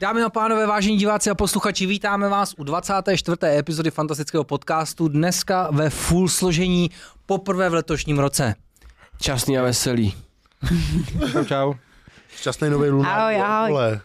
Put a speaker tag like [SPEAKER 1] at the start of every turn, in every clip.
[SPEAKER 1] Dámy a pánové, vážení diváci a posluchači, vítáme vás u 24. epizody fantastického podcastu. Dneska ve full složení poprvé v letošním roce.
[SPEAKER 2] Časný a veselý.
[SPEAKER 3] Čau, čau.
[SPEAKER 4] Šťastný nový lunár.
[SPEAKER 5] Ahoj, ahoj.
[SPEAKER 4] Vole.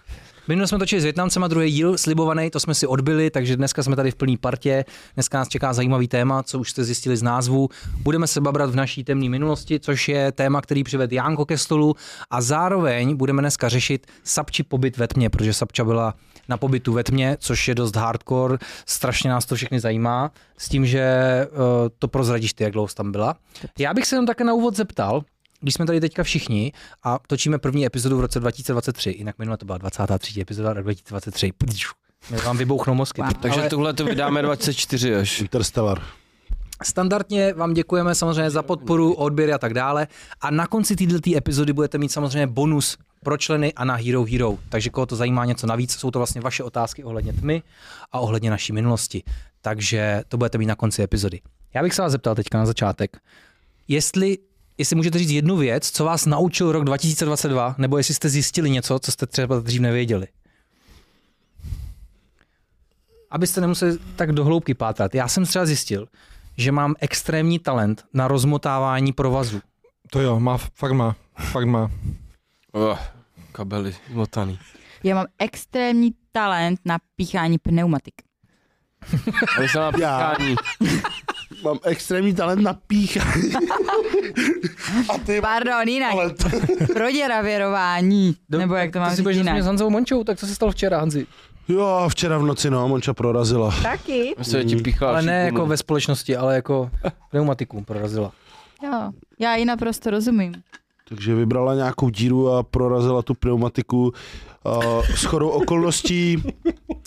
[SPEAKER 1] Minule jsme točili s Větnamcema druhý díl, slibovaný, to jsme si odbili, takže dneska jsme tady v plné partě. Dneska nás čeká zajímavý téma, co už jste zjistili z názvu. Budeme se babrat v naší temné minulosti, což je téma, který přivedl Jánko ke stolu a zároveň budeme dneska řešit Sapči pobyt ve tmě, protože Sapča byla na pobytu ve tmě, což je dost hardcore, strašně nás to všechny zajímá, s tím, že eh, to prozradíš ty, jak dlouho jsi tam byla. Já bych se jenom také na úvod zeptal, když jsme tady teďka všichni a točíme první epizodu v roce 2023, jinak minule to byla 23. epizoda, tak 2023. Pdžu. Mě vám vybouchnou mozky.
[SPEAKER 5] Wow.
[SPEAKER 2] Takže
[SPEAKER 1] Ale
[SPEAKER 2] Ale... tuhle to vydáme 24 až.
[SPEAKER 4] Interstellar.
[SPEAKER 1] standardně vám děkujeme samozřejmě za podporu, odběry a tak dále. A na konci této epizody budete mít samozřejmě bonus pro členy a na Hero Hero. Takže koho to zajímá něco navíc, jsou to vlastně vaše otázky ohledně tmy a ohledně naší minulosti. Takže to budete mít na konci epizody. Já bych se vás zeptal teďka na začátek. jestli, jestli můžete říct jednu věc, co vás naučil rok 2022, nebo jestli jste zjistili něco, co jste třeba dřív nevěděli. Abyste nemuseli tak do hloubky pátrat. Já jsem třeba zjistil, že mám extrémní talent na rozmotávání provazu.
[SPEAKER 3] To jo, má, fakt má, fakt má.
[SPEAKER 2] Oh, kabely motaný.
[SPEAKER 5] Já mám extrémní talent na píchání pneumatik.
[SPEAKER 2] Ale jsem na
[SPEAKER 4] Já.
[SPEAKER 2] píchání.
[SPEAKER 4] Mám extrémní talent na píchání. A ty
[SPEAKER 5] Pardon, jinak.
[SPEAKER 4] ale to,
[SPEAKER 5] Proděravěrování. Nebo jak to mám
[SPEAKER 1] si
[SPEAKER 5] říct jinak.
[SPEAKER 1] s Hanzou Mončou, tak co se stalo včera, Hanzi?
[SPEAKER 4] Jo, včera v noci, no, Monča prorazila.
[SPEAKER 5] Taky?
[SPEAKER 2] Já se ti píchal.
[SPEAKER 1] Ale ne
[SPEAKER 2] šikunu.
[SPEAKER 1] jako ve společnosti, ale jako pneumatikům prorazila.
[SPEAKER 5] Jo. Já ji naprosto rozumím.
[SPEAKER 4] Takže vybrala nějakou díru a prorazila tu pneumatiku. Uh, s chorou okolností,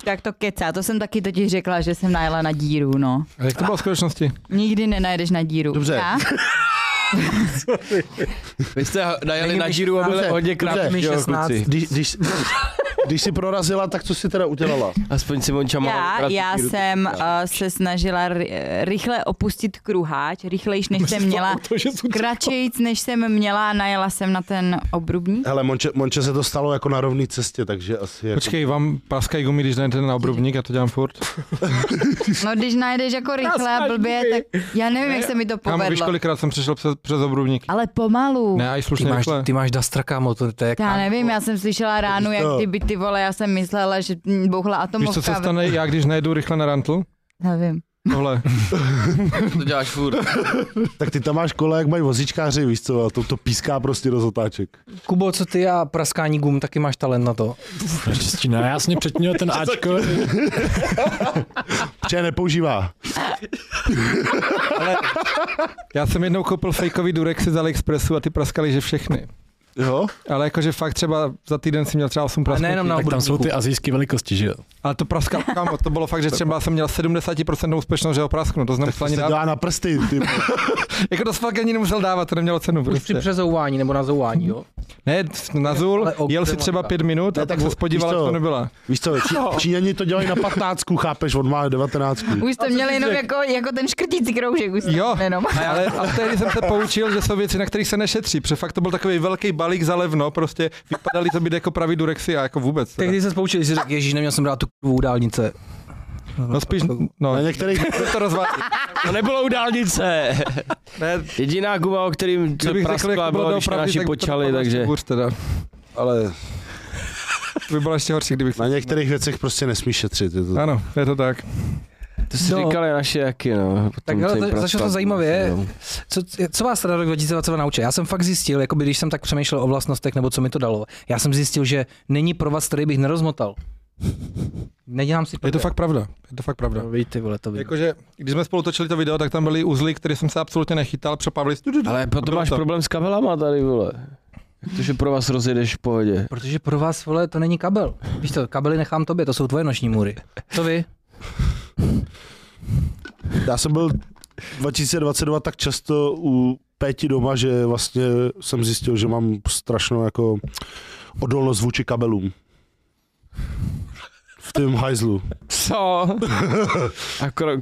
[SPEAKER 5] Tak to kecá, to jsem taky totiž řekla, že jsem najela na díru, no.
[SPEAKER 3] A jak to bylo v skutečnosti?
[SPEAKER 5] Nikdy nenajdeš na díru.
[SPEAKER 4] Dobře.
[SPEAKER 5] Já?
[SPEAKER 2] Vy jste najeli
[SPEAKER 1] Není
[SPEAKER 2] na
[SPEAKER 1] mi
[SPEAKER 2] díru a byli
[SPEAKER 4] šestnáct.
[SPEAKER 2] hodně
[SPEAKER 4] Dobře.
[SPEAKER 2] krátky,
[SPEAKER 1] Mi
[SPEAKER 2] jo,
[SPEAKER 1] 16.
[SPEAKER 2] kluci.
[SPEAKER 4] když, když, když si prorazila, tak co si teda udělala?
[SPEAKER 2] Aspoň si Monča má
[SPEAKER 5] Já,
[SPEAKER 2] krátkou
[SPEAKER 5] já
[SPEAKER 2] díru.
[SPEAKER 5] jsem uh, se snažila ry- rychle opustit kruháč, rychlejš než jsem měla, kratčejíc než jsem měla a najela jsem na ten obrubník.
[SPEAKER 4] Hele, Monče, Monče se to stalo jako na rovné cestě, takže asi jako...
[SPEAKER 3] Počkej, vám praskají gumy, když jdete na obrubník, já to dělám furt.
[SPEAKER 5] No když najdeš jako rychle a blbě, tak já nevím, jak se mi to
[SPEAKER 3] Kámo, víš,
[SPEAKER 5] povedlo.
[SPEAKER 3] kolikrát jsem přišel přes, přes obrubník?
[SPEAKER 5] Ale pomalu.
[SPEAKER 3] Ne, a i
[SPEAKER 1] Ty
[SPEAKER 3] slušně
[SPEAKER 1] máš,
[SPEAKER 3] rychle.
[SPEAKER 1] ty máš Dastra, kámo, to, to je jak
[SPEAKER 5] Já nevím, já jsem slyšela ránu, jak
[SPEAKER 4] to-
[SPEAKER 5] ty by ty vole, já jsem myslela, že mm, bouchla
[SPEAKER 3] Víš, co
[SPEAKER 5] atomovka.
[SPEAKER 3] se stane, já když najdu rychle na rantl?
[SPEAKER 5] Nevím.
[SPEAKER 3] Tohle.
[SPEAKER 2] To děláš furt.
[SPEAKER 4] Tak ty tam máš kole, jak mají vozičkáři, víš co, a to, to píská prostě do zotáček.
[SPEAKER 1] Kubo, co ty a praskání gum, taky máš talent na
[SPEAKER 3] Prostě.
[SPEAKER 1] to.
[SPEAKER 6] Čeština, jasně předtím ten Ačko.
[SPEAKER 4] Protože je nepoužívá.
[SPEAKER 3] Já jsem jednou koupil fejkový durexy z AliExpressu a ty praskali, že všechny.
[SPEAKER 4] Jo?
[SPEAKER 3] Ale jakože fakt třeba za týden si měl třeba 8
[SPEAKER 1] A
[SPEAKER 3] prasknutí.
[SPEAKER 1] nejenom na
[SPEAKER 6] Tak tam jsou
[SPEAKER 1] obrubníku.
[SPEAKER 6] ty azijské velikosti, že jo?
[SPEAKER 3] Ale to praskal, kámo, to bylo fakt, že třeba jsem měl 70% úspěšnost, že ho prasknu, to jsem
[SPEAKER 4] Tak
[SPEAKER 3] nemusel
[SPEAKER 4] to
[SPEAKER 3] ani
[SPEAKER 4] se
[SPEAKER 3] dát.
[SPEAKER 4] dělá na prsty, ty.
[SPEAKER 3] Jako to se fakt ani nemusel dávat, to nemělo cenu.
[SPEAKER 1] Už při
[SPEAKER 3] Prostě.
[SPEAKER 1] přezouvání nebo nazouvání, jo?
[SPEAKER 3] Ne, nazul,
[SPEAKER 1] Ale o-
[SPEAKER 3] jel si třeba pět minut a
[SPEAKER 4] Ne,
[SPEAKER 3] tak
[SPEAKER 4] tak
[SPEAKER 3] se
[SPEAKER 4] o-
[SPEAKER 3] spodíval,
[SPEAKER 4] víš
[SPEAKER 3] jak
[SPEAKER 4] co?
[SPEAKER 3] to nebyla.
[SPEAKER 4] Víš co, Čí, Číňani to dělají na patnáctku, chápeš, on má devatenáctku.
[SPEAKER 5] Už to měla jenom jako, jako ten škrtící kroužek. Už jsem
[SPEAKER 3] Jo,
[SPEAKER 5] jenom.
[SPEAKER 3] Ne, ale a tehdy jsem se poučil, že jsou věci, na kterých se nešetří, protože fakt to byl takový velký balík za levno, prostě vypadaly to být jako pravý durexy a jako vůbec.
[SPEAKER 1] Tak
[SPEAKER 3] Teda.
[SPEAKER 1] když se spoučili, jsi řekl, ježíš, neměl jsem dát tu kurvu u dálnice.
[SPEAKER 3] No spíš, no,
[SPEAKER 4] Na některých,
[SPEAKER 3] to to rozvádí.
[SPEAKER 2] To nebylo u dálnice.
[SPEAKER 3] Ne,
[SPEAKER 2] Jediná guma, o kterým se
[SPEAKER 3] kdybych řekl, jak
[SPEAKER 2] praskla,
[SPEAKER 3] to bylo
[SPEAKER 2] byla, když
[SPEAKER 3] doopravdy,
[SPEAKER 2] naši
[SPEAKER 3] tak by to
[SPEAKER 2] počali,
[SPEAKER 3] dopadlo ještě
[SPEAKER 2] takže...
[SPEAKER 3] Hůř teda.
[SPEAKER 4] ale
[SPEAKER 3] To by bylo ještě horší, kdybych...
[SPEAKER 4] na některých věcech prostě nesmíš šetřit. Je to...
[SPEAKER 3] Ano, je to tak.
[SPEAKER 2] To si
[SPEAKER 1] No.
[SPEAKER 2] říkali naše jaky, no. Potom
[SPEAKER 1] Tak hele,
[SPEAKER 2] se jim
[SPEAKER 1] za- začalo
[SPEAKER 2] praskla
[SPEAKER 1] to zajímavě.
[SPEAKER 2] guma, no.
[SPEAKER 1] Co, co vás teda rok 2022 naučil? Já jsem fakt zjistil, jako když jsem tak přemýšlel o vlastnostech nebo co mi to dalo, já jsem zjistil, že není pro vás, který bych nerozmotal. Nedělám si
[SPEAKER 3] Je to
[SPEAKER 1] prdel.
[SPEAKER 3] fakt pravda. Je to fakt pravda.
[SPEAKER 1] No, vidíte, vole, to vidím.
[SPEAKER 3] Jakože, když jsme spolu točili to video, tak tam byly uzly, které jsem se absolutně nechytal, přepavili.
[SPEAKER 2] Ale potom
[SPEAKER 3] Bylo
[SPEAKER 2] máš
[SPEAKER 3] to.
[SPEAKER 2] problém s kabelama tady, vole. Jak to, že pro vás rozjedeš v pohodě.
[SPEAKER 1] Protože pro vás, vole, to není kabel. Víš to, kabely nechám tobě, to jsou tvoje noční můry. Co vy?
[SPEAKER 4] Já jsem byl 2022 tak často u Péti doma, že vlastně jsem zjistil, že mám strašnou jako odolnost vůči kabelům. V tom hajzlu.
[SPEAKER 2] Co? Akorát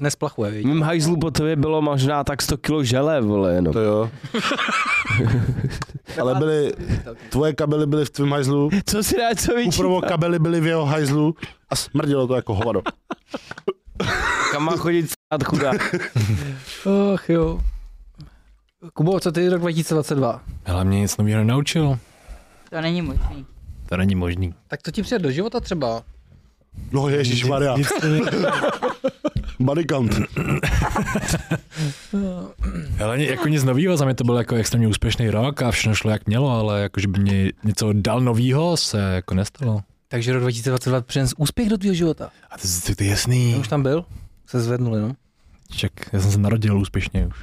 [SPEAKER 1] nesplachuje,
[SPEAKER 2] V
[SPEAKER 1] víš?
[SPEAKER 2] mým hajzlu botově bylo možná tak 100 kilo žele, vole, jenom.
[SPEAKER 4] To jo. Ale byly, tvoje kabely byly v tvém hajzlu,
[SPEAKER 2] Co si rád co
[SPEAKER 4] Kuprovo
[SPEAKER 2] vyčítá?
[SPEAKER 4] kabely byly v jeho hajzlu a smrdilo to jako hovado.
[SPEAKER 2] Kam má chodit s***at chudá?
[SPEAKER 1] Ach jo. Kubo, co ty rok 2022?
[SPEAKER 6] Ale mě nic nového nenaučil.
[SPEAKER 5] To není možný.
[SPEAKER 6] To není možný.
[SPEAKER 1] Tak to ti přijde do života třeba.
[SPEAKER 4] No ježíš Maria,
[SPEAKER 6] Nic to ne-
[SPEAKER 4] body count.
[SPEAKER 6] Ale jako nic nového, za mě to byl jako extrémně úspěšný rok a všechno šlo jak mělo, ale jako, že by mě něco dal novýho se jako nestalo.
[SPEAKER 1] Takže rok 2022 přinesl úspěch do tvého života.
[SPEAKER 6] A to, to, to je
[SPEAKER 1] Já
[SPEAKER 6] jasný.
[SPEAKER 1] už tam byl? Se zvednuli, no.
[SPEAKER 6] Ček, já jsem se narodil úspěšně už.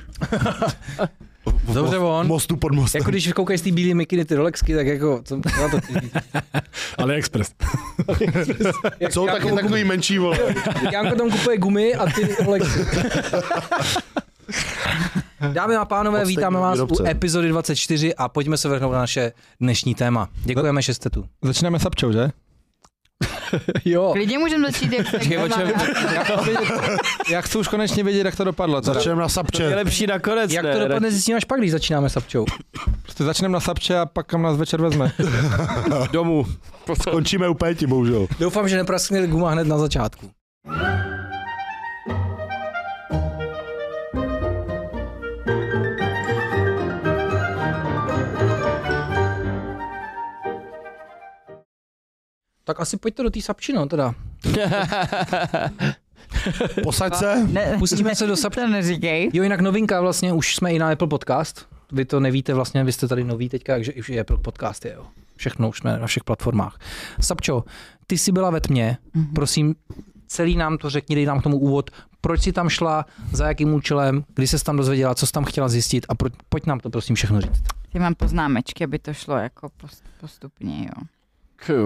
[SPEAKER 1] Dobře on.
[SPEAKER 4] Mostu pod mostem.
[SPEAKER 1] Jako když koukají z té bílé mikiny ty Rolexky, tak jako, co na to
[SPEAKER 6] AliExpress.
[SPEAKER 4] Jsou taky takový menší, vole.
[SPEAKER 1] Janko tam kupuje gumy a ty Rolexy. Dámy a pánové,
[SPEAKER 4] Od
[SPEAKER 1] vítáme
[SPEAKER 4] stejného
[SPEAKER 1] vás u
[SPEAKER 4] výrobce.
[SPEAKER 1] epizody 24 a pojďme se vrhnout na naše dnešní téma. Děkujeme, že jste tu.
[SPEAKER 3] Začínáme sapčou, že?
[SPEAKER 1] Jo.
[SPEAKER 5] Klidně můžeme začít, jak se
[SPEAKER 1] Počkej, o čem-
[SPEAKER 3] Já chci, vědět, já chci už konečně vědět, jak to dopadlo. Teda.
[SPEAKER 4] Začneme na
[SPEAKER 2] Je
[SPEAKER 4] sapče.
[SPEAKER 2] lepší nakonec,
[SPEAKER 1] Jak
[SPEAKER 2] ne?
[SPEAKER 1] to dopadne zjistíme až pak, když začínáme sapčou.
[SPEAKER 3] Prostě začneme na sapče a pak kam nás večer vezme.
[SPEAKER 2] Radši domů.
[SPEAKER 4] Končíme u Péti, bohužel.
[SPEAKER 1] Doufám, že nepraskne guma hned na začátku. Tak asi pojďte do té sapči, no teda.
[SPEAKER 4] Posaď se.
[SPEAKER 5] Ne,
[SPEAKER 1] Pustíme se do sapky.
[SPEAKER 5] to neříkej.
[SPEAKER 1] Jo, jinak novinka vlastně, už jsme i na Apple Podcast. Vy to nevíte vlastně, vy jste tady noví teďka, takže už i Apple Podcast je, jo. Všechno už jsme na všech platformách. Sapčo, ty jsi byla ve tmě, mm-hmm. prosím, celý nám to řekni, dej nám k tomu úvod, proč jsi tam šla, za jakým účelem, kdy jsi tam dozvěděla, co jsi tam chtěla zjistit a pro, pojď nám to prosím všechno říct.
[SPEAKER 5] Ty mám poznámečky, aby to šlo jako post, postupně, jo.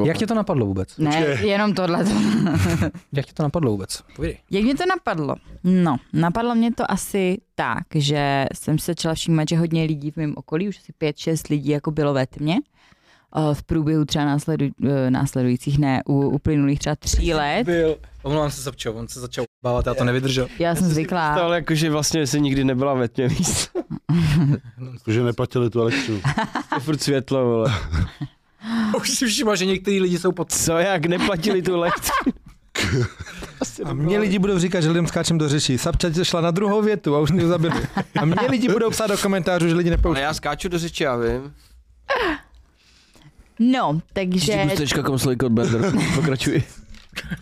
[SPEAKER 1] Jak tě to napadlo vůbec?
[SPEAKER 5] Ne,
[SPEAKER 4] Určitě.
[SPEAKER 5] jenom tohle.
[SPEAKER 1] Jak tě to napadlo vůbec? Povídej.
[SPEAKER 5] Jak mě to napadlo? No, napadlo mě to asi tak, že jsem se začala všímat, že hodně lidí v mém okolí, už asi 5-6 lidí jako bylo ve tmě, eh, v průběhu třeba následu, eh, následujících, ne, u uplynulých třeba tří let.
[SPEAKER 1] Byl. Omlouvám se, Sapčo, on se začal bávat, já to nevydržel.
[SPEAKER 5] Já jsem zvyklá.
[SPEAKER 2] Ale jakože vlastně se nikdy nebyla ve tmě víc.
[SPEAKER 4] Protože neplatili tu elektřinu.
[SPEAKER 2] To furt světlo, vole.
[SPEAKER 1] Už si všimla, že některý lidi jsou pod...
[SPEAKER 2] Co, jak neplatili tu lekci?
[SPEAKER 3] A mě lidi budou říkat, že lidem skáčem do řeší. Sapča tě šla na druhou větu a už mě zabili. A mě lidi budou psát do komentářů, že lidi nepouští.
[SPEAKER 2] já skáču do řeči, já vím.
[SPEAKER 5] No,
[SPEAKER 2] Že...
[SPEAKER 5] takže
[SPEAKER 2] Kustečka komslík od Bender. Pokračuj.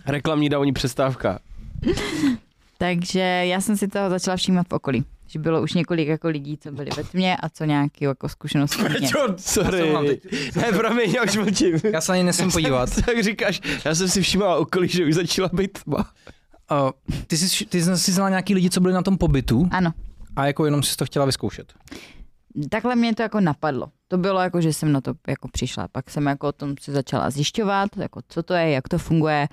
[SPEAKER 2] Reklamní dávní přestávka.
[SPEAKER 5] Takže já jsem si toho začala všímat v okolí. Že bylo už několik jako lidí, co byli ve tmě a co nějaký jako zkušenosti. mě.
[SPEAKER 2] Sorry. Ne, promiň, já už mlčím.
[SPEAKER 1] Já se na ně nesmím podívat.
[SPEAKER 2] Tak říkáš, já jsem si všiml okolí, že už začala být tma.
[SPEAKER 1] A ty jsi, ty jsi znala nějaký lidi, co byli na tom pobytu
[SPEAKER 5] Ano,
[SPEAKER 1] a jako jenom jsi to chtěla vyzkoušet.
[SPEAKER 5] takhle mě to jako napadlo. To bylo jako, že jsem na to jako přišla. Pak jsem jako o tom si začala zjišťovat, jako co to je, jak to funguje.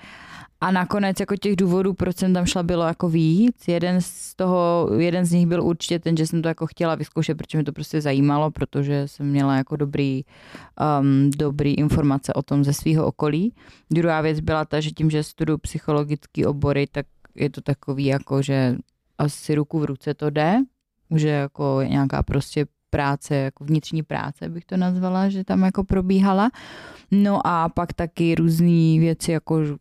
[SPEAKER 5] A nakonec jako těch důvodů, proč jsem tam šla, bylo jako víc. Jeden z toho, jeden z nich byl určitě ten, že jsem to jako chtěla vyzkoušet, protože mě to prostě zajímalo, protože jsem měla jako dobrý, um, dobrý informace o tom ze svého okolí. Druhá věc byla ta, že tím, že studuju psychologické obory, tak je to takový jako, že asi ruku v ruce to jde, že jako je nějaká prostě práce, jako vnitřní práce bych to nazvala, že tam jako probíhala. No a pak taky různé věci jako ž-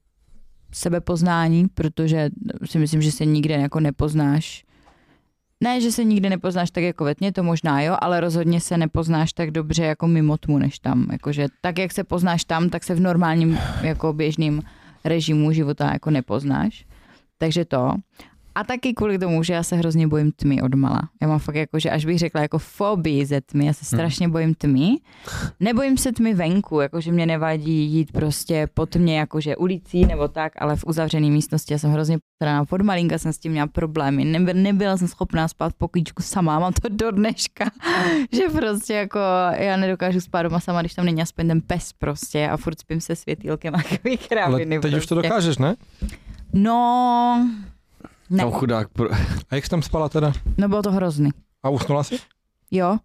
[SPEAKER 5] sebepoznání, protože si myslím, že se nikde jako nepoznáš. Ne, že se nikdy nepoznáš tak jako vetně, to možná jo, ale rozhodně se nepoznáš tak dobře jako mimo tmu, než tam. Jakože tak, jak se poznáš tam, tak se v normálním jako běžným režimu života jako nepoznáš. Takže to. A taky kvůli tomu, že já se hrozně bojím tmy od mala. Já mám fakt jako, že až bych řekla jako fobii ze tmy, já se
[SPEAKER 3] Hmm.
[SPEAKER 5] strašně bojím tmy. Nebojím se tmy venku, jakože mě nevadí jít prostě po tmě, jakože ulicí nebo tak, ale v uzavřené místnosti. Já jsem hrozně potraná. Pod malinka jsem s tím měla problémy. Neby, nebyla jsem schopná spát v pokojíčku sama, mám to do dneška. že prostě jako já nedokážu spát doma sama, když tam není aspoň ten pes prostě a furt spím se světýlkem a takový
[SPEAKER 3] Ale
[SPEAKER 5] kráviny.
[SPEAKER 3] teď
[SPEAKER 5] prostě.
[SPEAKER 3] už to dokážeš, ne?
[SPEAKER 5] No, ne.
[SPEAKER 2] Tam chudák. Pro...
[SPEAKER 3] A jak jsi tam spala teda?
[SPEAKER 5] No bylo to hrozný.
[SPEAKER 3] A usnula jsi?
[SPEAKER 5] Jo,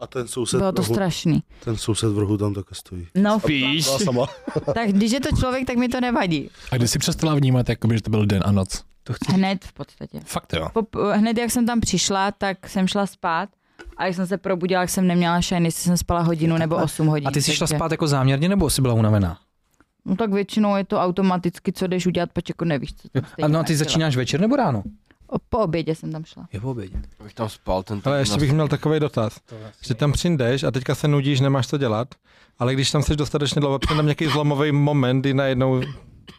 [SPEAKER 4] A ten soused,
[SPEAKER 5] bylo
[SPEAKER 4] v
[SPEAKER 5] to
[SPEAKER 4] rohu,
[SPEAKER 5] strašný.
[SPEAKER 4] ten soused v rohu tam také stojí.
[SPEAKER 5] No,
[SPEAKER 2] Píš.
[SPEAKER 4] Byla sama.
[SPEAKER 5] tak když je to člověk, tak mi to nevadí.
[SPEAKER 6] A kdy jsi přestala vnímat, jakoby, že jako to byl den a noc?
[SPEAKER 3] To chci.
[SPEAKER 5] Hned v podstatě.
[SPEAKER 6] Fakt jo.
[SPEAKER 5] Po, hned jak jsem tam přišla, tak jsem šla spát a jak jsem se probudila, jak jsem neměla šajn, jestli jsem spala hodinu nebo 8 hodin.
[SPEAKER 1] A ty jsi šla
[SPEAKER 5] takže-
[SPEAKER 1] spát jako záměrně, nebo jsi byla unavená?
[SPEAKER 5] No tak většinou je to automaticky, co jdeš udělat, pač jako nevíš, co tam stejně
[SPEAKER 1] A no a ty
[SPEAKER 5] nechtěla.
[SPEAKER 1] začínáš večer nebo ráno?
[SPEAKER 5] O, Po obědě jsem tam šla.
[SPEAKER 1] Je po obědě.
[SPEAKER 2] Abych tam spal ten
[SPEAKER 3] Ale ještě bych měl takový dotaz. Že tam přijdeš a teďka se nudíš, nemáš co dělat, ale když tam jsi dostatečně dlouho, přijde tam nějaký zlomový moment, kdy najednou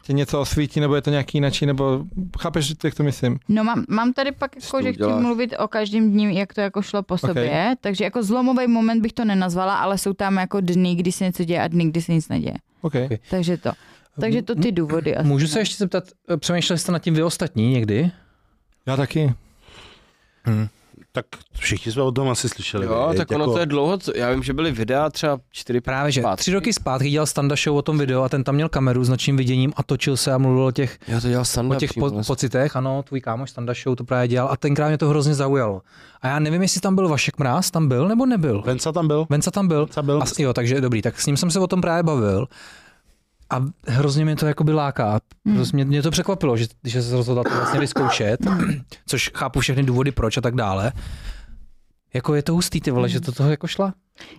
[SPEAKER 3] tě něco osvítí, nebo je to nějaký jinačí, nebo chápeš, jak to myslím?
[SPEAKER 5] No mám, mám tady pak, jako,
[SPEAKER 2] to
[SPEAKER 5] že chci
[SPEAKER 2] uděláš?
[SPEAKER 5] mluvit o každém dní, jak to jako šlo po sobě, takže jako zlomový moment bych to nenazvala, ale jsou tam jako dny, kdy se něco děje a dny, kdy se nic neděje.
[SPEAKER 3] OK.
[SPEAKER 5] Takže to. Takže to ty důvody. Asi. no.
[SPEAKER 1] Můžu se ještě zeptat, eh, přemýšleli jste nad tím vy ostatní někdy?
[SPEAKER 3] Já taky.
[SPEAKER 5] No,
[SPEAKER 4] Tak všichni jsme o tom asi slyšeli. jako
[SPEAKER 2] Jo,
[SPEAKER 4] viď?
[SPEAKER 2] tak ono to je dlouho, co, já vím, že byly videa třeba čtyři
[SPEAKER 1] Právě, že
[SPEAKER 2] zpátky.
[SPEAKER 1] tři roky zpátky dělal Standa Show o tom video a ten tam měl kameru s nočním viděním a točil se a mluvil o těch,
[SPEAKER 2] Já to dělal
[SPEAKER 1] o
[SPEAKER 2] sanda
[SPEAKER 1] těch
[SPEAKER 2] přímo,
[SPEAKER 1] po, pocitech. Ano, tvůj kámoš Standa Show to právě dělal a tenkrát mě to hrozně zaujalo. A já nevím, jestli tam byl Vašek Mráz, tam byl nebo nebyl?
[SPEAKER 4] Venca tam byl?
[SPEAKER 1] Venca tam byl?
[SPEAKER 4] Venca byl.
[SPEAKER 1] A, s- jo, takže dobrý, tak s ním jsem se o tom právě bavil a hrozně mě to jakoby láká. Prostě mě, mě to překvapilo, že, že se rozhodla to vlastně vyzkoušet, což chápu všechny důvody proč a tak dále. Jako je to hustý, ty vole, že to toho jako šla?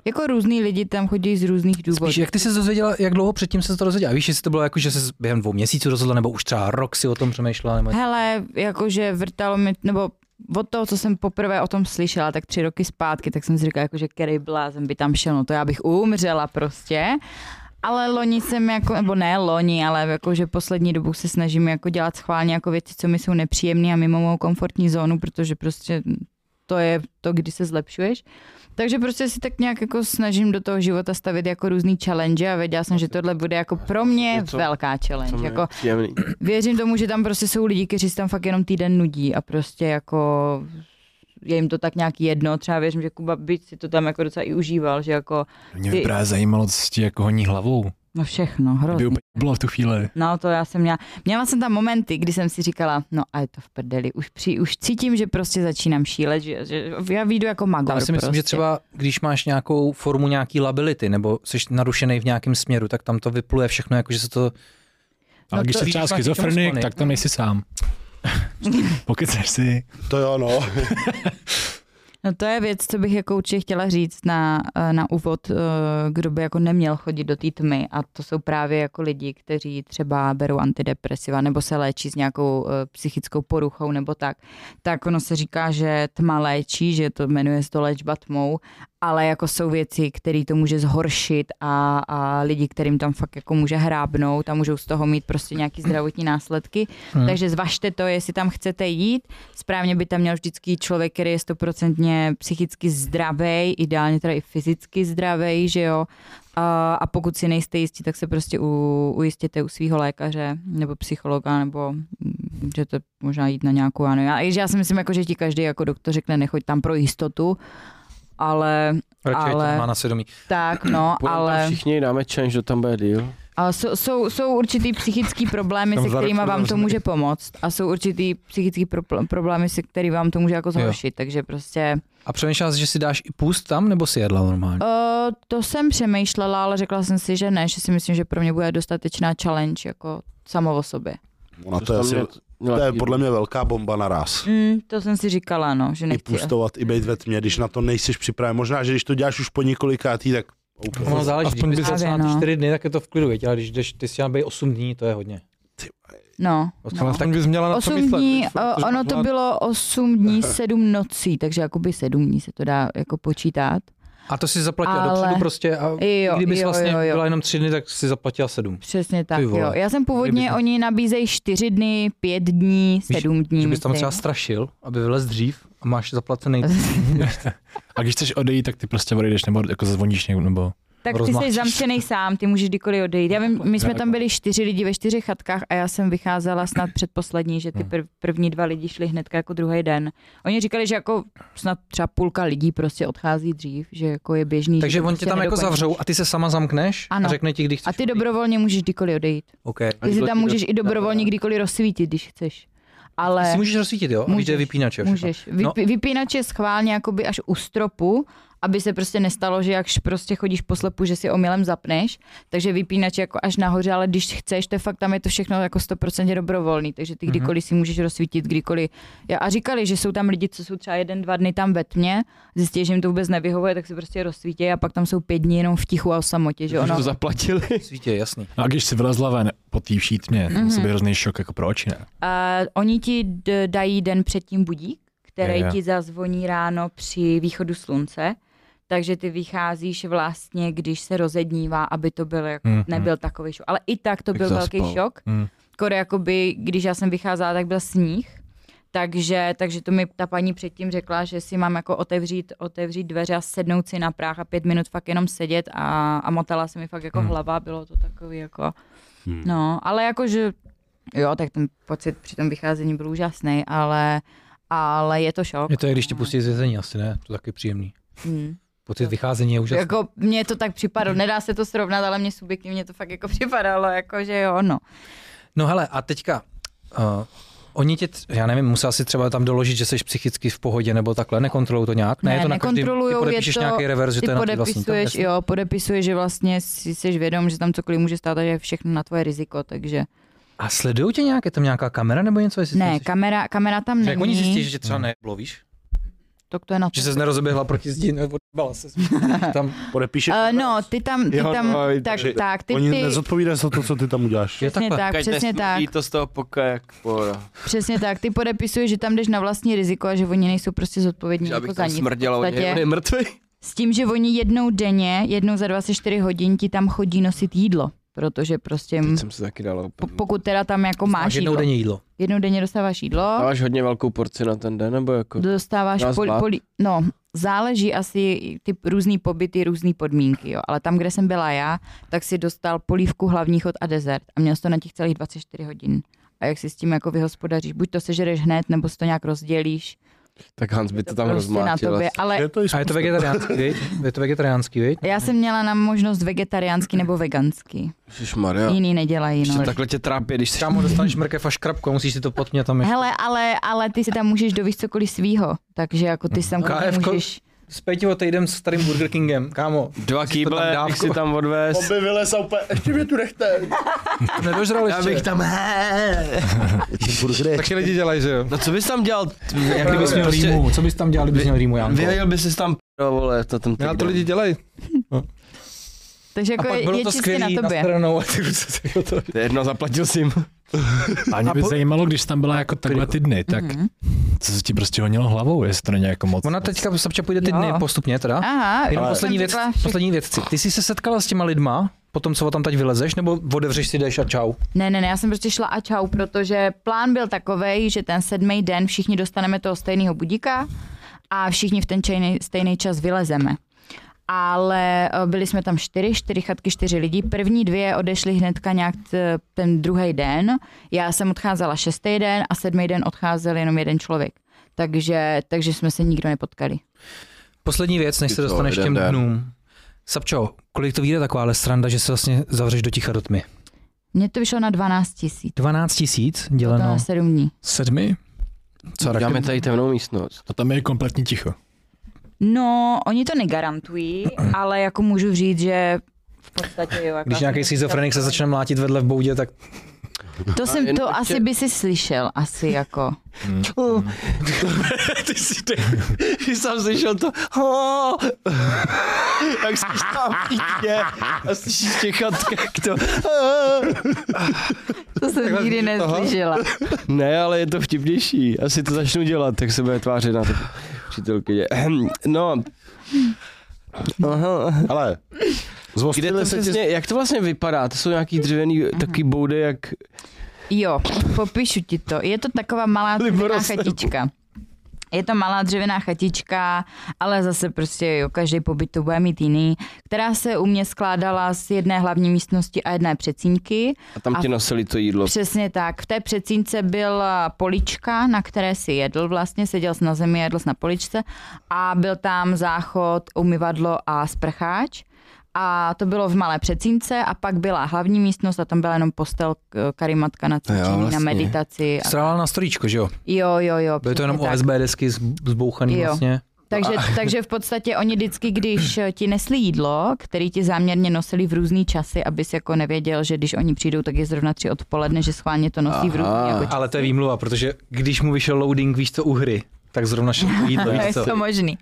[SPEAKER 5] Jako různý lidi tam chodí z různých důvodů.
[SPEAKER 1] Spíš, jak ty jsi se dozvěděla, jak dlouho předtím se to dozvěděla? Víš, jestli to bylo jako, že se během dvou měsíců rozhodla, nebo už třeba rok si o tom přemýšlela, nebo
[SPEAKER 5] Hele, jakože vrtalo mi, nebo od toho, co jsem poprvé o tom slyšela, tak tři roky zpátky, tak jsem si říkala, jakože který blázen by tam šel, no to já bych umřela prostě. Ale loni jsem jako, nebo ne loni, ale jakože poslední dobu se snažím jako dělat schválně jako věci, co mi jsou nepříjemné a mimo mou komfortní zónu, protože prostě to je to, kdy se zlepšuješ. Takže prostě si tak nějak jako snažím do toho života stavit jako různý challenge a věděla jsem, že tohle bude jako pro mě
[SPEAKER 2] Něco,
[SPEAKER 5] velká challenge. Jako
[SPEAKER 2] Příjemný.
[SPEAKER 5] Věřím tomu, že tam prostě jsou lidi, kteří se tam fakt jenom týden nudí a prostě jako je jim to tak nějak jedno. Třeba věřím, že Kuba by si to tam jako docela i užíval, že jako
[SPEAKER 6] Mě
[SPEAKER 5] Ty-
[SPEAKER 6] by právě zajímalo, co ti jako honí hlavou.
[SPEAKER 5] no všechno,
[SPEAKER 6] By
[SPEAKER 5] hrozný.
[SPEAKER 6] úplně bylo v tu chvíli.
[SPEAKER 5] No to já jsem měla, měla jsem tam momenty, kdy jsem si říkala, no a je to v prdeli, už, při, už cítím, že prostě začínám šílet, že, že já výjdu jako magor
[SPEAKER 1] Tam si myslím,
[SPEAKER 5] prostě.
[SPEAKER 1] že třeba když máš nějakou formu nějaký lability, nebo jsi narušený v nějakém směru, tak tam to vypluje všechno, jako že se to...
[SPEAKER 6] Ale
[SPEAKER 1] No
[SPEAKER 6] když
[SPEAKER 1] to-
[SPEAKER 6] jsi
[SPEAKER 1] víš,
[SPEAKER 6] třeba
[SPEAKER 1] máš k čemu
[SPEAKER 6] schizofrenik,
[SPEAKER 1] sklony.
[SPEAKER 6] tak tam nejsi sám. Pokecáš si.
[SPEAKER 4] To jo, no.
[SPEAKER 5] No to je věc, co bych jako určitě chtěla říct na, eh, na úvod, eh, kdo by jako neměl chodit do té tmy a to jsou právě jako lidi, kteří třeba berou antidepresiva nebo se léčí s nějakou eh, psychickou poruchou nebo tak. Tak ono se říká, že tma léčí, že to jmenuje se to léčba tmou, ale jako jsou věci, které to může zhoršit a, a lidi, kterým tam fakt jako může hrábnout a můžou z toho mít prostě nějaký zdravotní následky. Hmm. Takže zvažte to, jestli tam chcete jít, správně by tam měl vždycky jít člověk, který je stoprocentně psychicky zdravý, ideálně teda i fyzicky zdravý, že jo. A, a pokud si nejste jistí, tak se prostě u, ujistěte u svého lékaře nebo psychologa, nebo mm, že to možná jít na nějakou, ano. Já, i když já si myslím, jako, že ti každý jako doktor řekne, nechoď tam pro jistotu, ale
[SPEAKER 1] Radši ale...
[SPEAKER 5] Ale-
[SPEAKER 1] to má na svědomí.
[SPEAKER 5] tak, no,
[SPEAKER 2] Půjdeme tam
[SPEAKER 5] ale...
[SPEAKER 2] všichni dáme challenge, kdo tam bude díl.
[SPEAKER 5] A jsou, jsou, jsou určitý psychický problémy,
[SPEAKER 3] Tam
[SPEAKER 5] se
[SPEAKER 3] za rok
[SPEAKER 5] kterými
[SPEAKER 3] to
[SPEAKER 5] vám to
[SPEAKER 3] zavřeme.
[SPEAKER 5] může pomoct a jsou určitý psychický propl- problémy, se kterými vám to může jako zhoršit, takže prostě
[SPEAKER 1] A přemýšlela jsi, že si dáš i půst tam, nebo si jedla normálně?
[SPEAKER 5] uh, to jsem přemýšlela, ale řekla jsem si, že ne, že si myslím, že pro mě bude dostatečná challenge jako samo o sobě.
[SPEAKER 2] No,
[SPEAKER 4] Ona to, je asi, to je podle mě velká bomba naraz.
[SPEAKER 5] Mm, to jsem si říkala, no, že
[SPEAKER 4] I
[SPEAKER 5] nechci.
[SPEAKER 4] pustovat, i být ve tmě, když na to nejsiš připraven. Možná, že když to děláš už po několikátý, tak OK.
[SPEAKER 1] No,
[SPEAKER 5] No,
[SPEAKER 1] Ono záleží,
[SPEAKER 3] aspoň
[SPEAKER 1] když
[SPEAKER 3] by
[SPEAKER 1] bys
[SPEAKER 5] se-
[SPEAKER 1] docela na
[SPEAKER 5] Právě,
[SPEAKER 1] ty
[SPEAKER 5] no.
[SPEAKER 1] čtyři dny, tak je to v klidu, věď, ale když jdeš, ty si měl být 8 dní, to je hodně.
[SPEAKER 5] No.
[SPEAKER 3] Ale
[SPEAKER 5] no.
[SPEAKER 3] aspoň bys měla na co
[SPEAKER 5] 8
[SPEAKER 3] myslet.
[SPEAKER 5] dní,
[SPEAKER 3] víš,
[SPEAKER 5] uh,
[SPEAKER 3] protože
[SPEAKER 5] ono to
[SPEAKER 3] možná-
[SPEAKER 5] bylo 8 dní, 7 nocí, takže jakoby 7 dní se to dá jako počítat.
[SPEAKER 1] A to si zaplatila
[SPEAKER 5] Ale-
[SPEAKER 1] dopředu prostě a
[SPEAKER 5] Jo,
[SPEAKER 1] i kdybys
[SPEAKER 5] jo,
[SPEAKER 1] vlastně
[SPEAKER 5] jo, jo.
[SPEAKER 1] byla jenom tři dny, tak si zaplatila sedm.
[SPEAKER 5] Přesně tak,
[SPEAKER 1] Ty vole.
[SPEAKER 5] jo. Já jsem původně,
[SPEAKER 1] Kdyby-
[SPEAKER 5] oni nabízejí čtyři dny, pět dní, sedm dní.
[SPEAKER 1] Že bys tam
[SPEAKER 5] myslím.
[SPEAKER 1] třeba strašil, aby vylez dřív a máš zaplacený.
[SPEAKER 6] A když chceš odejít, tak ty prostě odejdeš nebo jako zazvoníš někdo, nebo...
[SPEAKER 5] tak ty jsi
[SPEAKER 1] rozmlátíš.
[SPEAKER 5] zamčený sám, ty můžeš kdykoliv odejít. Já vím, my jsme tam byli čtyři lidi ve čtyři chatkách a já jsem vycházela snad předposlední, že ty
[SPEAKER 1] Hmm.
[SPEAKER 5] prv, první dva lidi šli hnedka jako druhý den. Oni říkali, že jako snad třeba půlka lidí prostě odchází dřív, že jako je běžný. že
[SPEAKER 1] Takže
[SPEAKER 5] to
[SPEAKER 1] oni
[SPEAKER 5] prostě
[SPEAKER 1] tě tam jako
[SPEAKER 5] nedokončíš.
[SPEAKER 1] zavřou a ty se sama zamkneš a
[SPEAKER 5] Ano.
[SPEAKER 1] řekne ti, kdy chceš.
[SPEAKER 5] A ty dobrovolně můžeš kdykoliv odejít.
[SPEAKER 1] Okay.
[SPEAKER 5] Ty si
[SPEAKER 2] kdo
[SPEAKER 5] tam
[SPEAKER 2] ti
[SPEAKER 5] můžeš
[SPEAKER 2] do-
[SPEAKER 5] i dobrovolně kdykoliv rozsvítit, když chceš. Ale...
[SPEAKER 1] Ty si můžeš rozsvítit, jo? Můžeš,
[SPEAKER 5] Můžeš,
[SPEAKER 1] vypínače.
[SPEAKER 5] Můžeš. Vyp, no. Vypínač je schválně jakoby až u stropu aby se prostě nestalo, že jakž prostě chodíš po slepu, že si omylem zapneš, takže vypínač je jako až nahoře, ale když chceš, to je fakt tam je to všechno jako 100% dobrovolný, takže ty kdykoliv si můžeš rozsvítit, kdykoliv. Já- A říkali, že jsou tam lidi, co jsou třeba jeden, dva dny tam ve tmě, zjistí, že jim to vůbec nevyhovuje, tak se prostě rozsvítí a pak tam jsou pět dní jenom v tichu a v samotě, že
[SPEAKER 2] Už
[SPEAKER 5] ono.
[SPEAKER 2] to zaplatili.
[SPEAKER 1] Svítě, No, jasný.
[SPEAKER 6] No A když si vylezla ven po té vší tmě, mm-hmm. musel být hrozný šok, jako proč ne?
[SPEAKER 5] A oni ti d- dají den předtím budík, který
[SPEAKER 6] Jo, jo.
[SPEAKER 5] ti zazvoní ráno při východu slunce, takže ty vycházíš vlastně, když se rozednívá, aby to byl, jako,
[SPEAKER 6] Mhm.
[SPEAKER 5] nebyl takový šok. Ale i tak to
[SPEAKER 2] Jak
[SPEAKER 5] byl velký
[SPEAKER 2] zaspal.
[SPEAKER 5] šok.
[SPEAKER 6] Mhm.
[SPEAKER 5] Skoro jakoby, když já jsem vycházela, tak byl sníh. Takže, takže to mi ta paní předtím řekla, že si mám jako otevřít, otevřít dveře a sednout si na práh a pět minut fakt jenom sedět a, a motala se mi fakt jako
[SPEAKER 6] Mhm.
[SPEAKER 5] hlava, bylo to takový jako, no, ale jakože Jo, tak ten pocit při tom vycházení byl úžasný, ale, ale je to šok.
[SPEAKER 1] Je to, jak když tě pustí z vězení, asi ne? To je taky příjemný.
[SPEAKER 5] Hmm.
[SPEAKER 1] Pocit vycházení je úžasný.
[SPEAKER 5] Jako mně to tak připadlo, nedá se to srovnat, ale mně subjektivně to fakt jako připadalo, jako že jo, no.
[SPEAKER 1] No hele, a teďka, uh, oni tě, tř- já nevím, musel si třeba tam doložit, že jsi psychicky v pohodě, nebo takhle, nekontrolují to nějak?
[SPEAKER 5] Ne,
[SPEAKER 1] je to
[SPEAKER 5] nekontrolujou,
[SPEAKER 1] na každý, ty
[SPEAKER 5] je
[SPEAKER 1] podepíšeš
[SPEAKER 5] to-
[SPEAKER 1] nějaký reverz, že
[SPEAKER 5] Ty
[SPEAKER 1] to je na ty vlastní. tak
[SPEAKER 5] podepisuješ,
[SPEAKER 1] jasně.
[SPEAKER 5] jo, podepisuješ, že vlastně si jsi vědom, že tam cokoliv může stát a že je všechno na tvoje riziko, takže
[SPEAKER 1] A sledují tě nějak? Je tam nějaká kamera nebo něco? Jestli
[SPEAKER 5] ne,
[SPEAKER 1] jsi-
[SPEAKER 5] kamera, kamera tam
[SPEAKER 1] Že Jak oni zjistí,
[SPEAKER 5] není,
[SPEAKER 1] že tě třeba neblovíš?
[SPEAKER 5] tak to je na
[SPEAKER 1] Že
[SPEAKER 5] to.
[SPEAKER 1] se nerozeběhla proti zdi, nebo odbala se. Tam,
[SPEAKER 4] Podepíše.
[SPEAKER 5] Uh, no, ty tam, ty
[SPEAKER 2] Jo,
[SPEAKER 5] tam,
[SPEAKER 2] no, i-
[SPEAKER 5] tak,
[SPEAKER 4] že
[SPEAKER 5] tak, ty,
[SPEAKER 4] Oni
[SPEAKER 5] ty,
[SPEAKER 4] nezodpovídají za to, co ty tam uděláš.
[SPEAKER 1] je
[SPEAKER 5] přesně
[SPEAKER 1] takhle.
[SPEAKER 5] tak, přesně tak. Jako
[SPEAKER 2] to z toho poka jak pora.
[SPEAKER 5] Přesně tak, ty podepisuješ, že tam jdeš na vlastní riziko a že oni nejsou prostě zodpovědní
[SPEAKER 2] Že
[SPEAKER 5] jako
[SPEAKER 2] abych
[SPEAKER 5] za
[SPEAKER 2] tam
[SPEAKER 5] nic.
[SPEAKER 2] smrděla, on
[SPEAKER 5] podstatě.
[SPEAKER 2] je, on je mrtvý.
[SPEAKER 5] S tím, že oni jednou denně, jednou za 24 hodin ti tam chodí nosit jídlo, protože prostě jim,
[SPEAKER 2] Teď jsem se taky dal.
[SPEAKER 5] po- pokud teda tam jako máš
[SPEAKER 1] jednou
[SPEAKER 5] jídlo,
[SPEAKER 1] denně jídlo.
[SPEAKER 5] jednou denně dostáváš jídlo,
[SPEAKER 2] Máš hodně velkou porci na ten den, nebo jako?
[SPEAKER 5] dostáváš
[SPEAKER 2] Dá
[SPEAKER 5] poli,
[SPEAKER 2] zvlád.
[SPEAKER 5] poli, no, záleží asi ty různý pobyty, různé podmínky, jo. ale tam, kde jsem byla já, tak si dostal polívku, hlavní chod a dezert a měl jsi to na těch celých 24 hodin. A jak si s tím jako vyhospodaříš, buď to sežereš hned, nebo si to nějak rozdělíš.
[SPEAKER 2] Tak Hans by to tam
[SPEAKER 5] prostě na
[SPEAKER 2] rozmlátil.
[SPEAKER 5] tobě, ale
[SPEAKER 4] Je to i
[SPEAKER 1] A je to vegetariánský, viď? Je to vegetariánský, viď?
[SPEAKER 5] Já jsem měla na možnost vegetariánský nebo veganský.
[SPEAKER 2] Maria.
[SPEAKER 5] Jo. Jiný nedělají,
[SPEAKER 2] Ještě
[SPEAKER 5] no.
[SPEAKER 2] takhle tě trápí, když jsi...
[SPEAKER 1] Kámo, dostaneš mrkev a škrabku a musíš si to potmět tam ještě.
[SPEAKER 5] Hele, ale, ale ty si tam můžeš dovíst cokoliv svýho, takže jako ty si tam klidně
[SPEAKER 1] KF ko-
[SPEAKER 5] můžeš...
[SPEAKER 1] Zpěti o týden s starým Burger Kingem, kámo.
[SPEAKER 2] Dva
[SPEAKER 1] si to tam
[SPEAKER 2] kýble,
[SPEAKER 1] dávku.
[SPEAKER 2] bych si tam odvez.
[SPEAKER 4] Objevile se úplně, ještě mě tu nechte.
[SPEAKER 1] Nedožral ještě.
[SPEAKER 2] tam...
[SPEAKER 3] Taky lidi dělají, že jo?
[SPEAKER 2] No co bys tam dělal? Jak
[SPEAKER 1] Kdybys
[SPEAKER 2] kdybys
[SPEAKER 1] měl
[SPEAKER 2] prostě...
[SPEAKER 1] rýmu, co bys tam dělal, kdybys měl rýmu, Janko?
[SPEAKER 2] Vyjel bys si tam p***o, vole, to tam...
[SPEAKER 3] Já to lidi dělají.
[SPEAKER 1] A
[SPEAKER 5] Takže jako
[SPEAKER 1] pak
[SPEAKER 5] je,
[SPEAKER 1] bylo
[SPEAKER 5] je
[SPEAKER 1] to
[SPEAKER 5] čistě na
[SPEAKER 1] skvělý na
[SPEAKER 5] tobě.
[SPEAKER 1] stranou a ty ruce se to
[SPEAKER 2] To je jedno, zaplatil jsi jim.
[SPEAKER 6] A mě by
[SPEAKER 1] po-
[SPEAKER 6] zajímalo, když jsi tam byla jako takhle ty dny, tak
[SPEAKER 5] Mhm.
[SPEAKER 6] co se ti prostě honilo hlavou, jestli to není jako moc.
[SPEAKER 1] Ona teďka, Sabča, půjde ty
[SPEAKER 5] Jo.
[SPEAKER 1] dny postupně teda.
[SPEAKER 5] Aha,
[SPEAKER 1] Jenom
[SPEAKER 5] ale...
[SPEAKER 1] poslední, věc, poslední věc. Ty jsi se setkala s těma lidma, potom co tam teď vylezeš, nebo odevřeš si, jdeš a čau.
[SPEAKER 5] Ne, ne, ne, já jsem prostě šla a čau, protože plán byl takový, že ten sedmý den všichni dostaneme toho stejného budíka a všichni v ten čejnej, stejný čas vylezeme. Ale eh, byli jsme tam čtyři, čtyři chatky, čtyři lidi. První dvě odešly hnedka nějak t- ten druhý den. Já jsem odcházela šestý den a sedmý den odcházel jenom jeden člověk. Takže, takže jsme se nikdo nepotkali.
[SPEAKER 1] Poslední věc, než
[SPEAKER 2] Ty
[SPEAKER 1] se
[SPEAKER 2] co,
[SPEAKER 1] dostaneš k
[SPEAKER 2] jeden
[SPEAKER 1] těm
[SPEAKER 2] den.
[SPEAKER 1] dnům. Sabčo, kolik to vyjde takováhle sranda, že se vlastně zavřeš do ticha do tmy?
[SPEAKER 5] Mně to vyšlo na 12 tisíc.
[SPEAKER 1] 12 tisíc
[SPEAKER 5] To
[SPEAKER 1] děleno.
[SPEAKER 5] na 7 dní.
[SPEAKER 6] Sedmi?
[SPEAKER 1] Co, raket-
[SPEAKER 2] Dáme tady temnou místnost.
[SPEAKER 6] A tam je kompletní ticho.
[SPEAKER 5] No, oni to negarantují, ale jako můžu říct, že v podstatě jo. Jako
[SPEAKER 1] Když
[SPEAKER 5] asi
[SPEAKER 1] nějaký
[SPEAKER 5] bych
[SPEAKER 1] schizofrenik se
[SPEAKER 5] chtěla-
[SPEAKER 1] začne mlátit vedle v boudě, tak
[SPEAKER 5] To, jsem,
[SPEAKER 2] jen
[SPEAKER 5] to
[SPEAKER 2] tak
[SPEAKER 5] asi
[SPEAKER 2] tě-
[SPEAKER 5] by si slyšel, asi jako.
[SPEAKER 2] Ty jsi ty, ty sám slyšel to. Jak jsi tam pítě a slyšíš těch chatkách to.
[SPEAKER 5] To jsem nikdy neslyšela.
[SPEAKER 2] Ne, ale je to vtipnější. Asi to začnu dělat, tak se bude tvářit na to. Přítelkyně. Ehm, No. Aha.
[SPEAKER 4] Ale,
[SPEAKER 2] Kde to
[SPEAKER 4] zvostili se ti
[SPEAKER 2] přesně, jak to vlastně vypadá? To jsou nějaký dřevěný takový boudy, jak...
[SPEAKER 5] Jo, popíšu ti to. Je to taková malá dřevěná chatička. Je to malá dřevěná chatička, ale zase prostě jo, každý pobyt to bude mít jiný, která se u mě skládala z jedné hlavní místnosti a jedné přecínky.
[SPEAKER 2] A tam
[SPEAKER 5] A-
[SPEAKER 2] ti nosili to jídlo.
[SPEAKER 5] Přesně tak. V té přecínce byla polička, na které si jedl vlastně, seděl jsi na zemi, jedl jsi na poličce a byl tam záchod, umyvadlo a sprcháč. A to bylo v malé přecínce a pak byla hlavní místnost a tam byla jenom postel, k- karimatka na cvičení, jo, vlastně.
[SPEAKER 2] vlastně.
[SPEAKER 5] na meditaci. A...
[SPEAKER 1] strála na storíčko, že jo?
[SPEAKER 5] Jo, jo, jo.
[SPEAKER 1] Byly to
[SPEAKER 5] přesně
[SPEAKER 1] jenom
[SPEAKER 5] tak.
[SPEAKER 1] OSB desky zbouchaný
[SPEAKER 5] Jo.
[SPEAKER 1] vlastně.
[SPEAKER 5] Takže, takže v podstatě oni vždycky, když eh, ti nesli jídlo, který ti záměrně nosili v různý časy, abys jako nevěděl, že když oni přijdou, tak je zrovna tři odpoledne, že schválně to nosí v různý jako
[SPEAKER 1] Ale to je výmluva, protože když mu vyšel loading, víš co, u hry, tak zrovna šel to jídlo, víš
[SPEAKER 5] je
[SPEAKER 1] co.
[SPEAKER 5] to možný.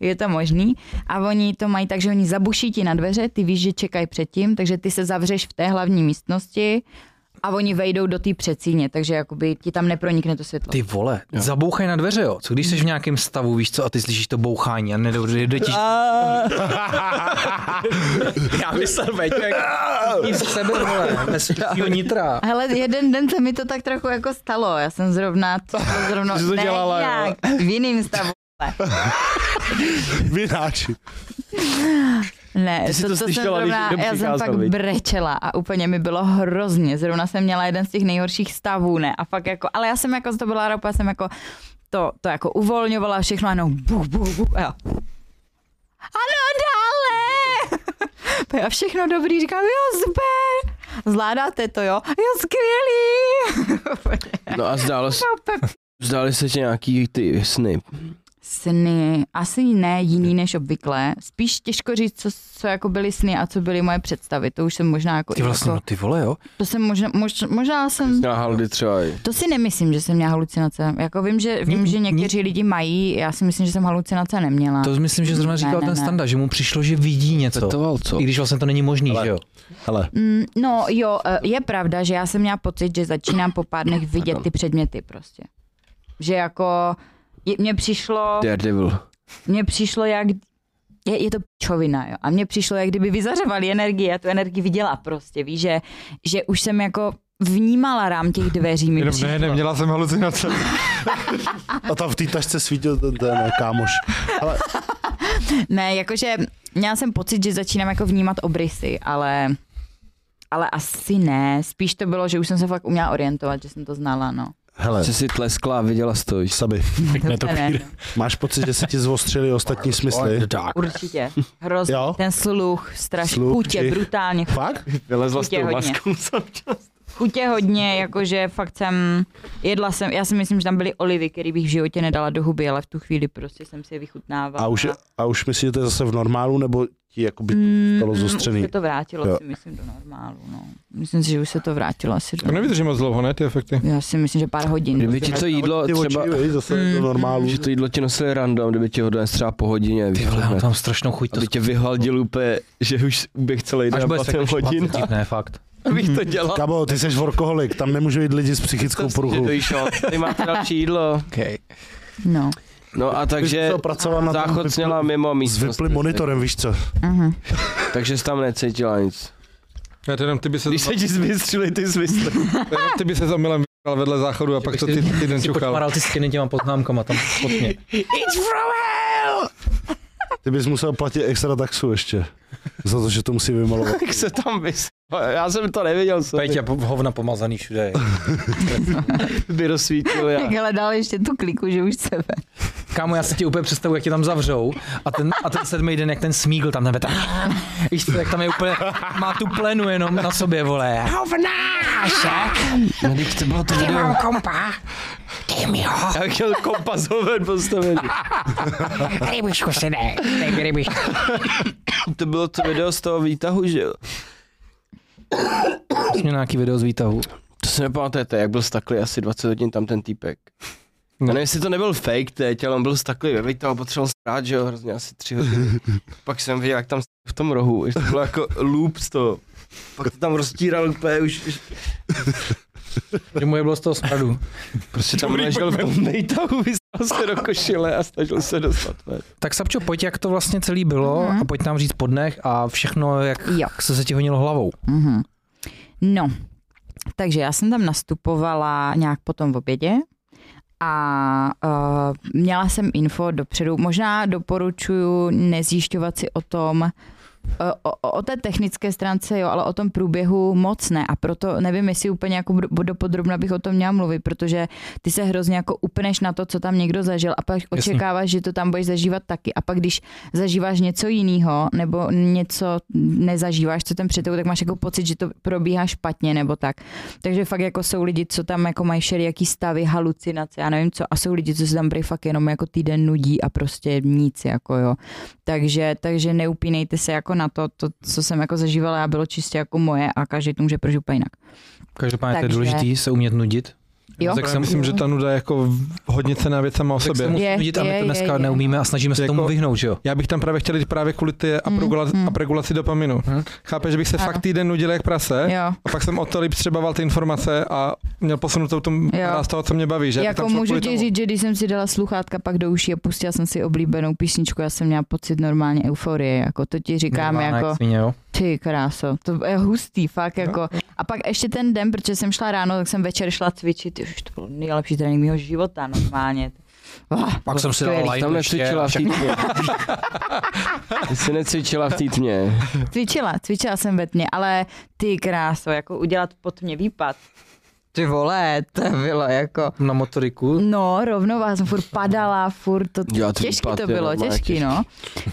[SPEAKER 5] Je to možný. A oni to mají tak, že oni zabuší ti na dveře, ty víš, že čekají předtím, takže ty se zavřeš v té hlavní místnosti a oni vejdou do té přecíně, takže jakoby ti tam nepronikne to světlo.
[SPEAKER 1] Ty vole, zabouchej na dveře, jo. Co když jsi v nějakém stavu, víš co, a ty slyšíš to bouchání a nedojde ti... Já myslel, Beťo, jak tím sebe, vole, bez nitra.
[SPEAKER 5] Hele, jeden den se mi to tak trochu jako stalo. Já jsem zrovna, to bylo zrovna,
[SPEAKER 2] Jsi to
[SPEAKER 5] ne,
[SPEAKER 2] dělala, jo.
[SPEAKER 5] jinak, v jiném stavu. vole.
[SPEAKER 4] Vynáči.
[SPEAKER 5] Ne,
[SPEAKER 2] Ty jsi to
[SPEAKER 5] jsem
[SPEAKER 2] slyšela, víš, kdo
[SPEAKER 5] já jsem
[SPEAKER 2] přicházel,
[SPEAKER 5] pak
[SPEAKER 2] viď?
[SPEAKER 5] brečela a úplně mi bylo hrozně. Zrovna jsem měla jeden z těch nejhorších stavů, ne? A fakt jako, ale já jsem jako z toho byla ropa, jsem jako to, to jako uvolňovala všechno a jenom buch, buch, buch a já. Ano, dále! To já všechno dobrý, říkám, jo, super! Zvládáte to, jo? Jo, skvělý!
[SPEAKER 2] No a zdálo, se- zdály se ti nějaký ty sny.
[SPEAKER 5] Sny, asi ne jiný než obvykle. Spíš těžko říct, co, co jako byly sny a co byly moje představy. To už jsem možná jako...
[SPEAKER 1] Ty vlastně, no
[SPEAKER 5] jako,
[SPEAKER 1] ty vole, jo.
[SPEAKER 5] to jsem možná, mož, možná jsem...
[SPEAKER 2] Měla haldy třeba i.
[SPEAKER 5] To si nemyslím, že jsem měla halucinace. Jako vím, že, vím, že někteří lidi mají, já si myslím, že jsem halucinace neměla.
[SPEAKER 1] To myslím, že zrovna
[SPEAKER 5] Ne,
[SPEAKER 1] říkal
[SPEAKER 5] ne,
[SPEAKER 1] ten
[SPEAKER 5] ne.
[SPEAKER 1] standa, že mu přišlo, že vidí něco.
[SPEAKER 2] Petoval, co?
[SPEAKER 1] I když vlastně to není možný, že jo.
[SPEAKER 2] Hele.
[SPEAKER 5] Mm, no jo, eh, je pravda, že já jsem měla pocit, že začínám po pár dnech vidět
[SPEAKER 2] Pardon.
[SPEAKER 5] ty předměty prostě. Že jako... je- Mně přišlo...
[SPEAKER 2] Daredevil.
[SPEAKER 5] mně přišlo jak, je, je to čovina, jo. A mně přišlo, jak kdyby vyzařovali energii, já tu energii viděla prostě, víš, že, že už jsem jako vnímala rám těch dveří, mi
[SPEAKER 3] Jenom
[SPEAKER 5] přišlo.
[SPEAKER 3] ne, neměla jsem halucinace.
[SPEAKER 4] A tam v té tašce svítil ten, ten kámoš. Ale
[SPEAKER 5] ne, jakože měla jsem pocit, že začínám jako vnímat obrysy, ale, ale asi ne. Spíš to bylo, že už jsem se fakt uměla orientovat, že jsem to znala, no.
[SPEAKER 4] hele,
[SPEAKER 2] Jsi si tleskla a viděla jsi to. víš.
[SPEAKER 4] Sabi,
[SPEAKER 6] Pěkné to
[SPEAKER 5] Ne,
[SPEAKER 6] pír.
[SPEAKER 5] ne,
[SPEAKER 4] máš pocit, že se ti zvostřili ostatní smysly?
[SPEAKER 5] určitě. Hrozný.
[SPEAKER 4] Jo?
[SPEAKER 5] Ten sluch, strašně.
[SPEAKER 4] Sluch,
[SPEAKER 5] Chutě,
[SPEAKER 4] čich.
[SPEAKER 5] brutálně.
[SPEAKER 4] Fakt?
[SPEAKER 2] Vylezla
[SPEAKER 4] Vlastně
[SPEAKER 5] Chutě hodně. Chutě hodně, jakože fakt jsem, jedla jsem, já si myslím, že tam byly olivy, které bych v životě nedala do huby, ale v tu chvíli prostě jsem si je vychutnávala.
[SPEAKER 4] A už, a už myslíš, že to je zase v normálu, nebo ti jakoby
[SPEAKER 2] Hmm.
[SPEAKER 4] stalo
[SPEAKER 5] Mm,
[SPEAKER 4] zostřený?
[SPEAKER 5] Už se to vrátilo,
[SPEAKER 4] Jo.
[SPEAKER 5] si myslím, do normálu. No. Myslím si, že už se to vrátilo asi do
[SPEAKER 3] To nevydrží moc dlouho, ne, ty efekty?
[SPEAKER 5] Já si myslím, že pár hodin.
[SPEAKER 2] Kdyby ti to jídlo
[SPEAKER 4] Ty oči,
[SPEAKER 2] třeba... Hmm.
[SPEAKER 4] vej, zase
[SPEAKER 5] Mm.
[SPEAKER 4] do normálu.
[SPEAKER 2] Že to jídlo ti nosili random, kdyby ti ho donesl třeba po hodině.
[SPEAKER 1] Ty
[SPEAKER 2] víš,
[SPEAKER 1] vole,
[SPEAKER 2] ne?
[SPEAKER 1] já tam strašnou chuť to
[SPEAKER 2] Aby tě vyhladil úplně, že už uběh celý den
[SPEAKER 1] Až
[SPEAKER 2] a
[SPEAKER 1] bude
[SPEAKER 2] 8 hodin,
[SPEAKER 1] hodin. Ne, fakt.
[SPEAKER 2] abych to dělal.
[SPEAKER 4] Kamo, ty jsi workoholik, tam nemůžou jít lidi s
[SPEAKER 2] Prostě
[SPEAKER 4] psychickou poruchou.
[SPEAKER 2] Ty máte další jídlo.
[SPEAKER 5] No.
[SPEAKER 2] No a takže
[SPEAKER 4] musel pracovat na tom
[SPEAKER 2] záchod
[SPEAKER 4] vypl-
[SPEAKER 2] sněla mimo
[SPEAKER 4] S
[SPEAKER 2] místnost. prostě.
[SPEAKER 4] vyplým monitorem, víš co?
[SPEAKER 5] Uh-huh.
[SPEAKER 2] Takže jsi tam necítila nic.
[SPEAKER 3] Já to jenom ty by se,
[SPEAKER 2] Když se ti zvystřili ty zmysly.
[SPEAKER 3] jenom ty by se s omylem vyjel vedle záchodu a pak to ty, ty den
[SPEAKER 1] Jsi
[SPEAKER 3] čuchal.
[SPEAKER 1] počmaral ty stěny těma poznámkama tam pod mě.
[SPEAKER 4] Ty bys musel platit extra taxu ještě. Za to, že to musí vymalovat.
[SPEAKER 2] Jak se tam vys... Já jsem to nevěděl, co
[SPEAKER 1] Peť a po- hovna pomazaný všude.
[SPEAKER 2] by rozsvítil já.
[SPEAKER 5] Tak ale dal ještě tu kliku, že už se ve.
[SPEAKER 1] Kámo, já si ti úplně představuji, jak tě tam zavřou a ten, a ten sedmý den, jak ten smígl tam nebe. Víš co, jak tam je úplně, má tu plenu jenom na sobě, vole.
[SPEAKER 2] No, když to bylo to video.
[SPEAKER 7] kompa. Dej mi ho,
[SPEAKER 2] Já bych chtěl kompas hoven postavit.
[SPEAKER 7] rybičku si dej, dej mi rybičku.
[SPEAKER 2] To bylo to video z toho výtahu, že jo?
[SPEAKER 1] Měl nějaký video z výtahu.
[SPEAKER 2] To si nepamatujete, jak byl staklý asi 20 hodin tam ten týpek. No. Já nevím, jestli to nebyl fake teď, ale on byl staklý ve výtahu, potřeboval strát, že jo, hrozně asi tři hodiny. Pak jsem viděl, jak tam stál v tom rohu, že to bylo jako loop z toho. Pak to tam roztíral úplně už, už
[SPEAKER 1] Že mu je bylo z toho smradu.
[SPEAKER 2] prostě tam ležel v tom výtahu, vystál se do košile a snažil se dostat ven.
[SPEAKER 1] Tak Sapčo, pojď, jak to vlastně celý bylo
[SPEAKER 5] Mhm.
[SPEAKER 1] a pojď nám říct podnech a všechno, jak
[SPEAKER 5] Jo.
[SPEAKER 1] se se ti honilo hlavou.
[SPEAKER 5] Mm-hmm. No, takže já jsem tam nastupovala nějak po tom obědě a uh, měla jsem info dopředu. Možná doporučuji nezjišťovat si o tom eh, o, o, o té technické stránce, jo, ale o tom průběhu moc ne. A proto nevím, jestli úplně jako do- dopodrobna bych o tom měla mluvit, protože ty se hrozně jako upneš na to, co tam někdo zažil a pak očekáváš, že to tam budeš zažívat taky. A pak když zažíváš něco jiného nebo něco nezažíváš, co ten před tebou, tak máš jako pocit, že to probíhá špatně nebo tak. Takže fakt jako jsou lidi, co tam jako mají všelijaký stavy, halucinace, já nevím co, a jsou lidi, co se tam prej fakt jenom jako týden nudí a prostě nic, jako jo. Takže, takže neupínejte se jako na to, to, co jsem jako zažívala, já bylo čistě jako moje a každý to může prožít úplně jinak.
[SPEAKER 1] Každopádně to je
[SPEAKER 5] Takže-
[SPEAKER 1] důležitý se umět nudit.
[SPEAKER 5] Jo?
[SPEAKER 1] Tak
[SPEAKER 3] Tak
[SPEAKER 1] jsem-
[SPEAKER 3] si myslím, že ta nuda je jako hodně cená věc sama o
[SPEAKER 1] Tak se
[SPEAKER 3] sobě.
[SPEAKER 1] musí
[SPEAKER 5] Je,
[SPEAKER 1] nudit a my
[SPEAKER 5] je,
[SPEAKER 1] to dneska
[SPEAKER 5] je, je.
[SPEAKER 1] neumíme a snažíme se
[SPEAKER 3] Jako-
[SPEAKER 1] tomu vyhnout, že jo?
[SPEAKER 3] Já bych tam právě chtěl jít právě kvůli té
[SPEAKER 5] Mm,
[SPEAKER 3] apregula-
[SPEAKER 5] mm.
[SPEAKER 3] apregulaci dopaminu.
[SPEAKER 1] Hm.
[SPEAKER 3] Chápeš, že bych se
[SPEAKER 5] Ano.
[SPEAKER 3] fakt týden nudil jak prase
[SPEAKER 5] Jo.
[SPEAKER 3] a pak jsem o to líp třeboval ty informace a měl posunutou tu
[SPEAKER 5] Jo.
[SPEAKER 3] z toho, co mě baví. Že? Já bych
[SPEAKER 5] jako
[SPEAKER 3] tam šel
[SPEAKER 5] můžu
[SPEAKER 3] kvůli
[SPEAKER 5] ti
[SPEAKER 3] tomu.
[SPEAKER 5] říct, že když jsem si dala sluchátka pak do uší a pustila jsem si oblíbenou písničku, já jsem měla pocit normálně euforie, jako to ti říkám
[SPEAKER 1] Normálně,
[SPEAKER 5] jako...
[SPEAKER 1] jak svině, jo?
[SPEAKER 5] Ty kráso, to je hustý, fakt jako. A pak ještě ten den, protože jsem šla ráno, tak jsem večer šla cvičit, už to byl nejlepší trénink mého života normálně. Oh,
[SPEAKER 1] Pak jsem si dal
[SPEAKER 5] skvělý.
[SPEAKER 1] light
[SPEAKER 2] Tam
[SPEAKER 1] ještě
[SPEAKER 2] necvičila
[SPEAKER 1] a
[SPEAKER 2] v té
[SPEAKER 1] všechno.
[SPEAKER 2] tmě. Ty jsi necvičila v té tmě.
[SPEAKER 5] Cvičila, cvičila jsem ve tmě, ale ty kráso, jako udělat pod mě výpad. Ty vole, to bylo jako...
[SPEAKER 1] Na motoriku.
[SPEAKER 5] No, rovnováha, jsem furt padala, furt to
[SPEAKER 2] Já to
[SPEAKER 5] těžký
[SPEAKER 2] vypadá, ty
[SPEAKER 5] to bylo,
[SPEAKER 2] normálně
[SPEAKER 5] těžký,
[SPEAKER 2] těžký.
[SPEAKER 5] no.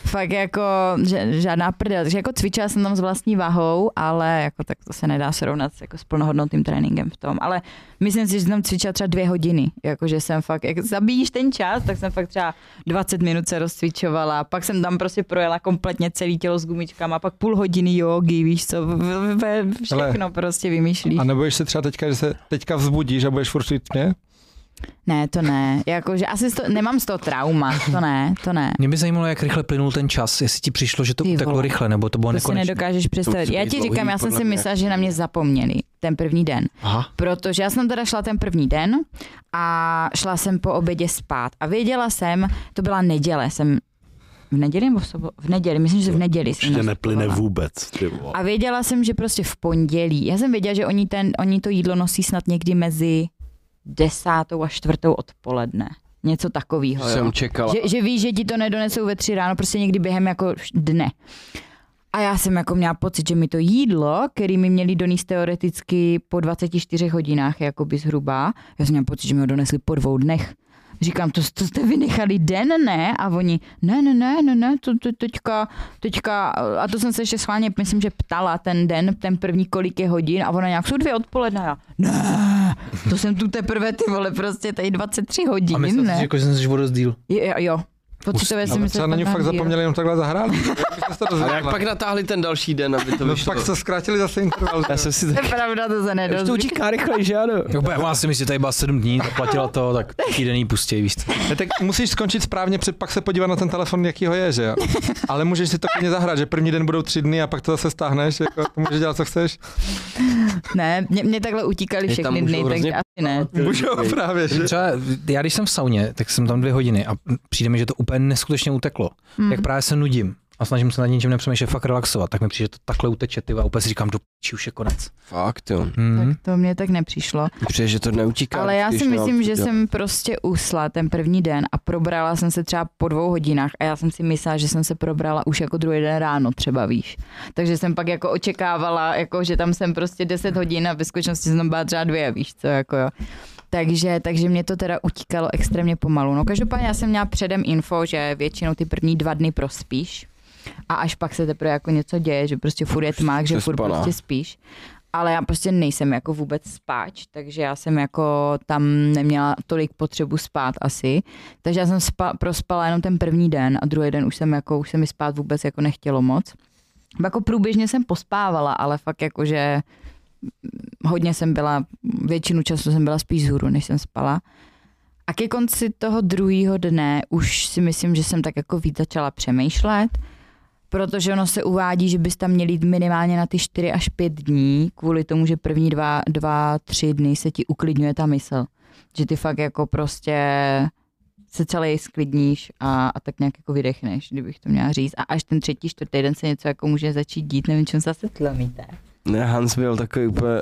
[SPEAKER 5] Fakt jako že, žádná prdel, takže jako cvičila jsem tam s vlastní vahou, ale jako tak to se nedá srovnat s- jako s plnohodnotným tréninkem v tom, ale myslím si, že jsem tam cvičila třeba dvě hodiny, jakože jsem fakt, jak zabíjíš ten čas, tak jsem fakt třeba 20 minut se rozcvičovala, pak jsem tam prostě projela kompletně celé tělo s gumičkama, pak půl hodiny jogi, víš co, v- v- v- všechno prostě vymýšlíš.
[SPEAKER 3] A neboješ se třeba teďka, že se teďka vzbudíš a budeš furt jít mě?
[SPEAKER 5] Ne, to ne, jakože asi z to, nemám z toho trauma, to ne, to ne.
[SPEAKER 1] Mě by zajímalo, jak rychle plynul ten čas, jestli ti přišlo, že to
[SPEAKER 5] Ty
[SPEAKER 1] uteklo
[SPEAKER 5] vole.
[SPEAKER 1] rychle, nebo to bylo
[SPEAKER 5] To si
[SPEAKER 1] nekonečné.
[SPEAKER 5] nedokážeš představit.
[SPEAKER 2] musí
[SPEAKER 5] Já
[SPEAKER 2] být
[SPEAKER 5] ti
[SPEAKER 2] dlouhý,
[SPEAKER 5] říkám, já jsem
[SPEAKER 2] podle
[SPEAKER 5] si
[SPEAKER 2] mě.
[SPEAKER 5] myslela, že na mě zapomněli ten první den.
[SPEAKER 2] Aha.
[SPEAKER 5] Protože já jsem teda šla ten první den a šla jsem po obědě spát. A věděla jsem, to byla neděle, jsem v neděli nebo v sobo? V neděli, myslím, že v neděli. jsem
[SPEAKER 4] Ještě neplyne
[SPEAKER 5] nastupovala.
[SPEAKER 4] vůbec, ty vole.
[SPEAKER 5] A věděla jsem, že prostě v pondělí. Já jsem věděla, že oni, ten, oni to jídlo nosí snad někdy mezi desátou a čtvrtou odpoledne. Něco takového.
[SPEAKER 2] Jsem čekala.
[SPEAKER 5] Že, že víš, že ti to nedonesou ve tři ráno, prostě někdy během jako dne. A já jsem jako měla pocit, že mi to jídlo, který mi měli donést teoreticky po 24 hodinách, jakoby zhruba, já jsem měla pocit, že mi ho donesli po dvou dnech. Říkám, to, to jste vynechali den, ne? A oni, ne, ne, ne, ne, ne, to, to teďka, teďka, a to jsem se ještě schválně, myslím, že ptala ten den, ten první kolik je hodin a ona nějak, jsou dvě odpoledne, a já, ne, to jsem tu teprve, ty vole, prostě tady 23 hodin,
[SPEAKER 1] A myslím
[SPEAKER 5] ne?
[SPEAKER 1] si, že jako, že jsem si život rozdíl.
[SPEAKER 5] Jo, jo. Pocitově
[SPEAKER 2] No,
[SPEAKER 5] jsem
[SPEAKER 3] Třeba na ní fakt zapomněli jenom takhle zahrát.
[SPEAKER 2] Ale jak pak natáhli ten další den, aby to
[SPEAKER 3] No,
[SPEAKER 2] vyšlo?
[SPEAKER 3] pak se zkrátili zase interval.
[SPEAKER 2] Já jsem si
[SPEAKER 5] To
[SPEAKER 2] tak...
[SPEAKER 5] je pravda, to se
[SPEAKER 2] Už to
[SPEAKER 5] nedozví.
[SPEAKER 2] utíká rychleji, že ano?
[SPEAKER 1] Jo, bo já mám si myslím, že tady byla sedm dní, zaplatila to, tak týden jí pustí, víš co.
[SPEAKER 3] Ne, tak musíš skončit správně, před pak se podívat na ten telefon, jaký ho je, že jo. Ale můžeš si to klidně zahrát, že první den budou tři dny a pak to zase stáhneš, jako, to můžeš dělat, co chceš.
[SPEAKER 5] Ne, mě, mě takhle utíkali
[SPEAKER 2] Je tam
[SPEAKER 5] všechny
[SPEAKER 2] můžou
[SPEAKER 5] dny, takže
[SPEAKER 2] hrozně
[SPEAKER 5] asi ne.
[SPEAKER 3] Můžou právě, že?
[SPEAKER 1] Třeba já, když jsem v sauně, tak jsem tam dvě hodiny a přijde mi, že to úplně neskutečně uteklo.
[SPEAKER 5] Mm.
[SPEAKER 1] Jak právě se nudím a snažím se nad ničím nepřemýšlet, fakt relaxovat, tak mi přijde, že to takhle uteče, ty vole, a úplně si říkám, do piči už je konec.
[SPEAKER 2] Fakt jo.
[SPEAKER 1] Mm.
[SPEAKER 5] Tak to mě tak nepřišlo.
[SPEAKER 2] Přeje, že to neutíká.
[SPEAKER 5] Ale já
[SPEAKER 2] Mhm. když
[SPEAKER 5] si
[SPEAKER 2] nemám
[SPEAKER 5] myslím,
[SPEAKER 2] co
[SPEAKER 5] že
[SPEAKER 2] dělat.
[SPEAKER 5] jsem prostě usla ten první den a probrala jsem se třeba po dvou hodinách a já jsem si myslela, že jsem se probrala už jako druhý den ráno třeba, víš. Takže jsem pak jako očekávala, jako že tam jsem prostě 10 hodin a ve skutečnosti jsem tam byla třeba dvě, víš co, jako jo. Takže, takže mě to teda utíkalo extrémně pomalu. No každopádně já jsem měla předem info, že většinou ty první dva dny prospíš a až pak se teprve jako něco děje, že prostě furt je tmák, že furt
[SPEAKER 2] Přespaná.
[SPEAKER 5] prostě spíš. Ale já prostě nejsem jako vůbec spáč, takže já jsem jako tam neměla tolik potřebu spát asi. Takže já jsem spa, prospala jenom ten první den a druhý den už jsem jako, už se mi spát vůbec jako nechtělo moc. Jako průběžně jsem pospávala, ale fakt jako, že hodně jsem byla, většinu času jsem byla spíš zhůru, než jsem spala. A ke konci toho druhého dne už si myslím, že jsem tak jako víc začala přemýšlet, protože ono se uvádí, že bys tam měl jít minimálně na ty 4 až 5 dní, kvůli tomu, že první dva, dva tři dny se ti uklidňuje ta mysl. Že ty fakt jako prostě se celý sklidníš a, a tak nějak jako vydechneš, kdybych to měla říct. A až ten třetí, čtvrtý den se něco jako může začít dít, nevím, čem zase tlumíte.
[SPEAKER 2] Ne, Hans byl takový úplně...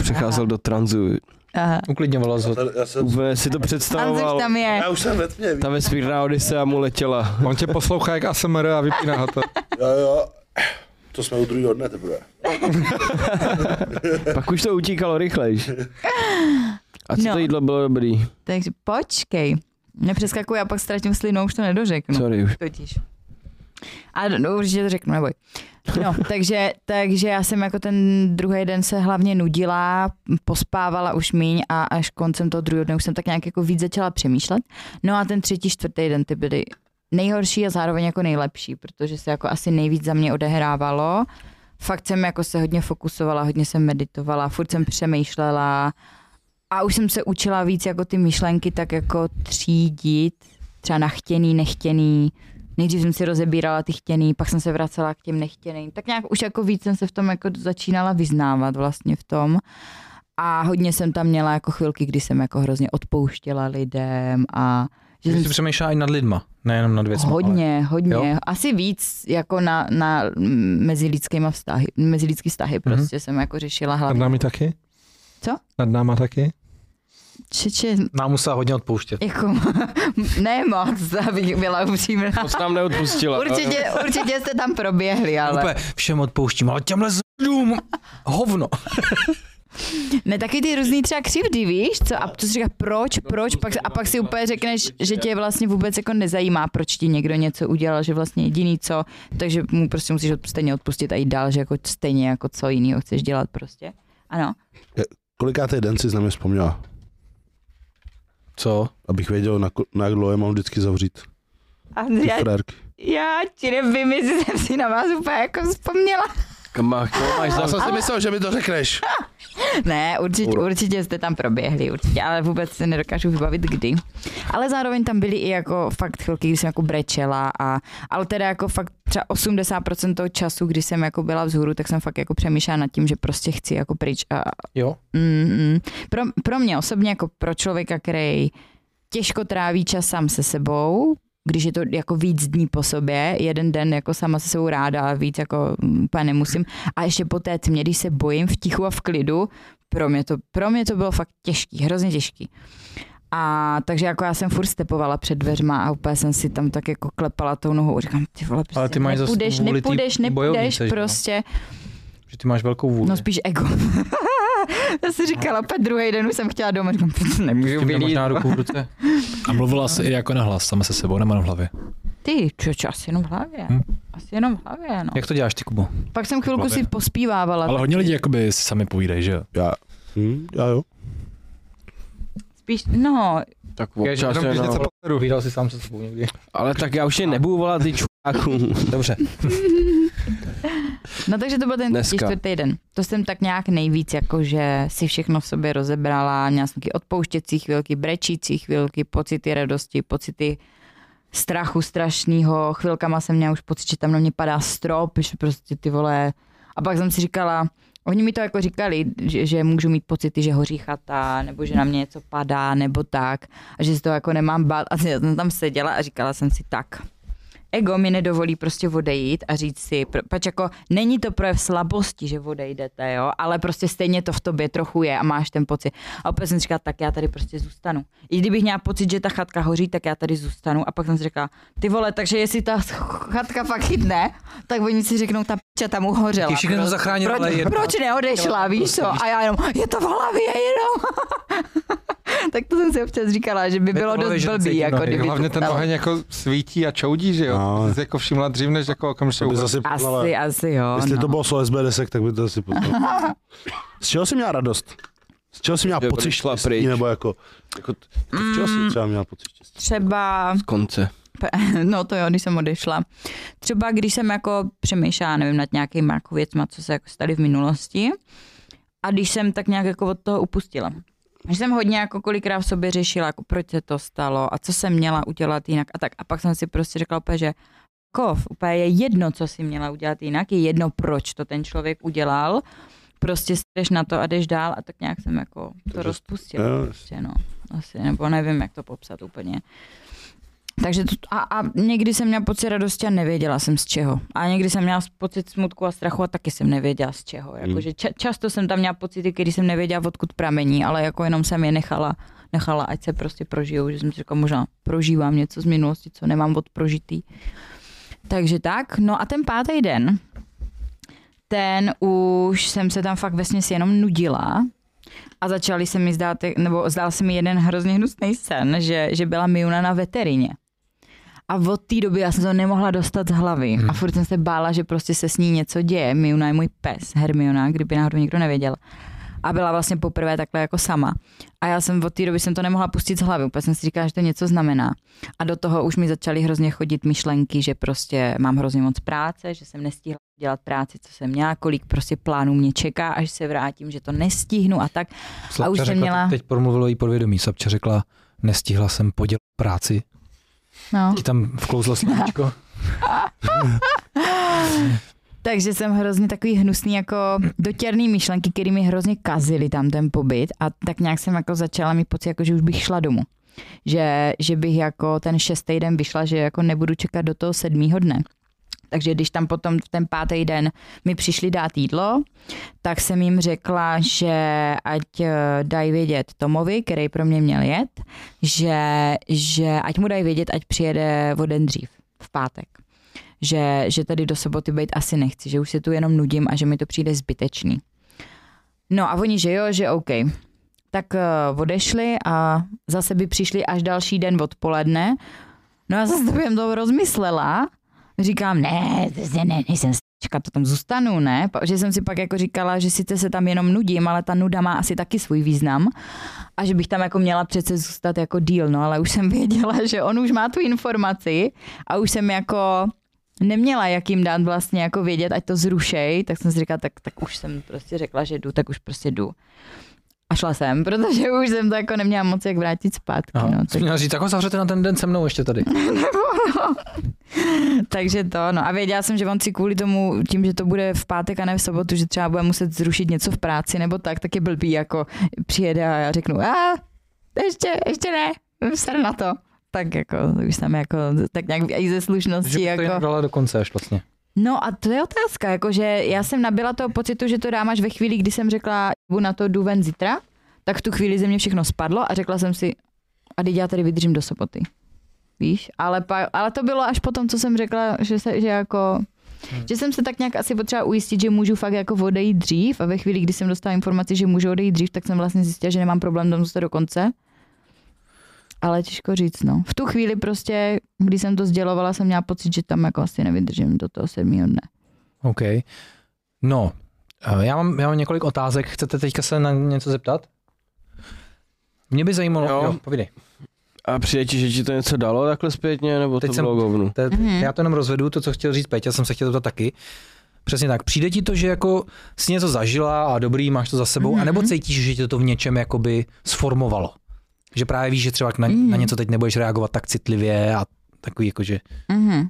[SPEAKER 2] Přecházel
[SPEAKER 5] Aha.
[SPEAKER 2] do tranzu.
[SPEAKER 5] Aha.
[SPEAKER 1] Uklidňovalo se.
[SPEAKER 4] Já, jsem,
[SPEAKER 2] Úplně si to
[SPEAKER 5] Hanzeš
[SPEAKER 2] představoval.
[SPEAKER 5] tam je.
[SPEAKER 4] já už jsem ve tmě,
[SPEAKER 2] Ta vesmírná odisea mu letěla.
[SPEAKER 3] On tě poslouchá jak ASMR a vypíná ho to.
[SPEAKER 4] jo, jo. To jsme u druhého dne teprve.
[SPEAKER 2] Pak už to utíkalo rychlejš. A co
[SPEAKER 5] No.
[SPEAKER 2] to jídlo bylo dobrý?
[SPEAKER 5] Takže počkej. Nepřeskakuj a pak ztratím slinu, už to nedořeknu.
[SPEAKER 2] Sorry už.
[SPEAKER 5] Totiž. A no, určitě to řeknu, neboj. No, takže, takže já jsem jako ten druhý den se hlavně nudila, pospávala už míň a až koncem toho druhého dne už jsem tak nějak jako víc začala přemýšlet. No a ten třetí, čtvrtý den ty byly nejhorší a zároveň jako nejlepší, protože se jako asi nejvíc za mě odehrávalo. Fakt jsem jako se hodně fokusovala, hodně jsem meditovala, furt jsem přemýšlela a už jsem se učila víc jako ty myšlenky tak jako třídit, třeba na chtěný, nechtěný, nejdřív jsem si rozebírala ty chtěný, pak jsem se vracela k těm nechtěným. Tak nějak už jako víc jsem se v tom jako začínala vyznávat vlastně v tom. A hodně jsem tam měla jako chvilky, kdy jsem jako hrozně odpouštěla lidem a že
[SPEAKER 1] Že
[SPEAKER 5] jsem
[SPEAKER 1] jsi přemýšlela i nad lidma, nejenom nad věcmi.
[SPEAKER 5] Hodně, hodně.
[SPEAKER 1] Jo?
[SPEAKER 5] Jo? Asi víc jako na, na mezilidskýma vztahy, mezilidský vztahy prostě jsem jako řešila
[SPEAKER 3] Nad
[SPEAKER 5] hlavně.
[SPEAKER 3] námi taky?
[SPEAKER 5] Co?
[SPEAKER 3] Nad náma taky?
[SPEAKER 5] Če, če,
[SPEAKER 1] Nám musela hodně odpouštět.
[SPEAKER 5] jako, ne moc, abych byla upřímná.
[SPEAKER 2] Moc nám neodpustila.
[SPEAKER 5] Určitě, určitě jste tam proběhli, ale...
[SPEAKER 1] Úplně všem odpouštím, ale těmhle zrům, hovno.
[SPEAKER 5] Ne, taky ty různý třeba křivdy, víš, co? A to si říká, proč, proč, pak, a pak si úplně řekneš, vlastně že tě vlastně vůbec jako nezajímá, proč ti někdo něco udělal, že vlastně jediný co, takže mu prostě musíš od- stejně odpustit a jít dál, že jako stejně jako co jiného chceš dělat prostě. Ano.
[SPEAKER 4] Kolikátý den si na mě vzpomněla?
[SPEAKER 1] Co?
[SPEAKER 4] Abych věděl, na, ko- na jak dlouho je mám vždycky zavřít.
[SPEAKER 5] A
[SPEAKER 4] Ty
[SPEAKER 5] já,
[SPEAKER 4] frérky.
[SPEAKER 5] já ti nevím, jestli jsem si na vás úplně jako vzpomněla.
[SPEAKER 2] Kamach, to máš
[SPEAKER 4] Já
[SPEAKER 2] za...
[SPEAKER 4] jsem si myslel, že mi to řekneš.
[SPEAKER 5] Ne, určitě,
[SPEAKER 4] Uro.
[SPEAKER 5] určitě jste tam proběhli, určitě, ale vůbec se nedokážu vybavit kdy. Ale zároveň tam byly i jako fakt chvilky, kdy jsem jako brečela a, ale teda jako fakt třeba 80% toho času, kdy jsem jako byla vzhůru, tak jsem fakt jako přemýšlela nad tím, že prostě chci jako pryč a,
[SPEAKER 1] Jo?
[SPEAKER 5] Mm-mm. Pro, pro mě osobně, jako pro člověka, který těžko tráví čas sám se sebou, když je to jako víc dní po sobě, jeden den jako sama se sebou ráda a víc jako mm, úplně nemusím. A ještě po té tmě, když se bojím v tichu a v klidu, pro mě to, pro mě to bylo fakt těžký, hrozně těžký. A takže jako já jsem furt stepovala před dveřma a úplně jsem si tam tak jako klepala tou nohou. Říkám, ty vole, prostě
[SPEAKER 1] Ale ty máš zas
[SPEAKER 5] nepůjdeš,
[SPEAKER 1] vůli tý
[SPEAKER 5] nepůjdeš, nepůjdeš,
[SPEAKER 1] bojovnice, že jo?
[SPEAKER 5] prostě.
[SPEAKER 1] Že ty máš velkou vůli.
[SPEAKER 5] No spíš ego. Já si říkala, pak druhý den už jsem chtěla domů, říkám, to nemůžu
[SPEAKER 1] Tím
[SPEAKER 5] vylít.
[SPEAKER 1] možná ruku v ruce.
[SPEAKER 6] A mluvila jsi i jako na hlas, sama se sebou, nebo na hlavě.
[SPEAKER 5] Ty, čo, čo, asi jenom v hlavě.
[SPEAKER 6] Hm.
[SPEAKER 5] Asi jenom v hlavě, no.
[SPEAKER 1] Jak to děláš ty, Kubo?
[SPEAKER 5] Pak jsem chvilku
[SPEAKER 6] Hlavě.
[SPEAKER 5] si pospívávala.
[SPEAKER 6] Ale
[SPEAKER 5] tak
[SPEAKER 6] hodně lidí jakoby si sami povídají, že jo?
[SPEAKER 4] Já. Hm, já jo.
[SPEAKER 5] Spíš, no,
[SPEAKER 2] Tak
[SPEAKER 1] Já, že
[SPEAKER 2] občas
[SPEAKER 1] jenom když
[SPEAKER 2] jenom.
[SPEAKER 1] něco pozoru, vydal si sám se sebou někdy.
[SPEAKER 2] Ale tak já už je nebudu volat ty čuráků.
[SPEAKER 1] Dobře.
[SPEAKER 5] no takže to byl ten
[SPEAKER 2] Dneska.
[SPEAKER 5] třetí, čtvrtý den. To jsem tak nějak nejvíc, jakože si všechno v sobě rozebrala, měla jsem taky odpouštěcí chvilky, brečící chvilky, pocity radosti, pocity strachu strašného. Chvilkama jsem měla už pocit, že tam na mě padá strop, že prostě ty vole. A pak jsem si říkala, oni mi to jako říkali, že, že můžu mít pocity, že hoří chata, nebo že na mě něco padá, nebo tak. A že si to jako nemám bát. A já jsem tam seděla a říkala jsem si tak. Ego mi nedovolí prostě odejít a říct si, pr- pač jako není to projev slabosti, že odejdete, jo, ale prostě stejně to v tobě trochu je a máš ten pocit. A opět jsem si říkala, tak já tady prostě zůstanu. I kdybych měla pocit, že ta chatka hoří, tak já tady zůstanu. A pak jsem si říkala, ty vole, takže jestli ta chatka fakt chytne, tak oni si řeknou, ta piča tam uhořela.
[SPEAKER 1] Ty všechny to zachránil,
[SPEAKER 5] proč,
[SPEAKER 1] ale jedna-
[SPEAKER 5] proč neodešla, víš co? A já jenom, je to v hlavě jenom. tak to jsem si občas říkala, že by
[SPEAKER 1] to
[SPEAKER 5] bylo
[SPEAKER 1] v hlavě,
[SPEAKER 5] dost
[SPEAKER 1] že
[SPEAKER 5] blbý,
[SPEAKER 1] necítím
[SPEAKER 5] jako
[SPEAKER 1] nohy.
[SPEAKER 5] kdyby to
[SPEAKER 3] No, Hlavně ten
[SPEAKER 5] stalo.
[SPEAKER 3] oheň jako svítí a čoudí, že jo?
[SPEAKER 4] No.
[SPEAKER 3] No. Jsi jako všimla dřív, než jako okamžitě
[SPEAKER 4] To by
[SPEAKER 3] uhodla.
[SPEAKER 4] zase poznala.
[SPEAKER 5] Asi, asi jo.
[SPEAKER 4] Jestli
[SPEAKER 5] no.
[SPEAKER 4] to bylo SOSB 10, tak by to asi poznala. Z čeho jsi měla radost? Z čeho jsi měla
[SPEAKER 2] Že
[SPEAKER 4] pocit
[SPEAKER 2] odešla
[SPEAKER 4] štěstí,
[SPEAKER 2] pryč.
[SPEAKER 4] Nebo jako, jako, t- jako z čeho
[SPEAKER 5] Mm.
[SPEAKER 4] jsi třeba měla pocit štěstí?
[SPEAKER 5] Třeba,
[SPEAKER 2] Z konce.
[SPEAKER 5] no to jo, když jsem odešla. Třeba když jsem jako přemýšlela, nevím, nad nějakýma jako věcma, co se jako staly v minulosti. A když jsem tak nějak jako od toho upustila. Že jsem hodně jako kolikrát v sobě řešila, jako proč se to stalo a co jsem měla udělat jinak a tak. A pak jsem si prostě řekla úplně, že kov, úplně je jedno, co si měla udělat jinak, je jedno, proč to ten člověk udělal. Prostě jdeš na to a jdeš dál a tak nějak jsem jako to
[SPEAKER 4] Takže-
[SPEAKER 5] rozpustila.
[SPEAKER 4] jo,
[SPEAKER 5] Prostě, no, asi, nebo nevím, jak to popsat úplně. Takže to, a, a někdy jsem měla pocit radosti a nevěděla jsem z čeho. A někdy jsem měla pocit smutku a strachu a taky jsem nevěděla z čeho. Jakože ča, často jsem tam měla pocity, které jsem nevěděla, odkud pramení, ale jako jenom jsem je nechala, nechala ať se prostě prožijou, že jsem si říkala, možná prožívám něco z minulosti, co nemám odprožitý. Takže tak, no a ten pátý den, ten už jsem se tam fakt vesměs jenom nudila a začaly se mi zdát, nebo zdál se mi jeden hrozně hnusný sen, že, že byla Miuna na veterině. A od té doby já jsem to nemohla dostat z hlavy. Hmm. A furt jsem se bála, že prostě se s ní něco děje. Miuna je můj pes, Hermiona, kdyby náhodou nikdo nevěděl. A byla vlastně poprvé takhle jako sama. A já jsem od té doby jsem to nemohla pustit z hlavy. Úplně jsem si říkala, že to něco znamená. A do toho už mi začaly hrozně chodit myšlenky, že prostě mám hrozně moc práce, že jsem nestihla dělat práci, co jsem měla, kolik prostě plánů mě čeká, až se vrátím, že to nestihnu a tak.
[SPEAKER 1] Slabča
[SPEAKER 5] A už jsem
[SPEAKER 1] řekla,
[SPEAKER 5] měla-
[SPEAKER 1] Teď promluvilo jí podvědomí. Sapča řekla, nestihla jsem podělat práci.
[SPEAKER 5] No.
[SPEAKER 1] Ti tam vklouzlo sluníčko.
[SPEAKER 5] Takže jsem hrozně takový hnusný jako dotěrný myšlenky, který mi hrozně kazily tam ten pobyt a tak nějak jsem jako začala mít pocit, jako že už bych šla domů. Že, že bych jako ten šestý den vyšla, že jako nebudu čekat do toho sedmýho dne. Takže když tam potom v ten pátý den mi přišli dát jídlo, tak jsem jim řekla, že ať eh, dají vědět Tomovi, který pro mě měl jet, že, že ať mu dají vědět, ať přijede o den dřív, v pátek že, že tady do soboty být asi nechci, že už se tu jenom nudím a že mi to přijde zbytečný. No a oni, že jo, že OK. Tak uh, odešli a zase by přišli až další den odpoledne. No a zase to během toho rozmyslela. Říkám, ne, ne, ne, nejsem stačka, to tam zůstanu, ne? Pa- Že jsem si pak jako říkala, že sice se tam jenom nudím, ale ta nuda má asi taky svůj význam a že bych tam jako měla přece zůstat jako díl, no ale už jsem věděla, že on už má tu informaci a už jsem jako neměla, jak jim dát vlastně jako vědět, ať to zrušej, tak jsem si říkala, tak, tak už jsem prostě řekla, že jdu, tak už prostě jdu. A šla jsem, protože už jsem to jako neměla moc jak vrátit zpátky.
[SPEAKER 1] Aha.
[SPEAKER 5] No,
[SPEAKER 1] No,
[SPEAKER 5] tak,
[SPEAKER 1] Měla říct, tak ho zavřete na ten den se mnou ještě tady.
[SPEAKER 5] takže to, no a věděla jsem, že on si kvůli tomu, tím, že to bude v pátek a ne v sobotu, že třeba bude muset zrušit něco v práci nebo tak, tak je blbý, jako přijede a já řeknu, a ještě, ještě ne, ser na to. Tak jako, už jsem jako, tak nějak i ze
[SPEAKER 1] Že
[SPEAKER 5] slušnosti,
[SPEAKER 1] by to
[SPEAKER 5] jako.
[SPEAKER 1] jinak dala do konce až vlastně.
[SPEAKER 5] No a to je otázka, jakože já jsem nabila toho pocitu, že to dám až ve chvíli, kdy jsem řekla, jdu na to, jdu ven zítra, tak v tu chvíli ze mě všechno spadlo a řekla jsem si, a teď já tady vydržím do soboty. Víš, ale, pa, ale to bylo až potom, co jsem řekla, že, se, že jako že jsem se tak nějak asi potřeba ujistit, že můžu fakt jako odejít dřív a ve chvíli, kdy jsem dostala informaci, že můžu odejít dřív, tak jsem vlastně zjistila, že nemám problém tam zůstat do konce. Ale těžko říct, no. V tu chvíli prostě, když jsem to sdělovala, jsem měla pocit, že tam jako asi nevydržím do toho sedmého dne.
[SPEAKER 1] OK. No, eh, já mám, já mám několik otázek. Chcete teďka se na něco zeptat? Mě by zajímalo, jo,
[SPEAKER 2] Jo.
[SPEAKER 1] jo povídej.
[SPEAKER 2] A přijde ti, že ti to něco dalo takhle zpětně, nebo
[SPEAKER 1] Teď
[SPEAKER 2] to
[SPEAKER 1] jsem-
[SPEAKER 2] bylo govnu?
[SPEAKER 1] To je,
[SPEAKER 5] Mhm.
[SPEAKER 1] Já to jenom rozvedu, to, co chtěl říct Peťa, jsem se chtěl zeptat taky. Přesně tak. Přijde ti to, že jako jsi něco zažila a dobrý, máš to za sebou, mm-hmm.
[SPEAKER 5] Mhm.
[SPEAKER 1] anebo cítíš, že tě to v něčem jakoby sformovalo? Že právě víš, že třeba na, mm. na
[SPEAKER 5] Mhm.
[SPEAKER 1] něco teď nebudeš reagovat tak citlivě a takový jakože.
[SPEAKER 5] Mhm.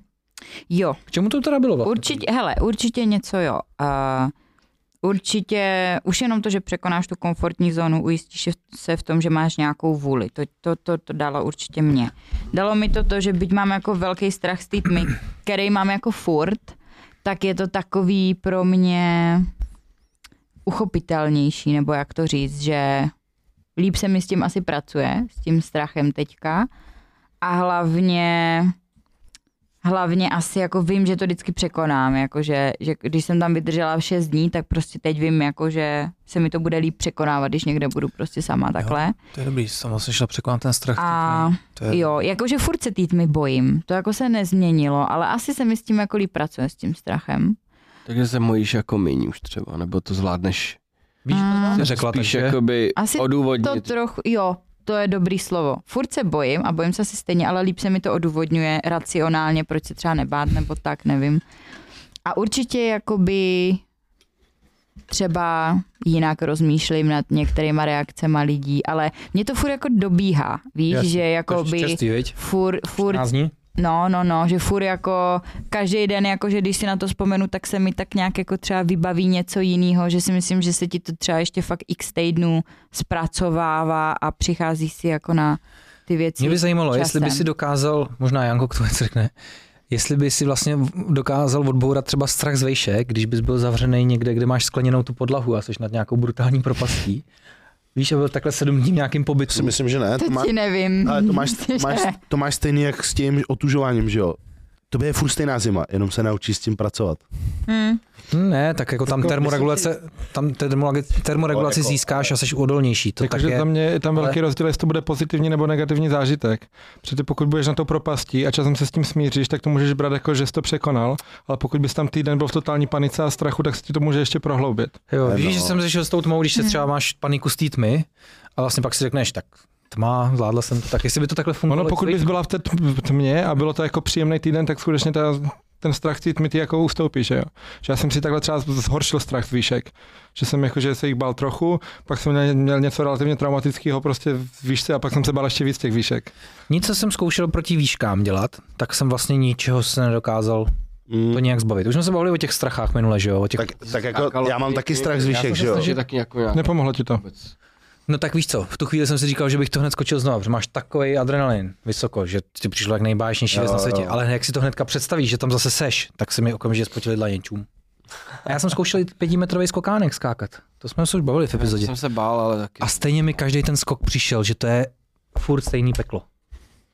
[SPEAKER 5] Jo,
[SPEAKER 1] K čemu to teda bylo? vlastně?
[SPEAKER 5] určitě, hele, určitě něco jo. Uh, určitě, už jenom to, že překonáš tu komfortní zónu, ujistíš se v tom, že máš nějakou vůli. To, to, to, to dalo určitě mě. Dalo mi to to, že byť mám jako velký strach z té tmy, který mám jako furt, tak je to takový pro mě uchopitelnější, nebo jak to říct, že líp se mi s tím asi pracuje, s tím strachem teďka. A hlavně Hlavně asi jako vím, že to vždycky překonám, jakože že když jsem tam vydržela 6 dní, tak prostě teď vím, jakože se mi to bude líp překonávat, když někde budu prostě sama takhle.
[SPEAKER 1] To je dobrý, jsem vlastně šla překonat ten strach.
[SPEAKER 5] A
[SPEAKER 1] to je,
[SPEAKER 5] jo, jakože furt se tý tmy bojím, to jako se nezměnilo, ale asi se mi s tím jako líp pracuje, s tím strachem.
[SPEAKER 2] Takže se mojíš jako míň už třeba, nebo to zvládneš.
[SPEAKER 1] Víš, že to
[SPEAKER 5] Mm.
[SPEAKER 1] zvládneš, řekla,
[SPEAKER 2] Spíš
[SPEAKER 1] takže
[SPEAKER 2] jakoby
[SPEAKER 5] Asi To
[SPEAKER 2] odůvodnit.
[SPEAKER 5] trochu, jo, to je dobrý slovo. Furt se bojím a bojím se asi stejně, ale líp se mi to odůvodňuje racionálně, proč se třeba nebát nebo tak, nevím. A určitě jakoby třeba jinak rozmýšlím nad některýma reakcema lidí, ale mě to furt jako dobíhá, víš,
[SPEAKER 1] Jasně,
[SPEAKER 5] že
[SPEAKER 1] to je
[SPEAKER 5] jakoby
[SPEAKER 1] častý, viď?
[SPEAKER 5] furt, furt
[SPEAKER 1] 14 dní?
[SPEAKER 5] No, no, no, že furt jako každý den, jako že když si na to vzpomenu, tak se mi tak nějak jako třeba vybaví něco jiného, že si myslím, že se ti to třeba ještě fakt x týdnů zpracovává a přichází si jako na ty věci.
[SPEAKER 1] Mě by zajímalo, jestli by
[SPEAKER 5] časem.
[SPEAKER 1] si dokázal, možná Janko k tomu něco řekne, jestli by si vlastně dokázal odbourat třeba strach z vejšek, když bys byl zavřený někde, kde máš skleněnou tu podlahu a jsi nad nějakou brutální propastí. Víš, a byl takhle sedm dní v nějakým pobytu.
[SPEAKER 4] Si myslím, že ne.
[SPEAKER 5] To
[SPEAKER 4] má-
[SPEAKER 5] ti nevím.
[SPEAKER 4] Ale to máš,
[SPEAKER 5] Myslím, že
[SPEAKER 4] máš,
[SPEAKER 5] ne.
[SPEAKER 4] to máš stejný jak s tím otužováním, že jo? to je furt stejná zima, jenom se naučí s tím pracovat.
[SPEAKER 5] Hmm.
[SPEAKER 1] Hm, Ne, tak jako tam
[SPEAKER 3] Jako
[SPEAKER 1] termoregulace, tam termoreg- termoregulaci získáš a jsi odolnější. To tak
[SPEAKER 3] Takže
[SPEAKER 1] je.
[SPEAKER 3] za mě je tam
[SPEAKER 1] ale-
[SPEAKER 3] velký rozdíl, jestli to bude pozitivní nebo negativní zážitek. Protože pokud budeš na to propastí a časem se s tím smíříš, tak to můžeš brát jako, že jsi to překonal, ale pokud bys tam týden byl v totální panice a strachu, tak se ti to může ještě prohloubit.
[SPEAKER 1] Jo,
[SPEAKER 4] Eh,
[SPEAKER 1] víš,
[SPEAKER 4] no.
[SPEAKER 1] že jsem řešil s tou tmou, když se třeba máš paniku z té tmy a vlastně pak si řekneš, tak tma, zvládla jsem to, tak jestli by to takhle fungovalo.
[SPEAKER 3] Ono, pokud
[SPEAKER 1] jestli-
[SPEAKER 3] bys byla v té tm- tmě a bylo to jako příjemný týden, tak skutečně ta, ten strach ty tmy ty jako ustoupí, že jo. Že já jsem si takhle třeba zhoršil strach z výšek, že jsem jako, že se jich bál trochu, pak jsem měl, měl něco relativně traumatického prostě v výšce a pak jsem se bál ještě víc těch výšek.
[SPEAKER 1] Nic, co jsem zkoušel proti výškám dělat, tak jsem vlastně ničeho se nedokázal
[SPEAKER 4] Mm.
[SPEAKER 1] to nějak zbavit. Už jsme se bavili o těch strachách minule, že jo? O těch...
[SPEAKER 4] Tak, tak jako,
[SPEAKER 2] Skákalo
[SPEAKER 4] já mám
[SPEAKER 2] pěkně,
[SPEAKER 4] taky strach z výšek, že jo?
[SPEAKER 2] Takže taky jako nějak
[SPEAKER 3] Nepomohlo ti to.
[SPEAKER 2] vůbec.
[SPEAKER 1] No tak víš co, v tu chvíli jsem si říkal, že bych to hned skočil znovu, protože máš takový adrenalin vysoko, že ti přišlo jak nejbáječnější věc
[SPEAKER 2] Jo,
[SPEAKER 1] na světě,
[SPEAKER 2] jo.
[SPEAKER 1] ale jak si to hnedka představíš, že tam zase seš, tak se mi okamžitě spotili dlaněčům. A já jsem zkoušel i pětimetrový skokánek skákat. To jsme se už bavili v
[SPEAKER 2] Já
[SPEAKER 1] epizodě.
[SPEAKER 2] jsem se bál, ale taky.
[SPEAKER 1] A stejně mi každý ten skok přišel, že to je furt stejný peklo.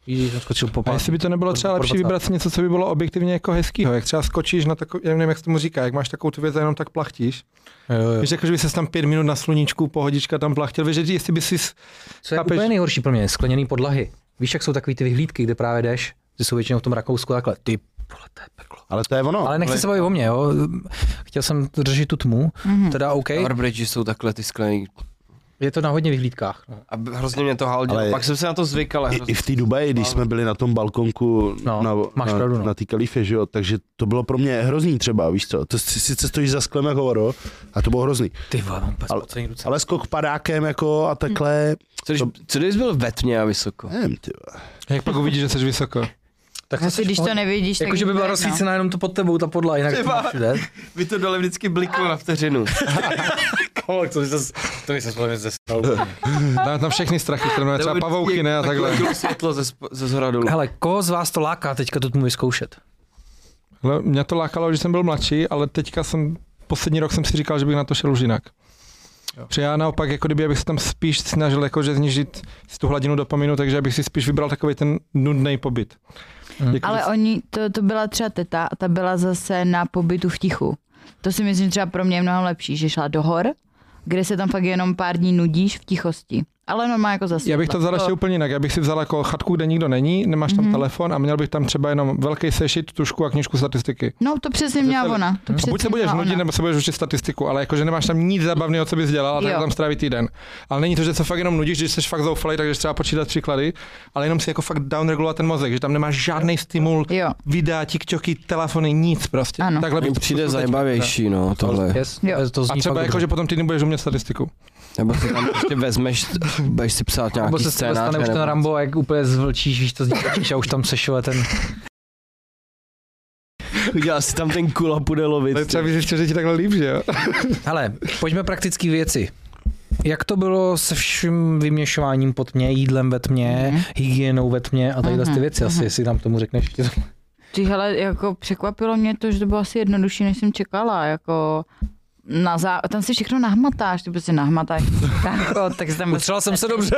[SPEAKER 1] Víš, že jsem skočil po
[SPEAKER 3] A
[SPEAKER 1] pár.
[SPEAKER 3] jestli by to nebylo třeba
[SPEAKER 1] Pro-
[SPEAKER 3] lepší
[SPEAKER 1] pro-
[SPEAKER 3] vybrat si něco, co by bylo objektivně jako hezkýho, jak třeba skočíš na takový, já nevím, jak se tomu říká, jak máš takovou tu věc a jenom tak plachtíš.
[SPEAKER 1] Jo, jo.
[SPEAKER 3] Víš, jako, že by se tam pět minut na sluníčku, pohodička tam plachtil, víš, že jestli by si
[SPEAKER 1] Co je
[SPEAKER 3] Chápeš?
[SPEAKER 1] úplně nejhorší pro mě, je skleněný podlahy. Víš, jak jsou takový ty vyhlídky, kde právě jdeš, že jsou většinou v tom Rakousku takhle. Ty vole, to je peklo.
[SPEAKER 4] Ale to je ono.
[SPEAKER 1] No, Ale nechci se bavit o mě, jo. Chtěl jsem řešit tu tmu,
[SPEAKER 5] Mhm.
[SPEAKER 1] teda OK,
[SPEAKER 2] Arbridge jsou takhle ty sklený.
[SPEAKER 1] je to na hodně vyhlídkách. No.
[SPEAKER 2] A b- hrozně mě to haldilo.
[SPEAKER 4] Ale-
[SPEAKER 2] Ale... Pak jsem se na to zvykal. ale
[SPEAKER 4] I, I
[SPEAKER 2] hrozně-
[SPEAKER 4] v té Dubaji, když jsme byli na tom balkonku
[SPEAKER 1] No,
[SPEAKER 4] na,
[SPEAKER 1] máš
[SPEAKER 4] na,
[SPEAKER 1] pravdu, no.
[SPEAKER 4] na té kalifě, že jo, takže to bylo pro mě hrozný třeba, víš co, to si- sice stojíš za sklem jako vodo, a to bylo hrozný,
[SPEAKER 1] Ty vole, mám
[SPEAKER 4] Ale-
[SPEAKER 1] pes ruce.
[SPEAKER 4] ale skok padákem jako a takhle,
[SPEAKER 2] Co, když, co když byl ve tmě a vysoko?
[SPEAKER 4] nevím, ty vole.
[SPEAKER 3] jak pak uvidíš, že jsi vysoko.
[SPEAKER 1] Tak
[SPEAKER 5] Zase, když to nevidíš, tak no.
[SPEAKER 1] Jakože Jako by byla
[SPEAKER 5] to je jedno.
[SPEAKER 1] rozsvícená jenom to pod tebou, ta podla, jinak
[SPEAKER 2] Ty
[SPEAKER 1] to máš
[SPEAKER 2] vole.
[SPEAKER 1] všude.
[SPEAKER 2] Vy to dole vždycky bliklo na vteřinu.
[SPEAKER 1] Kolo, to jsi to jsi se
[SPEAKER 3] Na, na všechny strachy, které máme, třeba pavouky, ne a takhle.
[SPEAKER 2] světlo ze, sp- ze zhora dolů.
[SPEAKER 1] Hele, koho z vás to láká teďka tu tmu vyzkoušet?
[SPEAKER 3] Ale No, mě to lákalo, když jsem byl mladší, ale teďka jsem, poslední rok jsem si říkal, že bych na to šel už jinak. Protože já naopak, jako kdyby, abych se tam spíš snažil jako, že snížit si tu hladinu dopaminu, takže abych si spíš vybral takový ten nudný pobyt.
[SPEAKER 1] Mhm.
[SPEAKER 3] Jako,
[SPEAKER 5] Ale
[SPEAKER 3] že-
[SPEAKER 5] oni, to, to byla třeba teta a ta byla zase na pobytu v tichu. To si myslím třeba pro mě je mnohem lepší, že šla do hor, kde se tam fakt jenom pár dní nudíš v tichosti. Ale normálně jako zase.
[SPEAKER 3] Já bych to vzal ještě úplně jinak. Já bych si vzal jako chatku, kde nikdo není, nemáš tam
[SPEAKER 5] Mhm.
[SPEAKER 3] telefon a měl bych tam třeba jenom velký sešit, tušku a knižku statistiky.
[SPEAKER 5] No to přesně
[SPEAKER 3] To
[SPEAKER 5] měla
[SPEAKER 3] se-
[SPEAKER 5] ona. To
[SPEAKER 3] A
[SPEAKER 5] přesně
[SPEAKER 3] buď se budeš
[SPEAKER 5] měla
[SPEAKER 3] nudit,
[SPEAKER 5] ona.
[SPEAKER 3] nebo se budeš učit statistiku, ale jakože nemáš tam nic zabavného, co bys dělal, a tak
[SPEAKER 5] Jo.
[SPEAKER 3] tam strávit týden. Ale není to, že se fakt jenom nudíš, když jsi fakt zoufalý, takže třeba počítat příklady, ale jenom si jako fakt downregulovat ten mozek, že tam nemáš žádný stimul,
[SPEAKER 5] Jo,
[SPEAKER 3] videa, tiktoky, telefony, nic prostě.
[SPEAKER 5] Ano.
[SPEAKER 3] Takhle bych
[SPEAKER 2] Mně přijde zajímavější, no, tohle.
[SPEAKER 1] Yes,
[SPEAKER 5] Jo.
[SPEAKER 1] to
[SPEAKER 3] A
[SPEAKER 1] zní
[SPEAKER 3] třeba
[SPEAKER 1] fakt
[SPEAKER 3] jako,
[SPEAKER 1] dobře.
[SPEAKER 3] že potom týden budeš umět statistiku.
[SPEAKER 2] Nebo si tam prostě vezmeš, budeš si psát nějaký
[SPEAKER 1] Nebo se
[SPEAKER 2] scénář.
[SPEAKER 1] stane už ten
[SPEAKER 2] nebo-
[SPEAKER 1] Rambo, jak úplně zvlčíš, víš, to zničíš a už tam sešel ten...
[SPEAKER 2] Udělá si tam ten kula půjde
[SPEAKER 3] To je
[SPEAKER 2] lovit.
[SPEAKER 3] třeba vyřešit, že ti takhle líp, že jo?
[SPEAKER 1] Hele, pojďme praktické věci. Jak to bylo se vším vyměšováním pod mě, jídlem ve tmě,
[SPEAKER 5] Mhm.
[SPEAKER 1] hygienou ve tmě a tadyhle ty
[SPEAKER 5] Mhm,
[SPEAKER 1] věci, asi,
[SPEAKER 5] mhm.
[SPEAKER 1] jestli tam tomu řekneš. ještě.
[SPEAKER 5] ty hele, jako překvapilo mě to, že to bylo asi jednodušší, než jsem čekala, jako na zá... tam si všechno nahmatáš, ty prostě nahmatáš. tak, tak si tam...
[SPEAKER 1] Utřela jsem se dobře.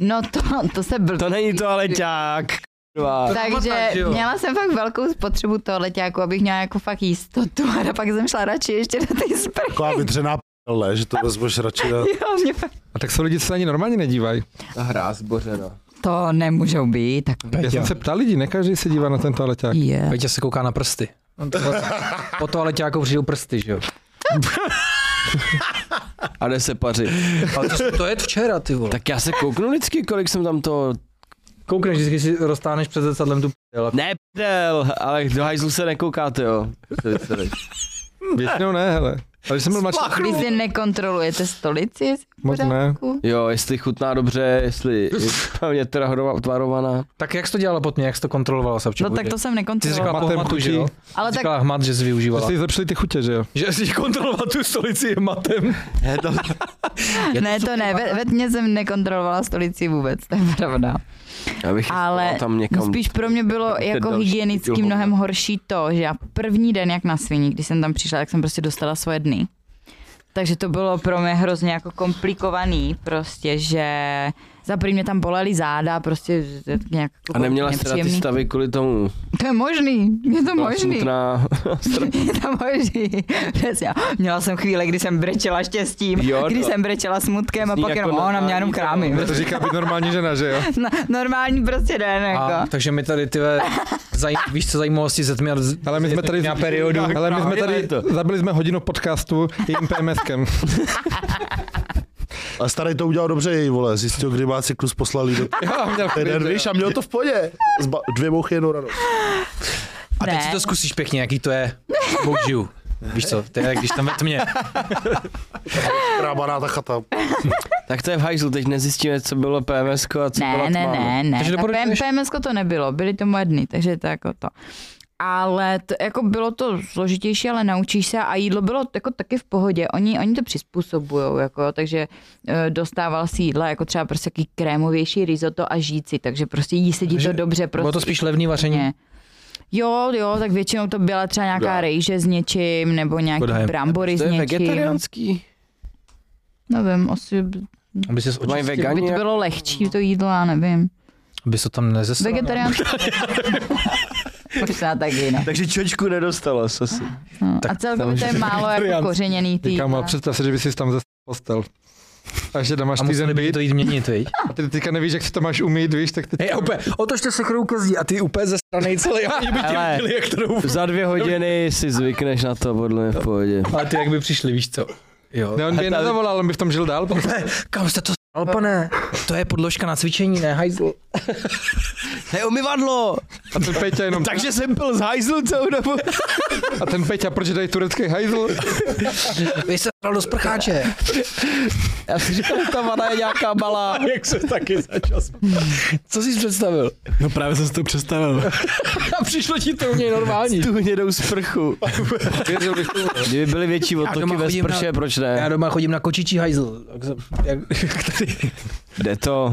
[SPEAKER 5] No to, to se blbý.
[SPEAKER 2] To není to ale ťák. kurva.
[SPEAKER 5] Takže
[SPEAKER 1] že jo?
[SPEAKER 5] měla jsem fakt velkou spotřebu toho letáku, abych měla jako fakt jistotu a pak jsem šla radši ještě do té sprchy.
[SPEAKER 4] taková vydřená p***le, že to vezmeš radši na...
[SPEAKER 5] Jo, mě fakt...
[SPEAKER 3] A tak se lidi se ani normálně nedívají.
[SPEAKER 2] Ta hra zbořena.
[SPEAKER 5] To nemůžou být, tak
[SPEAKER 3] Já jsem se ptal lidí, ne každý se dívá na ten toaleťák.
[SPEAKER 5] je.
[SPEAKER 1] Peťa se kouká na prsty. On to, po to ale ťákou přijdou prsty, že jo?
[SPEAKER 2] A jde se pařit.
[SPEAKER 1] Ale to, to je včera, ty vole. Tak
[SPEAKER 2] Tak já se kouknu vždycky, kolik jsem tam to...
[SPEAKER 1] koukneš, vždycky si roztáhneš před zrcadlem tu p***el.
[SPEAKER 2] Ne, prdel, ale do hajzlu se nekoukáte, jo.
[SPEAKER 3] Většinou ne, hele. Ale když jsem byl mladší,
[SPEAKER 5] Vy si nekontrolujete stolici, jestli v
[SPEAKER 3] moc ne.
[SPEAKER 5] pořádku?
[SPEAKER 2] Jo, jestli chutná dobře, jestli je pevně teda tvarovaná.
[SPEAKER 1] Tak jak jsi to dělala pod mě, jak jsi to kontrolovala, Savčo?
[SPEAKER 5] No tak to No.
[SPEAKER 1] Ty jsi
[SPEAKER 5] jsem nekontrolovala.
[SPEAKER 1] říkala
[SPEAKER 3] Matem
[SPEAKER 1] pohmatu, že jo?
[SPEAKER 3] chutí.
[SPEAKER 1] Jsi
[SPEAKER 5] Ale No tak
[SPEAKER 1] Říkala hmat, že jsi
[SPEAKER 3] Že
[SPEAKER 1] využívala.
[SPEAKER 3] jste jí zlepšili ty chutě, že jo?
[SPEAKER 1] Že jsi kontroloval tu stolici matem.
[SPEAKER 2] Ne, to...
[SPEAKER 5] ne, to ne, ve, ve tmě jsem nekontrolovala stolici vůbec, to je pravda.
[SPEAKER 2] Já bych
[SPEAKER 5] Ale
[SPEAKER 2] ale tam někam.
[SPEAKER 5] Spíš pro mě bylo
[SPEAKER 2] Ten
[SPEAKER 5] jako
[SPEAKER 2] další
[SPEAKER 5] hygienicky
[SPEAKER 2] díl
[SPEAKER 5] mnohem
[SPEAKER 2] hovna.
[SPEAKER 5] horší to, že já první den jak na sviní, když jsem tam přišla, tak jsem prostě dostala svoje dny. Takže to bylo pro mě hrozně jako komplikovaný prostě, že Za první mě tam bolely záda, prostě nějak
[SPEAKER 2] A neměla jsi teda ty
[SPEAKER 5] nepříjemný.
[SPEAKER 2] stavy kvůli tomu.
[SPEAKER 5] To je možný, je to
[SPEAKER 2] Byla
[SPEAKER 5] možný.
[SPEAKER 2] smutná.
[SPEAKER 5] Je to možný. Přesně. Měla jsem chvíle, kdy jsem brečela štěstím,
[SPEAKER 2] Jo,
[SPEAKER 5] jo, kdy
[SPEAKER 2] to-
[SPEAKER 5] jsem brečela smutkem a
[SPEAKER 2] Zní
[SPEAKER 5] pak
[SPEAKER 2] jako
[SPEAKER 5] jenom ona mě
[SPEAKER 2] normální
[SPEAKER 5] jenom krámy.
[SPEAKER 3] To říká být normální žena, že jo?
[SPEAKER 5] No, normální prostě den,
[SPEAKER 1] A,
[SPEAKER 5] jako.
[SPEAKER 1] takže my tady ty ve- zaj, víš co zajímavosti ze tmy a z-
[SPEAKER 3] Ale my jsme tady,
[SPEAKER 1] na periodu.
[SPEAKER 3] ale my jsme tady, zabili jsme hodinu podcastu jejím PMSkem.
[SPEAKER 4] A starý to udělal dobře jej, vole, zjistil, kdy má cyklus poslali do
[SPEAKER 3] Já měl
[SPEAKER 4] jeden, víš, a měl to v podě. Zba- dvě mouchy jednou ranou.
[SPEAKER 1] A teď
[SPEAKER 5] Ne.
[SPEAKER 1] si to zkusíš pěkně, jaký to je. Bůh žiju. Víš co, to je, jak když tam ve tmě.
[SPEAKER 4] Rábaná ta chata.
[SPEAKER 2] tak to je v hajzlu, teď nezjistíme, co bylo PMS a co
[SPEAKER 5] Ne,
[SPEAKER 2] byla
[SPEAKER 5] ne,
[SPEAKER 2] tma.
[SPEAKER 5] ne, ne.
[SPEAKER 1] Takže
[SPEAKER 5] Takže
[SPEAKER 1] doporučuješ-
[SPEAKER 5] PMS to nebylo, byly to moje dny, takže to jako to. Ale to, jako bylo to složitější, ale naučíš se a jídlo bylo jako taky v pohodě. Oni, oni to přizpůsobují, jako, takže e, dostával si jídla jako třeba prostě jaký krémovější risotto a žíci, takže prostě jí sedí to dobře. Prostě
[SPEAKER 1] Bylo to spíš levný vaření.
[SPEAKER 5] Ne. Jo, jo, tak většinou to byla třeba nějaká rejže s něčím, nebo nějaký
[SPEAKER 1] Škoda je.
[SPEAKER 5] brambory
[SPEAKER 2] To
[SPEAKER 5] s
[SPEAKER 2] je
[SPEAKER 5] něčím.
[SPEAKER 2] vegetariánský.
[SPEAKER 5] Nevím, asi by
[SPEAKER 1] Aby se
[SPEAKER 2] To mají
[SPEAKER 5] Prostě by
[SPEAKER 2] vegani.
[SPEAKER 5] to bylo lehčí to jídlo, já nevím.
[SPEAKER 1] aby se tam nezesral.
[SPEAKER 5] Vegetarián. Možná tak jinak.
[SPEAKER 2] Takže čočku nedostala se si.
[SPEAKER 5] No.
[SPEAKER 1] tak
[SPEAKER 5] A celkově to je
[SPEAKER 2] samozřejmě
[SPEAKER 5] málo jako
[SPEAKER 3] vegetarián.
[SPEAKER 5] kořeněný tý.
[SPEAKER 3] Říkám, ale představ si, že bys si tam zase postel. Takže tam máš
[SPEAKER 1] A museli
[SPEAKER 3] týden
[SPEAKER 1] by
[SPEAKER 3] být
[SPEAKER 1] to jít měnit, viď?
[SPEAKER 3] a ty teďka nevíš, jak si to máš umýt, víš, tak teď...
[SPEAKER 1] Hej, a úplně, otočte se krou ke zdi a ty úplně ze strany celý, oni by tě
[SPEAKER 2] Hele.
[SPEAKER 1] viděli, jak to jdou.
[SPEAKER 2] Za dvě hodiny si zvykneš na to, podle mě v pohodě.
[SPEAKER 1] Ale ty jak by přišli, víš co? Jo.
[SPEAKER 3] Ne, on by je nezavolal, on by v tom žil dál. Prostě.
[SPEAKER 1] Kam jste to s***al, pane? To je podložka na cvičení, ne hajzl.
[SPEAKER 2] To je umyvadlo!
[SPEAKER 3] A ten Peťa jenom...
[SPEAKER 2] Takže jsem byl z hajzlu celou dobu.
[SPEAKER 3] A ten Peťa, proč dají turecký hajzl?
[SPEAKER 1] Vy se do sprcháče.
[SPEAKER 2] Já si říkal, že ta vana je nějaká malá.
[SPEAKER 6] Jak se taky začal
[SPEAKER 1] Co jsi představil?
[SPEAKER 6] No právě jsem si to představil.
[SPEAKER 1] A přišlo ti to u něj normální.
[SPEAKER 2] Tu hnědou sprchu.
[SPEAKER 3] Věřil bych tomu.
[SPEAKER 2] Kdyby byly větší
[SPEAKER 1] doma
[SPEAKER 2] otoky ve
[SPEAKER 1] chodím na-
[SPEAKER 2] sprše, proč
[SPEAKER 1] Já
[SPEAKER 2] ne?
[SPEAKER 1] doma chodím na kočičí hajzl. Jak, jsem- jak, tady.
[SPEAKER 2] Jde to.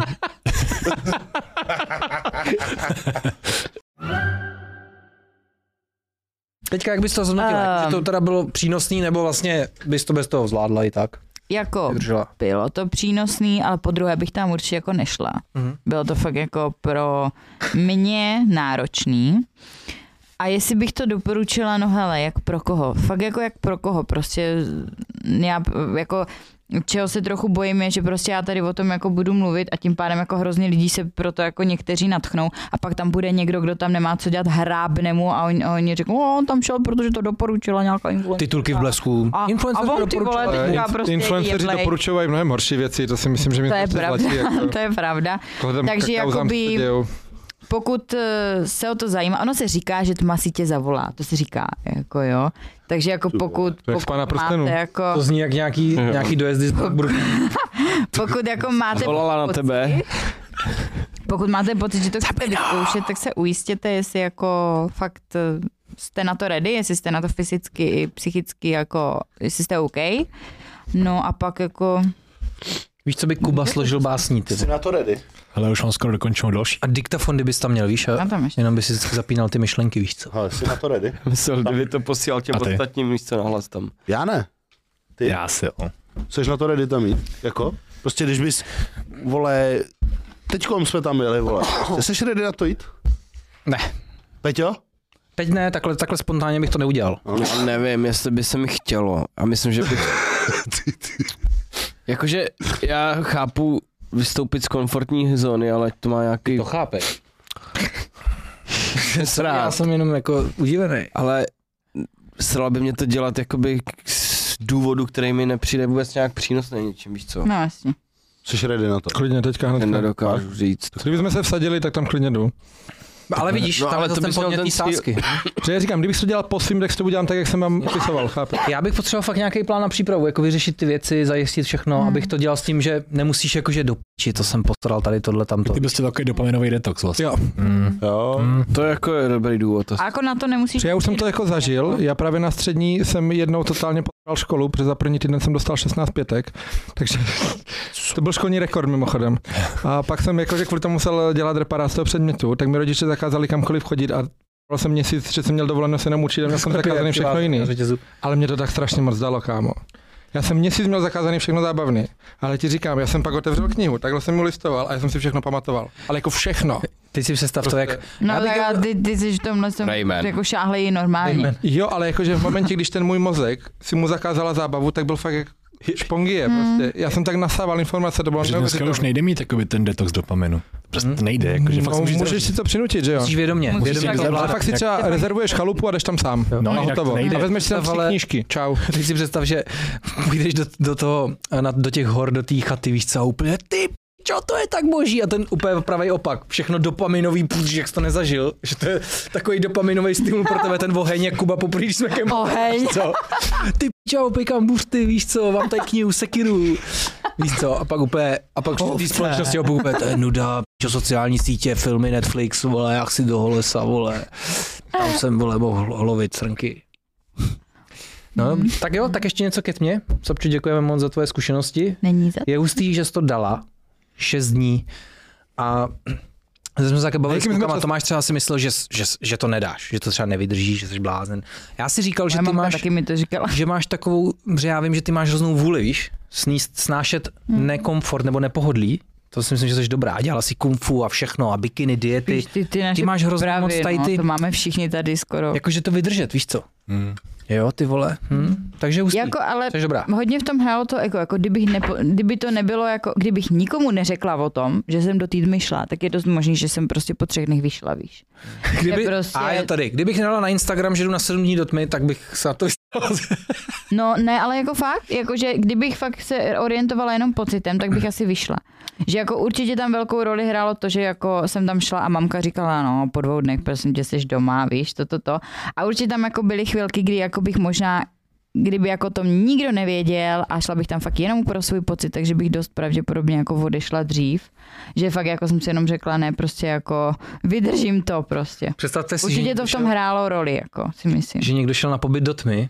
[SPEAKER 1] Teďka, jak bys to zhodnotila?
[SPEAKER 5] Ehm.
[SPEAKER 1] Um. Že to teda bylo přínosný, nebo vlastně bys to bez toho zvládla i tak?
[SPEAKER 5] Jako
[SPEAKER 1] Vydržela.
[SPEAKER 5] bylo to přínosný, ale po druhé bych tam určitě jako nešla.
[SPEAKER 1] Mhm.
[SPEAKER 5] Bylo to fakt jako pro mě náročný. A jestli bych to doporučila, no hele, jak pro koho? Fakt jako jak pro koho, prostě já jako čeho se trochu bojím je, že prostě já tady o tom jako budu mluvit a tím pádem jako hrozně lidí se proto jako někteří natchnou a pak tam bude někdo, kdo tam nemá co dělat, hrábne mu a oni, oni řeknou, "O, on tam šel, protože to doporučila nějaká influencerka.
[SPEAKER 1] Titulky v blesku.
[SPEAKER 5] A, a on ty vole, teďka prostě
[SPEAKER 3] Eh, Influenceři
[SPEAKER 5] jedlej.
[SPEAKER 3] doporučují mnohem horší věci, to si myslím, že mi
[SPEAKER 5] To je
[SPEAKER 3] prostě
[SPEAKER 5] pravda,
[SPEAKER 3] zlatí, jako.
[SPEAKER 5] to je pravda.
[SPEAKER 3] Vzhledem k
[SPEAKER 5] Takže
[SPEAKER 3] kauzám, co se
[SPEAKER 5] jakoby-
[SPEAKER 3] dějou.
[SPEAKER 5] Pokud eh, se o to zajímá, ono se říká, že tma si tě zavolá, to se říká, jako jo. Takže jako pokud,
[SPEAKER 3] jak z
[SPEAKER 5] pokud
[SPEAKER 3] Pána prstenů.
[SPEAKER 5] máte jako,
[SPEAKER 1] To zní jak nějaký, nějaký dojezdy z Brooklyn.
[SPEAKER 5] pokud jako máte
[SPEAKER 2] Volala na
[SPEAKER 5] pocit-
[SPEAKER 2] tebe.
[SPEAKER 5] Pokud máte pocit, že to chcete vyzkoušet, tak se ujistěte, jestli jako fakt eh, jste na to ready, jestli jste na to fyzicky i psychicky, jako jestli jste OK. No a pak jako,
[SPEAKER 1] Víš, co by Kuba složil básní, ty.
[SPEAKER 4] na to ready?
[SPEAKER 6] Ale už mám skoro dokončenou další.
[SPEAKER 1] A diktafondy bys tam měl, víš? A
[SPEAKER 3] Eh.
[SPEAKER 5] mám tam ještě.
[SPEAKER 1] jenom by si vždycky zapínal ty myšlenky, víš co?
[SPEAKER 4] Hele, jsi na to ready?
[SPEAKER 2] Myslel, kdyby to posílal těm
[SPEAKER 6] A ty?
[SPEAKER 2] ostatním místo na hlas tam.
[SPEAKER 4] Já ne. Ty.
[SPEAKER 6] Já si jo.
[SPEAKER 4] Jsi na to ready tam jít? Jako? Prostě když bys, vole, teďkom jsme tam jeli, vole. Prostě jsi ready na to jít?
[SPEAKER 1] Ne.
[SPEAKER 4] Peťo?
[SPEAKER 1] Teď ne, takhle, takhle spontánně bych to neudělal.
[SPEAKER 2] Já nevím, jestli by se mi chtělo. A myslím, že bych... Jakože já chápu vystoupit z komfortní zóny, ale to má nějaký
[SPEAKER 1] chápeš. Já
[SPEAKER 2] srát.
[SPEAKER 1] jsem jenom jako udivený.
[SPEAKER 2] Ale sralo by mě to dělat jakoby k- z důvodu, který mi nepřijde vůbec nějak přínosný ničím, víš co?
[SPEAKER 5] no jasně.
[SPEAKER 4] Jsi ready na to?
[SPEAKER 3] Klidně teďka hned.
[SPEAKER 2] Ten nedokážu říct.
[SPEAKER 3] Kdybychom se vsadili, tak tam klidně jdu.
[SPEAKER 1] Ale vidíš,
[SPEAKER 2] No,
[SPEAKER 1] no, tam
[SPEAKER 2] ale
[SPEAKER 1] je
[SPEAKER 2] to
[SPEAKER 1] to ten
[SPEAKER 2] bys měl
[SPEAKER 1] podnět
[SPEAKER 2] ten
[SPEAKER 1] té
[SPEAKER 2] cíl.
[SPEAKER 1] sásky.
[SPEAKER 3] Protože já říkám, kdybych to dělal po svým, tak si to udělám tak, jak jsem vám opisoval, chápeš?
[SPEAKER 1] Já bych potřeboval fakt nějaký plán na přípravu, jako vyřešit ty věci, zajistit všechno, hmm. abych to dělal s tím, že nemusíš jakože do piči, to jsem postaral tady tohle tamto.
[SPEAKER 6] Ty bys to takový dopaminový detox vlastně.
[SPEAKER 3] Jo.
[SPEAKER 6] Mm.
[SPEAKER 4] Jo.
[SPEAKER 2] To jako je dobrý důvod.
[SPEAKER 5] A jako na to nemusíš...
[SPEAKER 3] Protože já už jsem to jako zažil, já právě na střední jsem jednou totálně potřeboval školu, protože za první týden jsem dostal 16 pětek, takže to byl školní rekord mimochodem. A pak jsem jakože kvůli tomu musel dělat reparát z toho předmětu, tak mi rodiče zakázali kamkoliv chodit a byl jsem měsíc, že jsem měl dovolenou se jenom učit a měl jsem zakázaný všechno jiný. Ale mě to tak strašně moc dalo, kámo. Já jsem měsíc měl zakázaný všechno zábavný, ale ti říkám, já jsem pak otevřel knihu, takhle jsem mu listoval a já jsem si všechno pamatoval. Ale jako všechno.
[SPEAKER 1] Teď si představ to, jak...
[SPEAKER 5] No
[SPEAKER 1] Já bych-
[SPEAKER 5] tak já, ty, ty jsi v tomhle jsem
[SPEAKER 2] Rayman.
[SPEAKER 5] jako šáhlej i normální.
[SPEAKER 3] Jo, ale jakože v momentě, když ten můj mozek si mu zakázala zábavu, tak byl fakt jak špongie. Prostě. Já jsem tak nasával informace, to bylo
[SPEAKER 6] Protože dneska už nejde mít takový ten detox dopaminu. Prostě nejde, jakože fakt
[SPEAKER 3] no,
[SPEAKER 6] musíš
[SPEAKER 3] můžeš si to přinutit, že jo?
[SPEAKER 1] Musíš vědomě.
[SPEAKER 5] Musíš
[SPEAKER 1] vědomě to
[SPEAKER 5] si to
[SPEAKER 3] Ale
[SPEAKER 1] zvládat.
[SPEAKER 3] fakt si třeba rezervuješ chalupu a jdeš tam sám.
[SPEAKER 6] No,
[SPEAKER 3] No, a
[SPEAKER 6] jinak
[SPEAKER 3] hotovo.
[SPEAKER 6] nejde.
[SPEAKER 3] A vezmeš si tam tři
[SPEAKER 1] Ale-
[SPEAKER 3] knížky. Čau.
[SPEAKER 1] Teď si představ, že půjdeš do, do toho, na, do těch hor, do té chaty, víš co, a úplně ty čo, to je tak boží. A ten úplně pravý opak. Všechno dopaminový, půjč, jak jsi to nezažil. Že to je takový dopaminový stimul pro tebe, ten oheň, jak Kuba poprvé, když jsme kem...
[SPEAKER 5] Oheň.
[SPEAKER 1] Co? Ty čau, pejkám buřty, víš co, mám tady knihu Sekiru. Víš co, a pak úplně, a pak v té společnosti opět úplně, to je nuda, čo sociální sítě, filmy, Netflix, vole, jak si do lesa, vole. Tam jsem, vole, mohl lovit srnky. No,
[SPEAKER 5] Mhm.
[SPEAKER 1] tak jo, tak ještě něco ke tmě. Sobči, děkujeme moc za tvoje zkušenosti.
[SPEAKER 5] Není za
[SPEAKER 1] Je hustý, že jsi to dala. Šest dní. A zase jsme se také bavili s
[SPEAKER 3] Jakým jsme
[SPEAKER 1] klukama.
[SPEAKER 3] to-
[SPEAKER 1] Tomáš třeba si myslel, že, že, že, to nedáš, že to třeba nevydržíš, že jsi blázen. Já si říkal, že
[SPEAKER 5] Moje
[SPEAKER 1] ty
[SPEAKER 5] mamka
[SPEAKER 1] máš
[SPEAKER 5] taky mi to říkala.
[SPEAKER 1] že máš takovou, že já vím, že ty máš hroznou vůli, víš, sníst, snášet
[SPEAKER 5] Hmm.
[SPEAKER 1] nekomfort nebo nepohodlí, to si myslím, že jsi dobrá, dělala si kung fu a všechno a bikiny, diety,
[SPEAKER 5] Víš, ty, ty, naše
[SPEAKER 1] ty máš hrozně
[SPEAKER 5] právě,
[SPEAKER 1] moc tady
[SPEAKER 5] no,
[SPEAKER 1] ty-
[SPEAKER 5] To máme všichni tady skoro. Jako,
[SPEAKER 1] jakože to vydržet, víš co?
[SPEAKER 6] Hmm.
[SPEAKER 1] Jo, ty vole, hm? takže hustý,
[SPEAKER 5] jako ale
[SPEAKER 1] jsi dobrá.
[SPEAKER 5] hodně v tom hrálo to, jako, jako kdybych, nepo, kdyby to nebylo, jako, kdybych nikomu neřekla o tom, že jsem do týdny šla, tak je dost možný, že jsem prostě po třech dnech vyšla, víš.
[SPEAKER 1] Kdyby,
[SPEAKER 5] je prostě-
[SPEAKER 1] A já tady, kdybych nedala na Instagram, že jdu na 7 dní do tmy, tak bych se na to vystala.
[SPEAKER 5] No ne, ale jako fakt, jakože kdybych fakt se orientovala jenom pocitem, tak bych asi vyšla. Že jako určitě tam velkou roli hrálo to, že jako jsem tam šla a mamka říkala, no po dvou dnech prosím tě, jsi doma, víš, to, to, to. A určitě tam jako byly chvilky, kdy jako bych možná kdyby jako to nikdo nevěděl a šla bych tam fakt jenom pro svůj pocit, takže bych dost pravděpodobně jako odešla dřív. Že fakt jako jsem si jenom řekla, ne, prostě jako vydržím to prostě.
[SPEAKER 1] Představte si, že,
[SPEAKER 5] Určitě to
[SPEAKER 1] někdo
[SPEAKER 5] v
[SPEAKER 1] šel,
[SPEAKER 5] tom hrálo roli, jako si myslím.
[SPEAKER 1] že někdo šel na pobyt do tmy,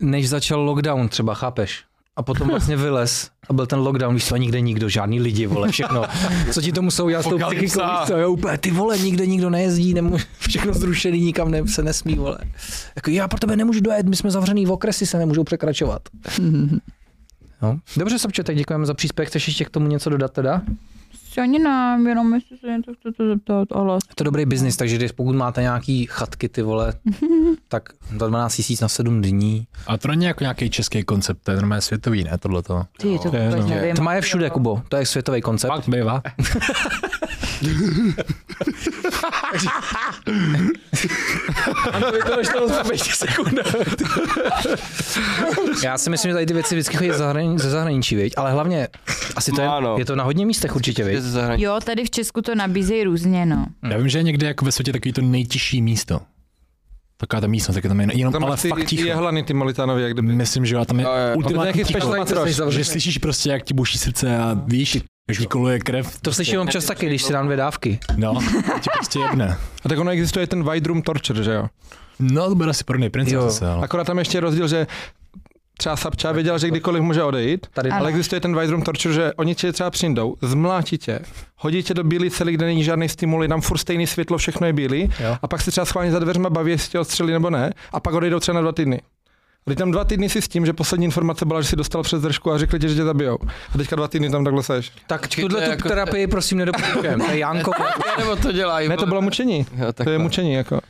[SPEAKER 1] než začal lockdown třeba, chápeš? A potom vlastně vylez a byl ten lockdown, víš co, a nikde nikdo, žádný lidi, vole, všechno. Co ti to musou dělat s tou
[SPEAKER 6] Apokalypsa.
[SPEAKER 1] psychikou, víš co, jo, úplně, ty vole, nikde nikdo nejezdí, nemů- všechno zrušený, nikam ne, se nesmí, vole. Jako, já pro tebe nemůžu dojet, my jsme zavřený v okresy, se nemůžou překračovat. No. Dobře, Sobče, tak děkujeme za příspěvek, chceš ještě k tomu něco dodat teda?
[SPEAKER 5] Si ani nám, jenom jestli se něco chcete zeptat, ale
[SPEAKER 1] Je to dobrý biznis, takže když, pokud máte nějaký chatky, ty vole, tak za 12 tisíc na 7 dní.
[SPEAKER 6] A to není jako nějaký český koncept, to je normálně světový, ne tohle to.
[SPEAKER 5] ty to
[SPEAKER 6] To je
[SPEAKER 5] vůbec
[SPEAKER 6] no.
[SPEAKER 5] nevím.
[SPEAKER 1] Tma je všude, Kubo, to je světový koncept.
[SPEAKER 6] Pak bývá.
[SPEAKER 1] Já si myslím, že tady ty věci vždycky chodí ze zahrani- ze zahraničí, viď? ale hlavně asi to je,
[SPEAKER 2] No, Ano.
[SPEAKER 1] je to na hodně místech určitě, viď?
[SPEAKER 2] Je ze zahraničí.
[SPEAKER 5] Jo, tady v Česku to nabízejí různě, no.
[SPEAKER 3] Mm.
[SPEAKER 6] Já vím, že je někde jako ve světě takový to nejtižší místo. Taková ta místnost, tak je tam jen, jenom,
[SPEAKER 3] Tam prostě
[SPEAKER 6] ale
[SPEAKER 3] asi
[SPEAKER 6] fakt ticho.
[SPEAKER 3] jehlany ty Molitanovi, jak kdyby.
[SPEAKER 6] Myslím, že jo, a tam je
[SPEAKER 2] Jo, jo, jo.
[SPEAKER 3] To je
[SPEAKER 6] ultimátní
[SPEAKER 3] nějaký
[SPEAKER 6] ticho.
[SPEAKER 3] special matroš.
[SPEAKER 6] Že slyšíš prostě, jak ti buší srdce a víš, že vykoluje krev.
[SPEAKER 1] To slyším občas taky, když si dám dvě dávky.
[SPEAKER 6] No, ti prostě jebne.
[SPEAKER 3] A tak ono existuje ten White Room Torture, že jo?
[SPEAKER 6] No, to bude asi podobný princip
[SPEAKER 1] Jo.
[SPEAKER 6] zase, ale.
[SPEAKER 3] Akorát tam ještě je rozdíl, že třeba Sapča věděl, že kdykoliv může odejít,
[SPEAKER 1] Tady
[SPEAKER 5] Ano.
[SPEAKER 3] ale existuje ten White Room Torture, že oni tě třeba přijdou, zmlátí tě, hodí tě do bílý cely, kde není žádný stimul, je tam furt stejný světlo, všechno je bílý,
[SPEAKER 6] Jo.
[SPEAKER 3] a pak se třeba schválně za dveřma baví, jestli tě odstřelí nebo ne, a pak odejdou třeba na dva týdny. A teď tam dva týdny si s tím, že poslední informace byla, že si dostal přes držku a řekli ti, že tě zabijou. A teďka dva týdny tam takhle seš.
[SPEAKER 1] Tak
[SPEAKER 2] Počkej,
[SPEAKER 1] tuhle
[SPEAKER 2] to
[SPEAKER 1] tu
[SPEAKER 2] je jako-
[SPEAKER 1] terapii prosím nedoporučujem. To je Janko.
[SPEAKER 2] Nebo to dělají.
[SPEAKER 3] Ne, to bylo mučení.
[SPEAKER 2] Jo,
[SPEAKER 3] To je mučení, jako.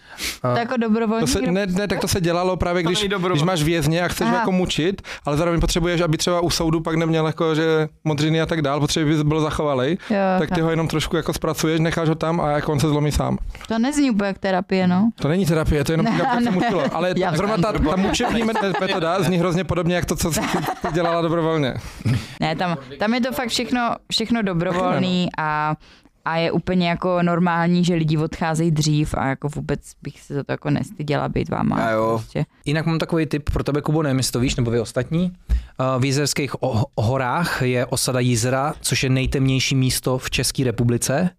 [SPEAKER 5] To je jako dobrovolní.
[SPEAKER 3] To se, ne, ne, tak to se dělalo právě, když,
[SPEAKER 2] není dobrovolné.
[SPEAKER 3] když máš vězně a chceš
[SPEAKER 5] Aha.
[SPEAKER 3] jako mučit, ale zároveň potřebuješ, aby třeba u soudu pak neměl jako, že modřiny a tak dál, potřebuje, aby byl zachovalej,
[SPEAKER 5] Jo,
[SPEAKER 3] tak ty ho jenom trošku jako zpracuješ, necháš ho tam a jako on se zlomí sám.
[SPEAKER 5] To nezní úplně jak terapie, no.
[SPEAKER 3] To není terapie, to je jenom
[SPEAKER 5] Ne,
[SPEAKER 3] tak, jak se
[SPEAKER 5] ne.
[SPEAKER 3] mučilo. Ale
[SPEAKER 5] Já
[SPEAKER 3] zrovna ta,
[SPEAKER 5] vím.
[SPEAKER 3] ta mučební met- metoda zní hrozně podobně, jak to, co jsi dělala dobrovolně.
[SPEAKER 5] Ne, tam, tam je to fakt všechno, všechno dobrovolný a, a je úplně jako normální, že lidi odcházejí dřív a jako vůbec bych se za to jako nestyděla být váma.
[SPEAKER 2] A jo.
[SPEAKER 5] Prostě.
[SPEAKER 1] Jinak mám takový tip pro tebe, Kubo, nevím, jestli to víš, nebo vy ostatní. Eh, V Jizerských o- horách je osada Jizera, což je nejtemnější místo v České republice.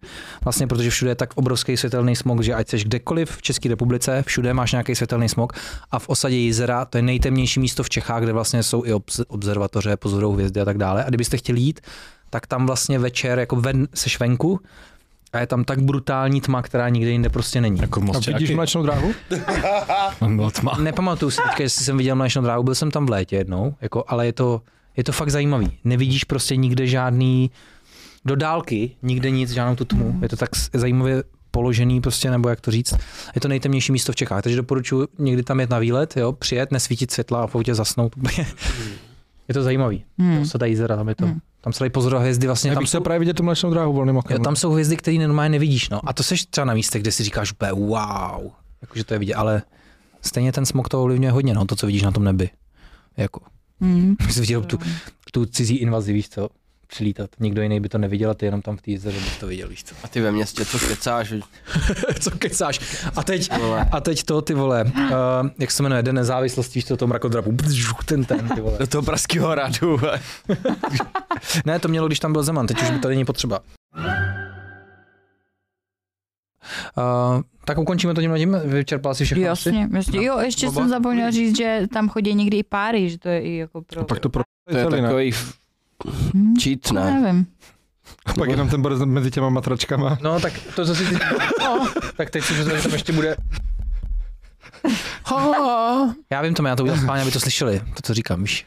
[SPEAKER 1] Vlastně protože všude je tak obrovský světelný smog, že ať seš kdekoliv v České republice, všude máš nějaký světelný smog. A v osadě Jizera to je nejtemnější místo v Čechách, kde vlastně jsou i obs- observatoře, pozorují hvězdy a tak dále. A kdybyste chtěli jít, tak tam vlastně večer, jako ven, seš venku, A je tam tak brutální tma, která nikde jinde prostě není.
[SPEAKER 6] Jako moc
[SPEAKER 3] A vidíš mléčnou dráhu?
[SPEAKER 6] Tam byla tma.
[SPEAKER 1] Nepamatuju si teďka, jestli jsem viděl mléčnou dráhu, byl jsem tam v létě jednou, jako, ale je to, je to fakt zajímavý. Nevidíš prostě nikde žádný, do dálky, nikde nic, žádnou tu tmu. Je to tak s- zajímavě položený prostě, nebo jak to říct. Je to nejtemnější místo v Čechách, takže doporučuji někdy tam jet na výlet, jo, přijet, nesvítit světla a v autě zasnout. úplně. je to zajímavý.
[SPEAKER 5] Hmm.
[SPEAKER 1] To se dají zera, tam je to.
[SPEAKER 5] Hmm.
[SPEAKER 1] Tam se dají pozorovat hvězdy vlastně.
[SPEAKER 3] Já
[SPEAKER 1] Tam
[SPEAKER 3] bych
[SPEAKER 1] jsou,
[SPEAKER 3] chtěl právě vidět tu mléčnou dráhu volným
[SPEAKER 1] jo,
[SPEAKER 3] okem.
[SPEAKER 1] tam jsou hvězdy, které normálně nevidíš. No. A to seš třeba na místě, kde si říkáš úplně wow, jakože to je vidět, ale stejně ten smog to ovlivňuje hodně, no, to, co vidíš na tom nebi. Jako,
[SPEAKER 5] Hmm.
[SPEAKER 1] jsi viděl tu, tu cizí invazi, víš co, přilítat. Nikdo jiný by to neviděl a ty jenom tam v té jezeře bys to viděl, víš co.
[SPEAKER 2] A ty ve městě, co kecáš?
[SPEAKER 1] co kecáš. A teď, a teď to, ty vole, uh, jak se jmenuje, Den nezávislosti, víš to, tom rakodrapu, Bzžuk, ten ten, ty vole.
[SPEAKER 2] Do toho pražského radu.
[SPEAKER 1] Ne, to mělo, když tam byl Zeman, teď už by to není potřeba. Uh, tak ukončíme to tím, vyčerpal si všechno. Jako asi?
[SPEAKER 5] Jasně, jasně. Jo, ještě
[SPEAKER 2] Boba?
[SPEAKER 5] jsem zapomněl říct, že tam chodí někdy i páry, že to je i jako pro...
[SPEAKER 3] Pak to pro...
[SPEAKER 2] To je
[SPEAKER 3] celý, no. ne?
[SPEAKER 2] takový
[SPEAKER 5] Hm,
[SPEAKER 2] cheat, ne?
[SPEAKER 5] nevím.
[SPEAKER 3] Pak jenom ten borec mezi těma matračkama.
[SPEAKER 1] No, tak to, co si ty... no, tak teď si představ, že tam ještě bude... Já vím to, já to udělám spáně, aby to slyšeli, to, co říkám, víš.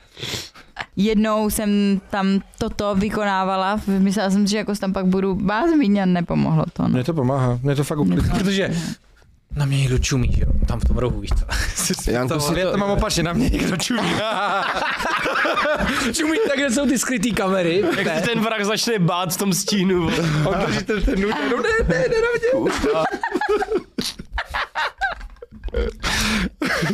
[SPEAKER 5] Jednou jsem tam toto vykonávala, myslela jsem si, že jako se tam pak budu bát zmínit a nepomohlo to. No.
[SPEAKER 3] Mně to pomáhá, mě to fakt uklidí.
[SPEAKER 1] Protože na mě někdo čumí, že jo, tam v tom rohu, víš co.
[SPEAKER 2] Janku, si
[SPEAKER 3] Já
[SPEAKER 2] to,
[SPEAKER 3] to mám opačně, na mě někdo čumí.
[SPEAKER 1] čumí tak, kde jsou ty skryté kamery.
[SPEAKER 2] jak se ten vrah začne bát v tom stínu.
[SPEAKER 3] On drží ten, ten nůž,
[SPEAKER 1] No ne, ne, ne, ne,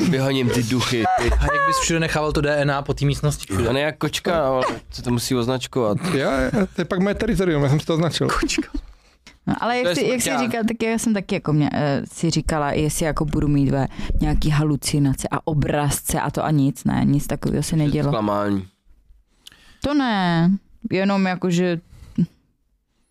[SPEAKER 2] Vyhoním ty duchy. Ty.
[SPEAKER 1] A jak bys všude nechával to DNA po té místnosti
[SPEAKER 2] A
[SPEAKER 1] všude?
[SPEAKER 2] ne jak kočka, ale se to musí označkovat.
[SPEAKER 3] Jo, jo, to je pak moje teritorium, já jsem si to označil.
[SPEAKER 5] No, ale
[SPEAKER 2] To
[SPEAKER 5] jak,
[SPEAKER 2] je
[SPEAKER 5] si, jak jsi
[SPEAKER 2] smrťák.
[SPEAKER 5] říkal, tak já jsem taky jako mě, eh, si říkala, jestli jako budu mít ve nějaký halucinace a obrazce a to a nic, ne, nic takového se nedělo.
[SPEAKER 2] Zklamání.
[SPEAKER 5] To ne, jenom jako, že...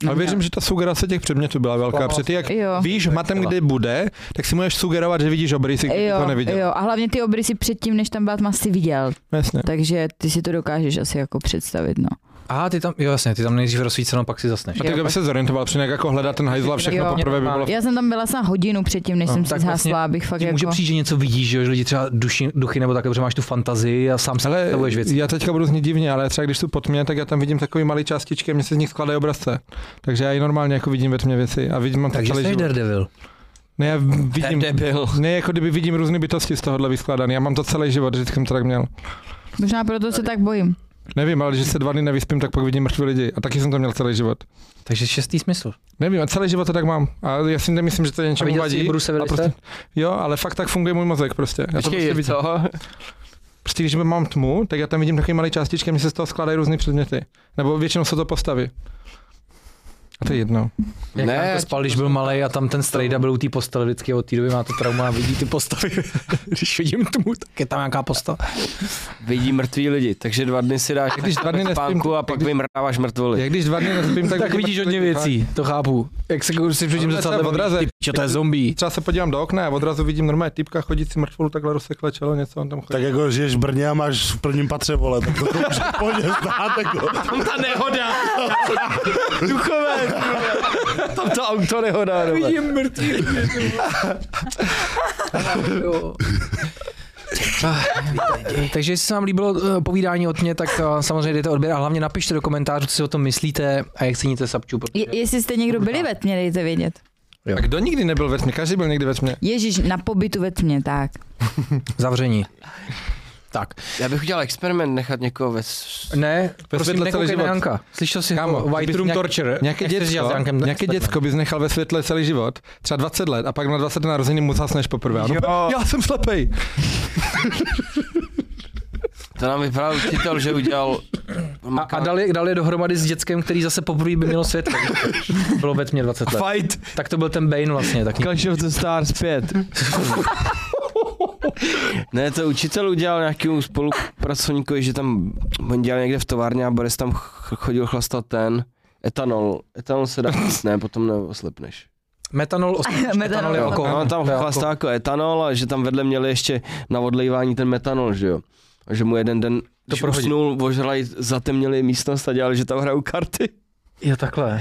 [SPEAKER 3] Ale věřím, že ta sugerace těch předmětů byla velká. Protože ty, jak
[SPEAKER 5] Jo.
[SPEAKER 3] víš matem, kde bude, tak si můžeš sugerovat, že vidíš obrysy, když
[SPEAKER 5] Jo,
[SPEAKER 3] to neviděl.
[SPEAKER 5] jo, a hlavně ty obrysy předtím, než tam Batman si viděl,
[SPEAKER 3] Jasně.
[SPEAKER 5] takže ty si to dokážeš asi jako představit, no.
[SPEAKER 1] A ty tam, jo jasně, ty tam nejdřív rozsvícenou, pak si zasneš.
[SPEAKER 3] A tak,
[SPEAKER 5] Jo,
[SPEAKER 3] aby se zorientoval, protože nějak jako hledat ten hajzl a
[SPEAKER 5] Jo.
[SPEAKER 3] všechno poprvé by bylo...
[SPEAKER 5] Já jsem tam byla snad hodinu předtím, než
[SPEAKER 3] No,
[SPEAKER 5] jsem si
[SPEAKER 1] tak vlastně
[SPEAKER 5] zhasla, abych fakt
[SPEAKER 1] Ti může
[SPEAKER 5] jako...
[SPEAKER 1] přijít, že něco vidíš, že, jo, že lidi třeba duši, duchy nebo tak, protože máš tu fantazii a sám se
[SPEAKER 3] Ale
[SPEAKER 1] představuješ věci.
[SPEAKER 3] já teďka budu znít divně, ale třeba když jsou pod mě, tak já tam vidím takový malý částičky a mě se z nich skládají obrazce. Takže já i normálně jako vidím ve tmě věci a vidím mám to
[SPEAKER 1] Takže
[SPEAKER 3] celý
[SPEAKER 1] jsi
[SPEAKER 3] život.
[SPEAKER 1] Daredevil.
[SPEAKER 3] Ne, já vidím,
[SPEAKER 2] Debil.
[SPEAKER 3] ne, jako kdyby vidím různé bytosti z tohohle vyskládaný. Já mám to celý život, vždycky jsem to tak měl.
[SPEAKER 5] Možná proto se tak bojím.
[SPEAKER 3] Nevím, ale když se dva dny nevyspím, tak pak vidím mrtvé lidi. A taky jsem to měl celý život.
[SPEAKER 1] Takže šestý smysl.
[SPEAKER 3] Nevím, a celý život to tak mám. A já si nemyslím, že to je
[SPEAKER 1] A
[SPEAKER 3] něčemu
[SPEAKER 1] viděl jsi
[SPEAKER 3] vadí.
[SPEAKER 1] Bruce
[SPEAKER 3] a
[SPEAKER 1] Willise?
[SPEAKER 3] prostě, jo, ale fakt tak funguje můj mozek prostě. Já to
[SPEAKER 2] Ještě
[SPEAKER 3] prostě
[SPEAKER 2] je
[SPEAKER 3] vidím.
[SPEAKER 2] to.
[SPEAKER 3] Prostě když mám tmu, tak já tam vidím takový malý částičky a mi se z toho skládají různé předměty. Nebo většinou jsou to postavy. A to je jedno.
[SPEAKER 1] Jak prostě-
[SPEAKER 2] Ne,
[SPEAKER 1] ne, spal, když byl malý a tam ten strejda byl u té postele vždycky a od té doby má to trauma a vidí ty postavy. když vidím tmu, tak je tam nějaká postava.
[SPEAKER 2] Vidí mrtví lidi, takže dva dny si dáš
[SPEAKER 3] když dva dny nespím,
[SPEAKER 2] spánku a
[SPEAKER 3] tak
[SPEAKER 2] pak
[SPEAKER 3] když-
[SPEAKER 2] vymrdáváš mrtvoly.
[SPEAKER 3] Jak když dva dny nespím, tak,
[SPEAKER 1] Tak vidíš hodně věcí, to chápu. Jak se když si předtím
[SPEAKER 3] Ale
[SPEAKER 1] zrcadlem,
[SPEAKER 3] to je odrazek.
[SPEAKER 1] vidíš, Ty, že to je zombie.
[SPEAKER 3] Třeba se podívám do okna a odrazu vidím normálně typka chodící mrtvolu, takhle rozsekle čelo, něco on tam chodí.
[SPEAKER 4] Tak jako žiješ v Brně a máš v prvním patře, vole, tak to, to už je v pohodě znát, jako.
[SPEAKER 2] ta nehoda. Duchové. Tam to auto nehoda. Vidím mrtvý.
[SPEAKER 1] Takže jestli se vám líbilo eh, povídání od mě, tak eh, samozřejmě dejte odběr a hlavně napište do komentářů, co si o tom myslíte a jak ceníte Sapču. protože-
[SPEAKER 5] Je, jestli jste někdo byli ve tmě, dejte vědět.
[SPEAKER 3] A kdo nikdy nebyl ve tmě? Každý byl někdy ve tmě.
[SPEAKER 5] Ježíš, na pobytu ve tmě, tak.
[SPEAKER 1] Zavření. Tak.
[SPEAKER 2] Já bych udělal experiment nechat někoho ve... s-
[SPEAKER 1] Ne,
[SPEAKER 3] světle
[SPEAKER 1] prosím, nekoukej
[SPEAKER 3] celý
[SPEAKER 1] na
[SPEAKER 3] život.
[SPEAKER 1] Janka. Slyšel jsi
[SPEAKER 3] Kámo,
[SPEAKER 1] ho?
[SPEAKER 3] ty
[SPEAKER 1] White
[SPEAKER 3] bys
[SPEAKER 1] Room
[SPEAKER 3] nějak-
[SPEAKER 1] Torture.
[SPEAKER 3] Nějaké
[SPEAKER 1] Nechceš
[SPEAKER 3] děcko,
[SPEAKER 1] s Jankem-
[SPEAKER 3] nějaké děcko bys nechal ve světle celý život, třeba 20 let, a pak na 20 narozeniny mu zasneš poprvé. Ano?
[SPEAKER 2] Jo.
[SPEAKER 3] Já jsem slepej.
[SPEAKER 2] To nám vypadal učitel, že udělal...
[SPEAKER 1] A, a dali, dali je dohromady s dětskem, který zase poprvé by mělo světlo. Bylo ve tmě 20 let.
[SPEAKER 2] Fight!
[SPEAKER 1] Tak to byl ten Bane vlastně. Tak
[SPEAKER 2] Clash of the Stars 5. ne, to učitel udělal nějakému spolupracovníkovi, že tam on dělal někde v továrně a Boris tam ch- chodil chlastat ten etanol. Etanol se dá pít, ne, potom neoslepneš.
[SPEAKER 1] metanol, os- metanol je
[SPEAKER 5] jo.
[SPEAKER 1] alkohol.
[SPEAKER 2] No, tam
[SPEAKER 1] To je alkohol.
[SPEAKER 2] chlastá jako etanol a že tam vedle měli ještě na odlejvání ten metanol, že jo. A že mu jeden den, když
[SPEAKER 1] prohodil.
[SPEAKER 2] usnul, ožrali, zatemnili místnost a dělali, že tam hrajou karty.
[SPEAKER 6] Jo, takhle.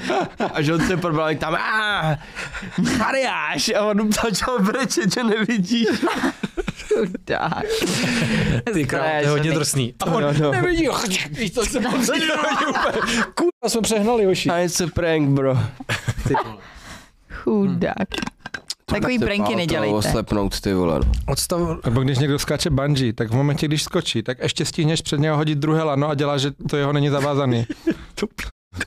[SPEAKER 2] A že on se probral tam, a Mariáš, a on začal brečet, že nevidíš.
[SPEAKER 5] Tak.
[SPEAKER 1] Ty král, to je hodně drsný. A on,
[SPEAKER 2] No, no.
[SPEAKER 1] nevidí, víš, to se tam zjistí, úplně. Kurva, jsme přehnali, Joši.
[SPEAKER 2] A it's a prank, bro.
[SPEAKER 5] Chudák. Takový pranky nedělejte.
[SPEAKER 2] Oslepnout, ty vole. no.
[SPEAKER 1] Odstav...
[SPEAKER 3] Nebo když někdo skáče bungee, tak v momentě, když skočí, tak ještě stihneš před něho hodit druhé lano a dělá, že to jeho není zavázaný.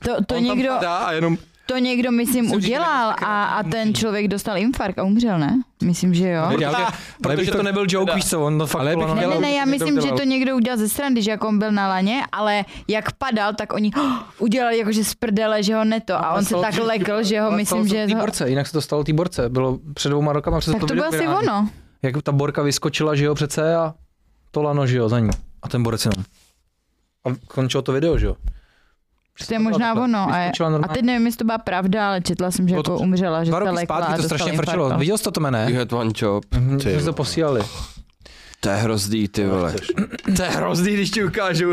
[SPEAKER 5] To, to,
[SPEAKER 3] On tam
[SPEAKER 5] někdo,
[SPEAKER 3] padá a jenom
[SPEAKER 5] to někdo, myslím, udělal a, a ten člověk dostal infarkt a umřel, ne? Myslím, že jo.
[SPEAKER 3] Já-
[SPEAKER 1] Protože,
[SPEAKER 3] ale
[SPEAKER 1] protože
[SPEAKER 3] bych to-
[SPEAKER 1] to nebyl joke, víš co, on to fakt
[SPEAKER 3] Ale bych
[SPEAKER 1] bylo,
[SPEAKER 5] Ne,
[SPEAKER 1] no.
[SPEAKER 5] ne,
[SPEAKER 3] Dělal-
[SPEAKER 5] ne, já
[SPEAKER 3] někdo
[SPEAKER 5] myslím, že
[SPEAKER 3] dělal.
[SPEAKER 5] to někdo udělal ze srandy, že jako on byl na laně, ale jak padal, tak oni "Oh," udělali jakože z prdele, že ho neto a on se tak lekl, že ho
[SPEAKER 1] Ale
[SPEAKER 5] myslím,
[SPEAKER 1] stalo se
[SPEAKER 5] že...
[SPEAKER 1] v té
[SPEAKER 5] ho-
[SPEAKER 1] borce, jinak se to stalo té borce, bylo před dvouma rokama. Přes
[SPEAKER 5] Tak to bylo
[SPEAKER 1] video
[SPEAKER 5] asi
[SPEAKER 1] virální.
[SPEAKER 5] ono.
[SPEAKER 1] Jak ta borka vyskočila, že jo, přece a to lano, že jo, za ní. A ten borec jenom. A končilo to video, že jo.
[SPEAKER 5] To je možná
[SPEAKER 1] takhle.
[SPEAKER 5] ono. A,
[SPEAKER 1] Vyskočila
[SPEAKER 5] a
[SPEAKER 1] normálně.
[SPEAKER 5] teď nevím, jestli to byla pravda, ale četla jsem, že
[SPEAKER 1] Bylo to
[SPEAKER 5] jako
[SPEAKER 1] před-
[SPEAKER 5] umřela, že
[SPEAKER 1] Dva
[SPEAKER 5] se
[SPEAKER 1] roky
[SPEAKER 5] lekla
[SPEAKER 1] zpátky
[SPEAKER 5] a
[SPEAKER 1] to
[SPEAKER 5] dostala
[SPEAKER 1] strašně
[SPEAKER 5] infarkt. no.
[SPEAKER 1] frčelo. Viděl jsi to, Tomé,
[SPEAKER 2] You
[SPEAKER 1] ne?
[SPEAKER 2] had one job.
[SPEAKER 1] Mhm,
[SPEAKER 4] Ty
[SPEAKER 1] že jsi to
[SPEAKER 4] vole.
[SPEAKER 1] posílali.
[SPEAKER 2] To je hrozdý, ty vole. To je hrozdý, když ti ukážu.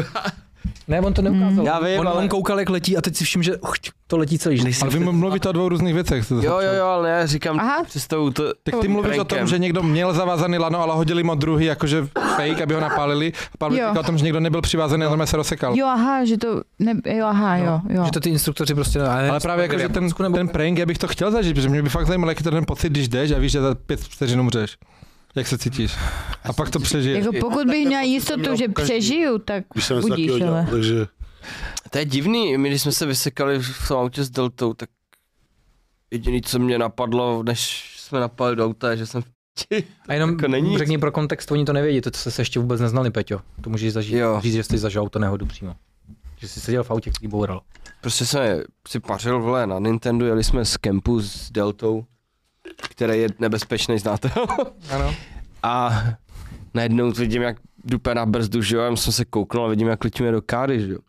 [SPEAKER 1] Ne, on to neukázal.
[SPEAKER 2] Hmm. Já vím,
[SPEAKER 1] on,
[SPEAKER 2] ale-
[SPEAKER 1] on koukal, jak letí a teď si všim, že uch, to letí celý. Že...
[SPEAKER 3] Ale vy mluvíte o dvou různých věcech. jste se
[SPEAKER 2] Jo, jo,
[SPEAKER 3] ptal.
[SPEAKER 2] jo, ale já říkám
[SPEAKER 5] Aha.
[SPEAKER 2] představu to...
[SPEAKER 3] Tak ty mluvíš o
[SPEAKER 2] Rankem.
[SPEAKER 3] tom, že někdo měl zavázaný lano, ale hodili mu druhý jakože fake, aby ho napálili. A Pavel
[SPEAKER 5] Jo.
[SPEAKER 3] říkal o tom, že někdo nebyl přivázaný,
[SPEAKER 1] No.
[SPEAKER 3] ale se rozsekal.
[SPEAKER 5] no. Jo, aha, že to... Ne, jo, aha, jo, jo.
[SPEAKER 1] Že to ty instruktoři prostě... Ale,
[SPEAKER 3] Ale právě jako, že ten, ten prank, já bych to chtěl zažít, protože mě by fakt zajímalo, jaký je ten pocit, když jdeš a víš, že za pět vteřin umřeš. Jak se cítíš? A pak to přežiješ.
[SPEAKER 5] Jako pokud bych měla jistotu, že přežiju, tak
[SPEAKER 4] Když jsem něco
[SPEAKER 5] budíš,
[SPEAKER 4] takového dělal,
[SPEAKER 5] ale...
[SPEAKER 4] takže
[SPEAKER 2] To je divný, my když jsme se vysekali v tom autě s Deltou, tak jediný, co mě napadlo, než jsme napali do auta, je, že jsem v piči.
[SPEAKER 1] A jenom
[SPEAKER 2] Jako není nic.
[SPEAKER 1] řekni pro kontext, oni to nevědí, to jste se ještě vůbec neznali, Peťo. To můžeš zažít,
[SPEAKER 2] Jo.
[SPEAKER 1] říct, že jsi zažil auto nehodu přímo. Že jsi seděl v autě, který boural.
[SPEAKER 2] Prostě jsme si pařil, vole, na Nintendo, jeli jsme z kempu s Deltou, který je nebezpečný, znáte ho?
[SPEAKER 1] Ano.
[SPEAKER 2] A najednou vidím, jak dupe na brzdu, že jo, já jsem se kouknul a vidím, jak letíme do káry, že jo.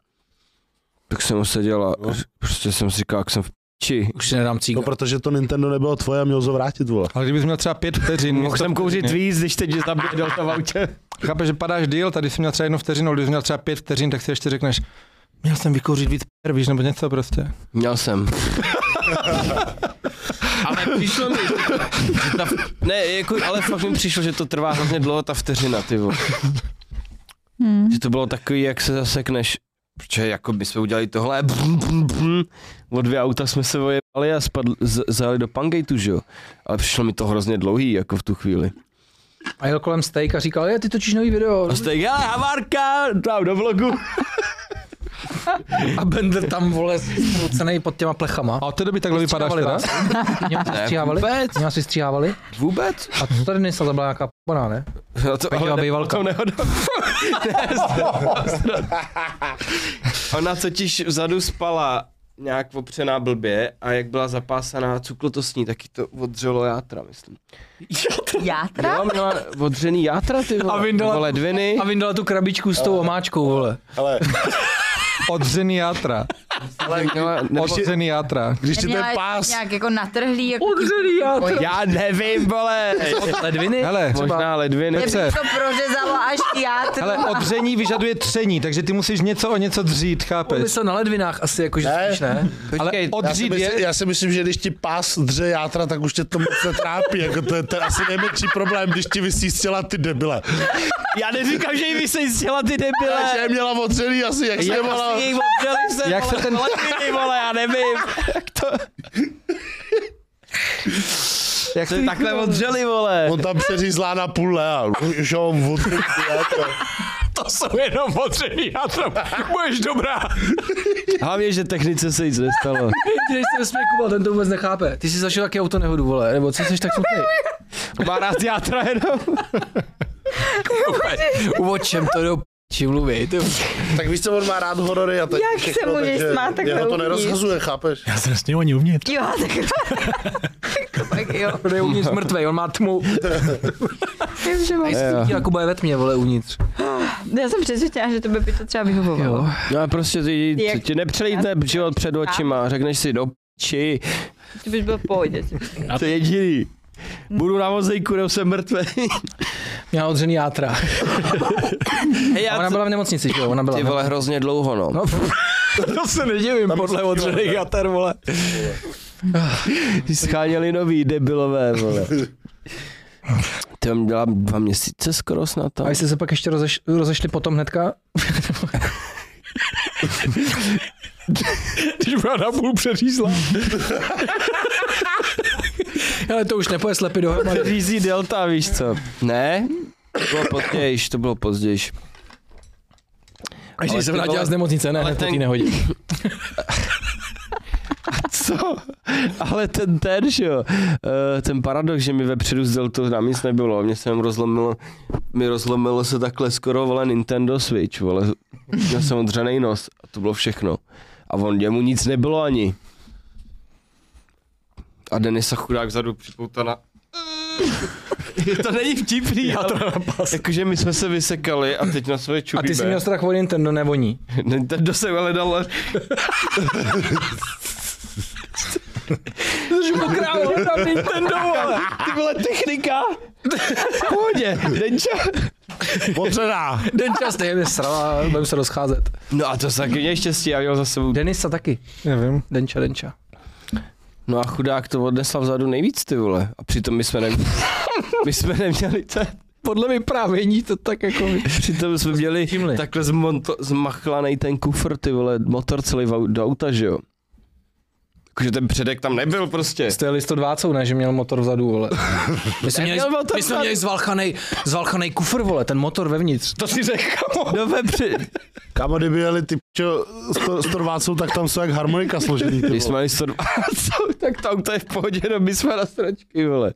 [SPEAKER 2] Tak jsem ho seděl a
[SPEAKER 4] No.
[SPEAKER 2] prostě jsem si říkal, jak jsem v piči.
[SPEAKER 1] Už si nedám
[SPEAKER 4] No
[SPEAKER 1] cík.
[SPEAKER 4] protože to Nintendo nebylo tvoje a měl to vrátit, vole.
[SPEAKER 3] Ale kdybys měl třeba pět vteřin,
[SPEAKER 2] Mohl
[SPEAKER 3] místo
[SPEAKER 2] jsem kouřit
[SPEAKER 3] vteřiny.
[SPEAKER 2] víc, když teď zabije Delta v autě.
[SPEAKER 3] Chápeš, že padáš díl, tady jsi měl třeba jednu vteřinu, ale kdybys měl třeba pět vteřin, tak si ještě řekneš, měl jsem vykouřit víc p***, víš, nebo něco prostě.
[SPEAKER 2] Měl jsem. ale přišlo mi, že ta, ne, jako, ale fakt mi přišlo, že to trvá hrozně dlouho ta vteřina, ty vole.
[SPEAKER 5] Hmm.
[SPEAKER 2] Že to bylo takový, jak se zasekneš. Protože jako by jsme udělali tohle, brum, brum, brum. o dvě auta jsme se ojebali a spadl, z, zajeli do Pangateu, že jo. Ale přišlo mi to hrozně dlouhý, jako v tu chvíli.
[SPEAKER 1] A jel kolem steak a říkal, je, ty točíš nový video.
[SPEAKER 2] A jste, hele, havárka, tam do vlogu.
[SPEAKER 1] A Bender tam, vole, cenej pod těma plechama.
[SPEAKER 3] A od té doby takhle vypadáš teda?
[SPEAKER 1] vás? Mě asi stříhávali? Mě asi stříhávali?
[SPEAKER 2] Vůbec?
[SPEAKER 1] A to tady nejsem, to byla nějaká p***baná, ne?
[SPEAKER 2] No to,
[SPEAKER 1] Peťová
[SPEAKER 2] ne-
[SPEAKER 1] bývalka.
[SPEAKER 2] To nehoda. Ona totiž vzadu spala nějak opřená blbě a jak byla zapásaná, cuklo to s ní, taky to odřelo játra, myslím.
[SPEAKER 5] Játra?
[SPEAKER 2] Jo, měla odřený játra, ty vole,
[SPEAKER 1] A vyndala-
[SPEAKER 2] nebo ledviny.
[SPEAKER 1] A vyndala tu krabičku s tou omáčkou, vole.
[SPEAKER 4] Ale
[SPEAKER 3] Odřený játra.
[SPEAKER 2] Ale měla, nebo,
[SPEAKER 3] Odřený játra.
[SPEAKER 4] když ti ten
[SPEAKER 5] Neměla
[SPEAKER 4] pás,
[SPEAKER 5] nějak jako natrhlý, jako
[SPEAKER 1] Odřený játra.
[SPEAKER 2] já nevím, vole.
[SPEAKER 1] Ledviny?
[SPEAKER 3] Hele,
[SPEAKER 2] Možná ledviny.
[SPEAKER 5] Mě by to prořezalo až ty játra.
[SPEAKER 3] ale odření vyžaduje tření, takže ty musíš něco o něco dřít, chápeš?
[SPEAKER 1] Myslel na ledvinách asi, jako, že
[SPEAKER 4] Ne.
[SPEAKER 1] spíš ne.
[SPEAKER 3] Ale
[SPEAKER 2] Počkej,
[SPEAKER 4] já si,
[SPEAKER 3] odřít
[SPEAKER 4] myslím,
[SPEAKER 3] je...
[SPEAKER 4] já si myslím, že když ti pás dře játra, tak už tě to moc netrápí. Jako to, je, to je asi nejmenší problém, když ti vysí z těla ty debile.
[SPEAKER 2] Já neříkám, že jí vysejstila ty
[SPEAKER 4] Ale že
[SPEAKER 2] debile.
[SPEAKER 4] je měla odřený asi, jak se měla...
[SPEAKER 2] Asi jí odřeli se,
[SPEAKER 3] Jak se
[SPEAKER 2] vole,
[SPEAKER 3] ten-
[SPEAKER 2] ledviny, vole, já nevím. Jak to...
[SPEAKER 3] Jak
[SPEAKER 2] To je takhle odřeli, vole.
[SPEAKER 4] On tam přeřízlá na půl lea. Už ho odřený játra.
[SPEAKER 6] To jsou jenom potřební játro. Budeš dobrá.
[SPEAKER 2] Hlavně, že technice se nic nestalo.
[SPEAKER 1] Když jsem směkoval, ten to vůbec nechápe. Ty jsi zažil taky auto nehodu, vole, nebo co jsi tak smutný?
[SPEAKER 2] Má rád játra jenom.
[SPEAKER 1] O čem to do p***či mluví? Ty
[SPEAKER 4] Tak víš, co on má rád horory a tak
[SPEAKER 5] Jak se mu
[SPEAKER 4] takže
[SPEAKER 5] vysmát takhle
[SPEAKER 4] Jeho to
[SPEAKER 5] uvnitř.
[SPEAKER 4] nerozhazuje, chápeš?
[SPEAKER 6] Já jsem s ním ani uvnitř.
[SPEAKER 5] Jo, tak, tak jo.
[SPEAKER 1] on je uvnitř mrtvej, on má tmu.
[SPEAKER 5] Vím, že máš.
[SPEAKER 1] Cítí, jako bude ve tmě, vole, uvnitř.
[SPEAKER 5] Já jsem přesvědčená, že tebe by to třeba vyhovovalo.
[SPEAKER 1] Jo.
[SPEAKER 2] No a prostě ty,
[SPEAKER 5] Jak-
[SPEAKER 2] ty, ti nepřejte život před očima, řekneš si do či,
[SPEAKER 5] Ty bys byl v pohodě.
[SPEAKER 2] to je jediný. Budu na vozejku, nebo jsem mrtvý.
[SPEAKER 1] Měla odřený játra.
[SPEAKER 2] Hej,
[SPEAKER 1] A ona byla v nemocnici, že jo? Ona byla.
[SPEAKER 2] Ty vole, hrozně dlouho, no.
[SPEAKER 1] No,
[SPEAKER 2] to se nedivím, podle odřených jater, vole. Scháněli nový debilové, vole. To mě dělá dva měsíce skoro snad no. tam.
[SPEAKER 1] A jestli se pak ještě rozeš, rozešli potom hnedka?
[SPEAKER 6] Když byla na půl přeřízla.
[SPEAKER 1] Ale to už nepoje slepy dohromady.
[SPEAKER 2] Řízí delta, víš co? Ne? To bylo pozdějiš, to bylo pozdějiš.
[SPEAKER 1] Až
[SPEAKER 2] Ale
[SPEAKER 1] když se
[SPEAKER 2] ty
[SPEAKER 1] vrátila
[SPEAKER 2] vole-
[SPEAKER 1] z nemocnice, ne,
[SPEAKER 2] ale
[SPEAKER 1] hned po
[SPEAKER 2] ten-
[SPEAKER 1] té nehodě.
[SPEAKER 2] Co? Ale ten ten, že jo, Eh, ten paradox, že mi vepředu s deltou nám nic nebylo, mě se jenom rozlomilo, mi rozlomilo se takhle skoro, vole, Nintendo Switch, vole, měl jsem odřený nos a to bylo všechno. A on, jemu nic nebylo ani. A Denisa chudák vzadu připoutaná. to není vtipný, ale jakože my jsme se vysekali a teď na své
[SPEAKER 1] A
[SPEAKER 2] čubíme.
[SPEAKER 1] ty jsi měl strach o Nintendo, nebo ní?
[SPEAKER 2] Nintendo jsem ale dal. Župokrál na Nintendo, vole. Ty vole technika. V Pohodě, Denča.
[SPEAKER 4] Potřená.
[SPEAKER 1] Den čas nejde srala, budeme se rozcházet.
[SPEAKER 2] No a to se taky měl štěstí, já měl za sebou.
[SPEAKER 1] Denisa taky.
[SPEAKER 3] Nevím.
[SPEAKER 1] Denča, Denča.
[SPEAKER 2] No a chudák to odnesla vzadu nejvíc, ty vole. A přitom my jsme, ne... my jsme neměli to.
[SPEAKER 1] Podle vyprávění to tak jako...
[SPEAKER 2] Přitom jsme měli
[SPEAKER 1] Všimli.
[SPEAKER 2] takhle zmonto... zmachlanej ten kufr, ty vole, motor celý v au- do auta, že jo. Takže ten předek tam nebyl prostě.
[SPEAKER 1] Stojeli s to dvácou, ne, že měl motor vzadu, vole. My jsme měli,
[SPEAKER 2] Neměl motor
[SPEAKER 1] my jsme
[SPEAKER 2] vzadu.
[SPEAKER 1] měli zvalchanej, zvalchanej kufr, vole, ten motor vevnitř.
[SPEAKER 2] To si řekl, kamo. No vepřed,
[SPEAKER 4] Kámo, kdyby jeli ty čo, s torvácou, tak tam jsou jak harmonika složený. Ty
[SPEAKER 2] Když jsme
[SPEAKER 4] vole.
[SPEAKER 2] měli 120, tak to auto je v pohodě, no my jsme na stračky, vole.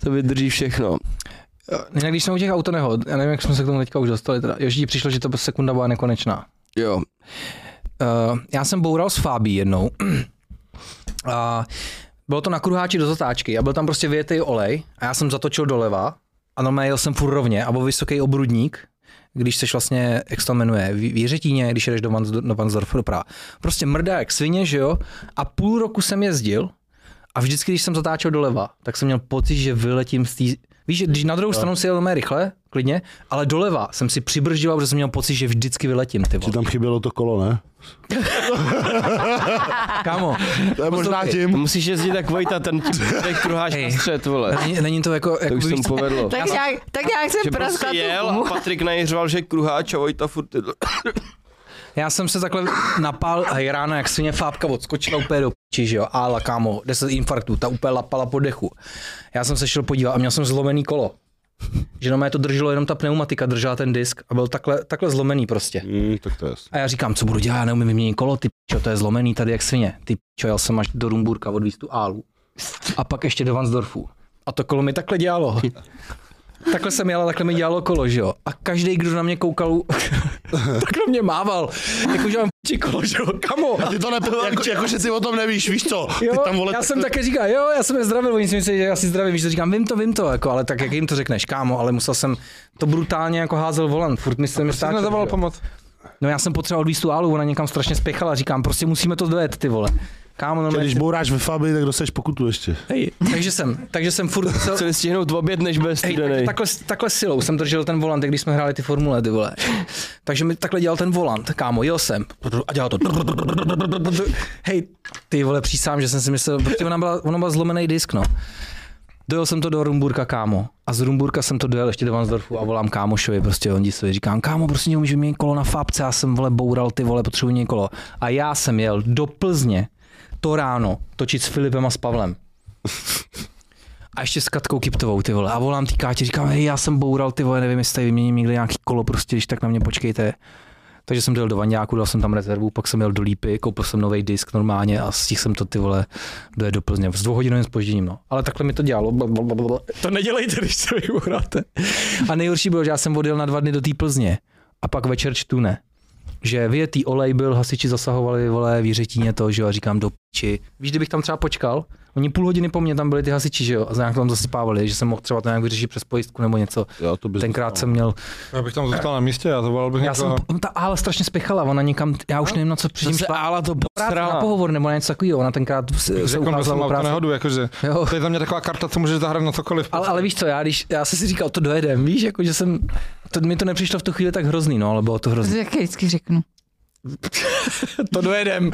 [SPEAKER 2] To vydrží všechno.
[SPEAKER 1] Jinak když jsme u těch autonehod, já nevím, jak jsme se k tomu teďka už dostali, teda, ještě ti přišlo, že ta sekunda byla nekonečná.
[SPEAKER 2] Jo.
[SPEAKER 1] Uh, já jsem boural s Fábí jednou a bylo to na kruháči do zatáčky a byl tam prostě vyjetý olej a já jsem zatočil doleva a normálně jel jsem furt rovně a byl vysoký obrudník, když seš vlastně, jak se to jmenuje, v v Jiřetíně, když jedeš do, Vansdor, do Vansdorfu doprava. Prostě mrdá jak svině, že jo? A půl roku jsem jezdil a vždycky, když jsem zatáčel doleva, tak jsem měl pocit, že vyletím z té... Víš, že když na druhou stranu si jel mé rychle, klidně, ale doleva jsem si přibrždil, protože jsem měl pocit, že vždycky vyletím, ty
[SPEAKER 4] Že
[SPEAKER 1] vole.
[SPEAKER 4] tam chybělo to kolo, ne?
[SPEAKER 1] Kámo,
[SPEAKER 4] To je možná
[SPEAKER 1] Poslouchej,
[SPEAKER 4] tím.
[SPEAKER 2] Musíš jezdit tak Vojta, ten ti ten kruháš
[SPEAKER 1] Hej.
[SPEAKER 2] na střed, vole.
[SPEAKER 1] Není, není to jako,
[SPEAKER 2] To
[SPEAKER 1] jako
[SPEAKER 2] už se
[SPEAKER 1] víš,
[SPEAKER 2] mu
[SPEAKER 1] co-
[SPEAKER 2] povedlo.
[SPEAKER 5] Tak nějak, tak nějak
[SPEAKER 2] Že
[SPEAKER 5] jsem
[SPEAKER 2] prostě
[SPEAKER 5] praskla
[SPEAKER 2] jel a Patrik najeřval, že kruháč a Vojta furt ty...
[SPEAKER 1] já jsem se takhle napál a je ráno, jak svině fábka odskočila úplně do piči, že jo, ála kámo, 10 infarktů, ta úplně lapala po dechu. Já jsem se šel podívat a měl jsem zlomený kolo. Že no to drželo, jenom ta pneumatika držela ten disk a byl takhle, takhle zlomený prostě.
[SPEAKER 4] Hmm, tak to je.
[SPEAKER 1] A já říkám, co budu dělat, já neumím vyměnit kolo, ty čo, to je zlomený tady jak svině. Ty čo, jel jsem až do Rumburka odvíz tu álu. A pak ještě do Vansdorfu. A to kolo mi takhle dělalo. Takhle jsem jel a takhle mi dělalo kolo, že jo. A každý, kdo na mě koukal, takhle mě mával. Jakože mám piči kolo, že jo. Kamo,
[SPEAKER 4] Ty to nepo... jako, jako, že ty o tom nevíš, víš co? Ty
[SPEAKER 1] Jo,
[SPEAKER 4] tam vole...
[SPEAKER 1] já jsem také říkal, jo, já jsem je zdravil, oni si myslí, že já si zdravím, víš, to říkám, vím to, vím to, jako, ale tak jak jim to řekneš, kámo, ale musel jsem to brutálně jako házel volant, furt mi se mi
[SPEAKER 3] Jsi
[SPEAKER 1] stáčel, že
[SPEAKER 3] nezavolal
[SPEAKER 1] jo.
[SPEAKER 3] pomoc.
[SPEAKER 1] No já jsem potřeboval odvíst tu álu, ona někam strašně spěchala, říkám, prostě musíme to dojet, ty vole. Kámo, no,
[SPEAKER 4] Že Když bouráš ve Fabii, tak dostaneš pokutu ještě.
[SPEAKER 1] hej, takže jsem, takže jsem furt musel,
[SPEAKER 2] Chceli stihnout oběd, než bez
[SPEAKER 1] hej, takže
[SPEAKER 2] studenej.
[SPEAKER 1] takhle, takhle, silou jsem držel ten volant, jak když jsme hráli ty formule, ty vole. Takže mi takhle dělal ten volant, kámo, jel jsem a dělal to. Hej, ty vole, přísám, že jsem si myslel, protože ona byla, ona byla zlomený disk, no. Dojel jsem to do Rumburka, kámo. A z Rumburka jsem to dojel ještě do Vansdorfu a volám kámošovi, prostě Hondisovi. Říkám, kámo, prostě neumíš vyměnit kolo na fábce, já jsem vole boural ty vole, potřebuji měnit kolo. A já jsem jel do Plzně to ráno točit s Filipem a s Pavlem. A ještě s Katkou Kiptovou, ty vole. A volám ty Kátě, říkám, hej, já jsem boural, ty vole, nevím, jestli tady vyměním někde nějaký kolo, prostě, když tak na mě počkejte. Takže jsem jel do Vaňáku, dal jsem tam rezervu, pak jsem jel do Lípy, koupil jsem nový disk normálně a stihl jsem to ty vole dojet do Plzně s dvouhodinovým spožděním. No. Ale takhle mi to dělalo. Blablabla. To nedělejte, když se vyhráte. A nejhorší bylo, že já jsem odjel na dva dny do té Plzně a pak večer čtu ne. Že vyjetý olej byl, hasiči zasahovali, vole, výřetíně to, že jo, a říkám do piči. Víš, kdybych tam třeba počkal, oni půl hodiny po mně tam byli ty hasiči, že jo, a nějak tam zasypávali, že jsem mohl třeba to nějak vyřešit přes pojistku nebo něco.
[SPEAKER 4] Jo, to bys
[SPEAKER 1] Tenkrát jsem měl
[SPEAKER 3] No, Já bych tam zůstal na místě, já zavolal bych
[SPEAKER 2] Jako-
[SPEAKER 1] já jsem,
[SPEAKER 3] někoho.
[SPEAKER 1] ta ála strašně spěchala, ona někam, já už nevím, na co předtím
[SPEAKER 2] Zase
[SPEAKER 1] šla.
[SPEAKER 2] Ála to
[SPEAKER 1] Práce na
[SPEAKER 2] posrala.
[SPEAKER 1] pohovor nebo na něco takového, ona tenkrát se, se
[SPEAKER 3] Řekl jsem, že
[SPEAKER 1] ukázala o
[SPEAKER 3] auto
[SPEAKER 1] práci.
[SPEAKER 3] nehodu, jakože.
[SPEAKER 1] Jo.
[SPEAKER 3] To je za mě taková karta, co můžeš zahrát na cokoliv.
[SPEAKER 1] Ale, ale, víš co, já, když, já jsem si říkal, to dojedem, víš, jako, že jsem, to, mi to nepřišlo v tu chvíli tak hrozný, no, ale bylo to
[SPEAKER 5] To
[SPEAKER 1] hrozný.
[SPEAKER 5] jak vždycky řeknu.
[SPEAKER 1] to dojedem.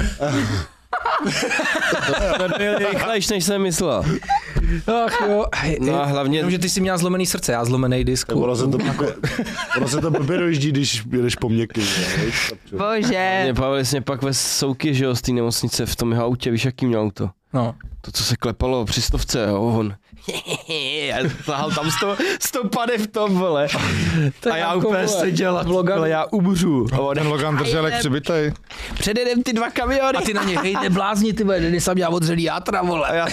[SPEAKER 2] Rychlejš, než jsem myslel.
[SPEAKER 1] Ach jo.
[SPEAKER 2] No
[SPEAKER 1] No,
[SPEAKER 2] a hlavně,
[SPEAKER 1] že ty jsi měl zlomený srdce, já zlomený disk.
[SPEAKER 4] Ono se to, blbě- ono se to blbě dojíždí, když jedeš po měkkým. jo, víš, chlapče.
[SPEAKER 5] Bože,
[SPEAKER 2] mě Pavel jasně pak ve souky, že jo, z té nemocnice v tom jeho autě, víš, jaký měl auto.
[SPEAKER 1] No.
[SPEAKER 2] To, co se klepalo při stovce, jo, on. Já tahal tam sto, stopady v tom, vole. A já úplně seděl a jako, vole, já umřu. A on,
[SPEAKER 3] Ten Logan držel jak přibitej.
[SPEAKER 2] předjedem ty dva kamiony.
[SPEAKER 1] A ty na ně, hej, neblázni, ty vole, jsem já odřelý játra,
[SPEAKER 2] A
[SPEAKER 1] vole.
[SPEAKER 2] já,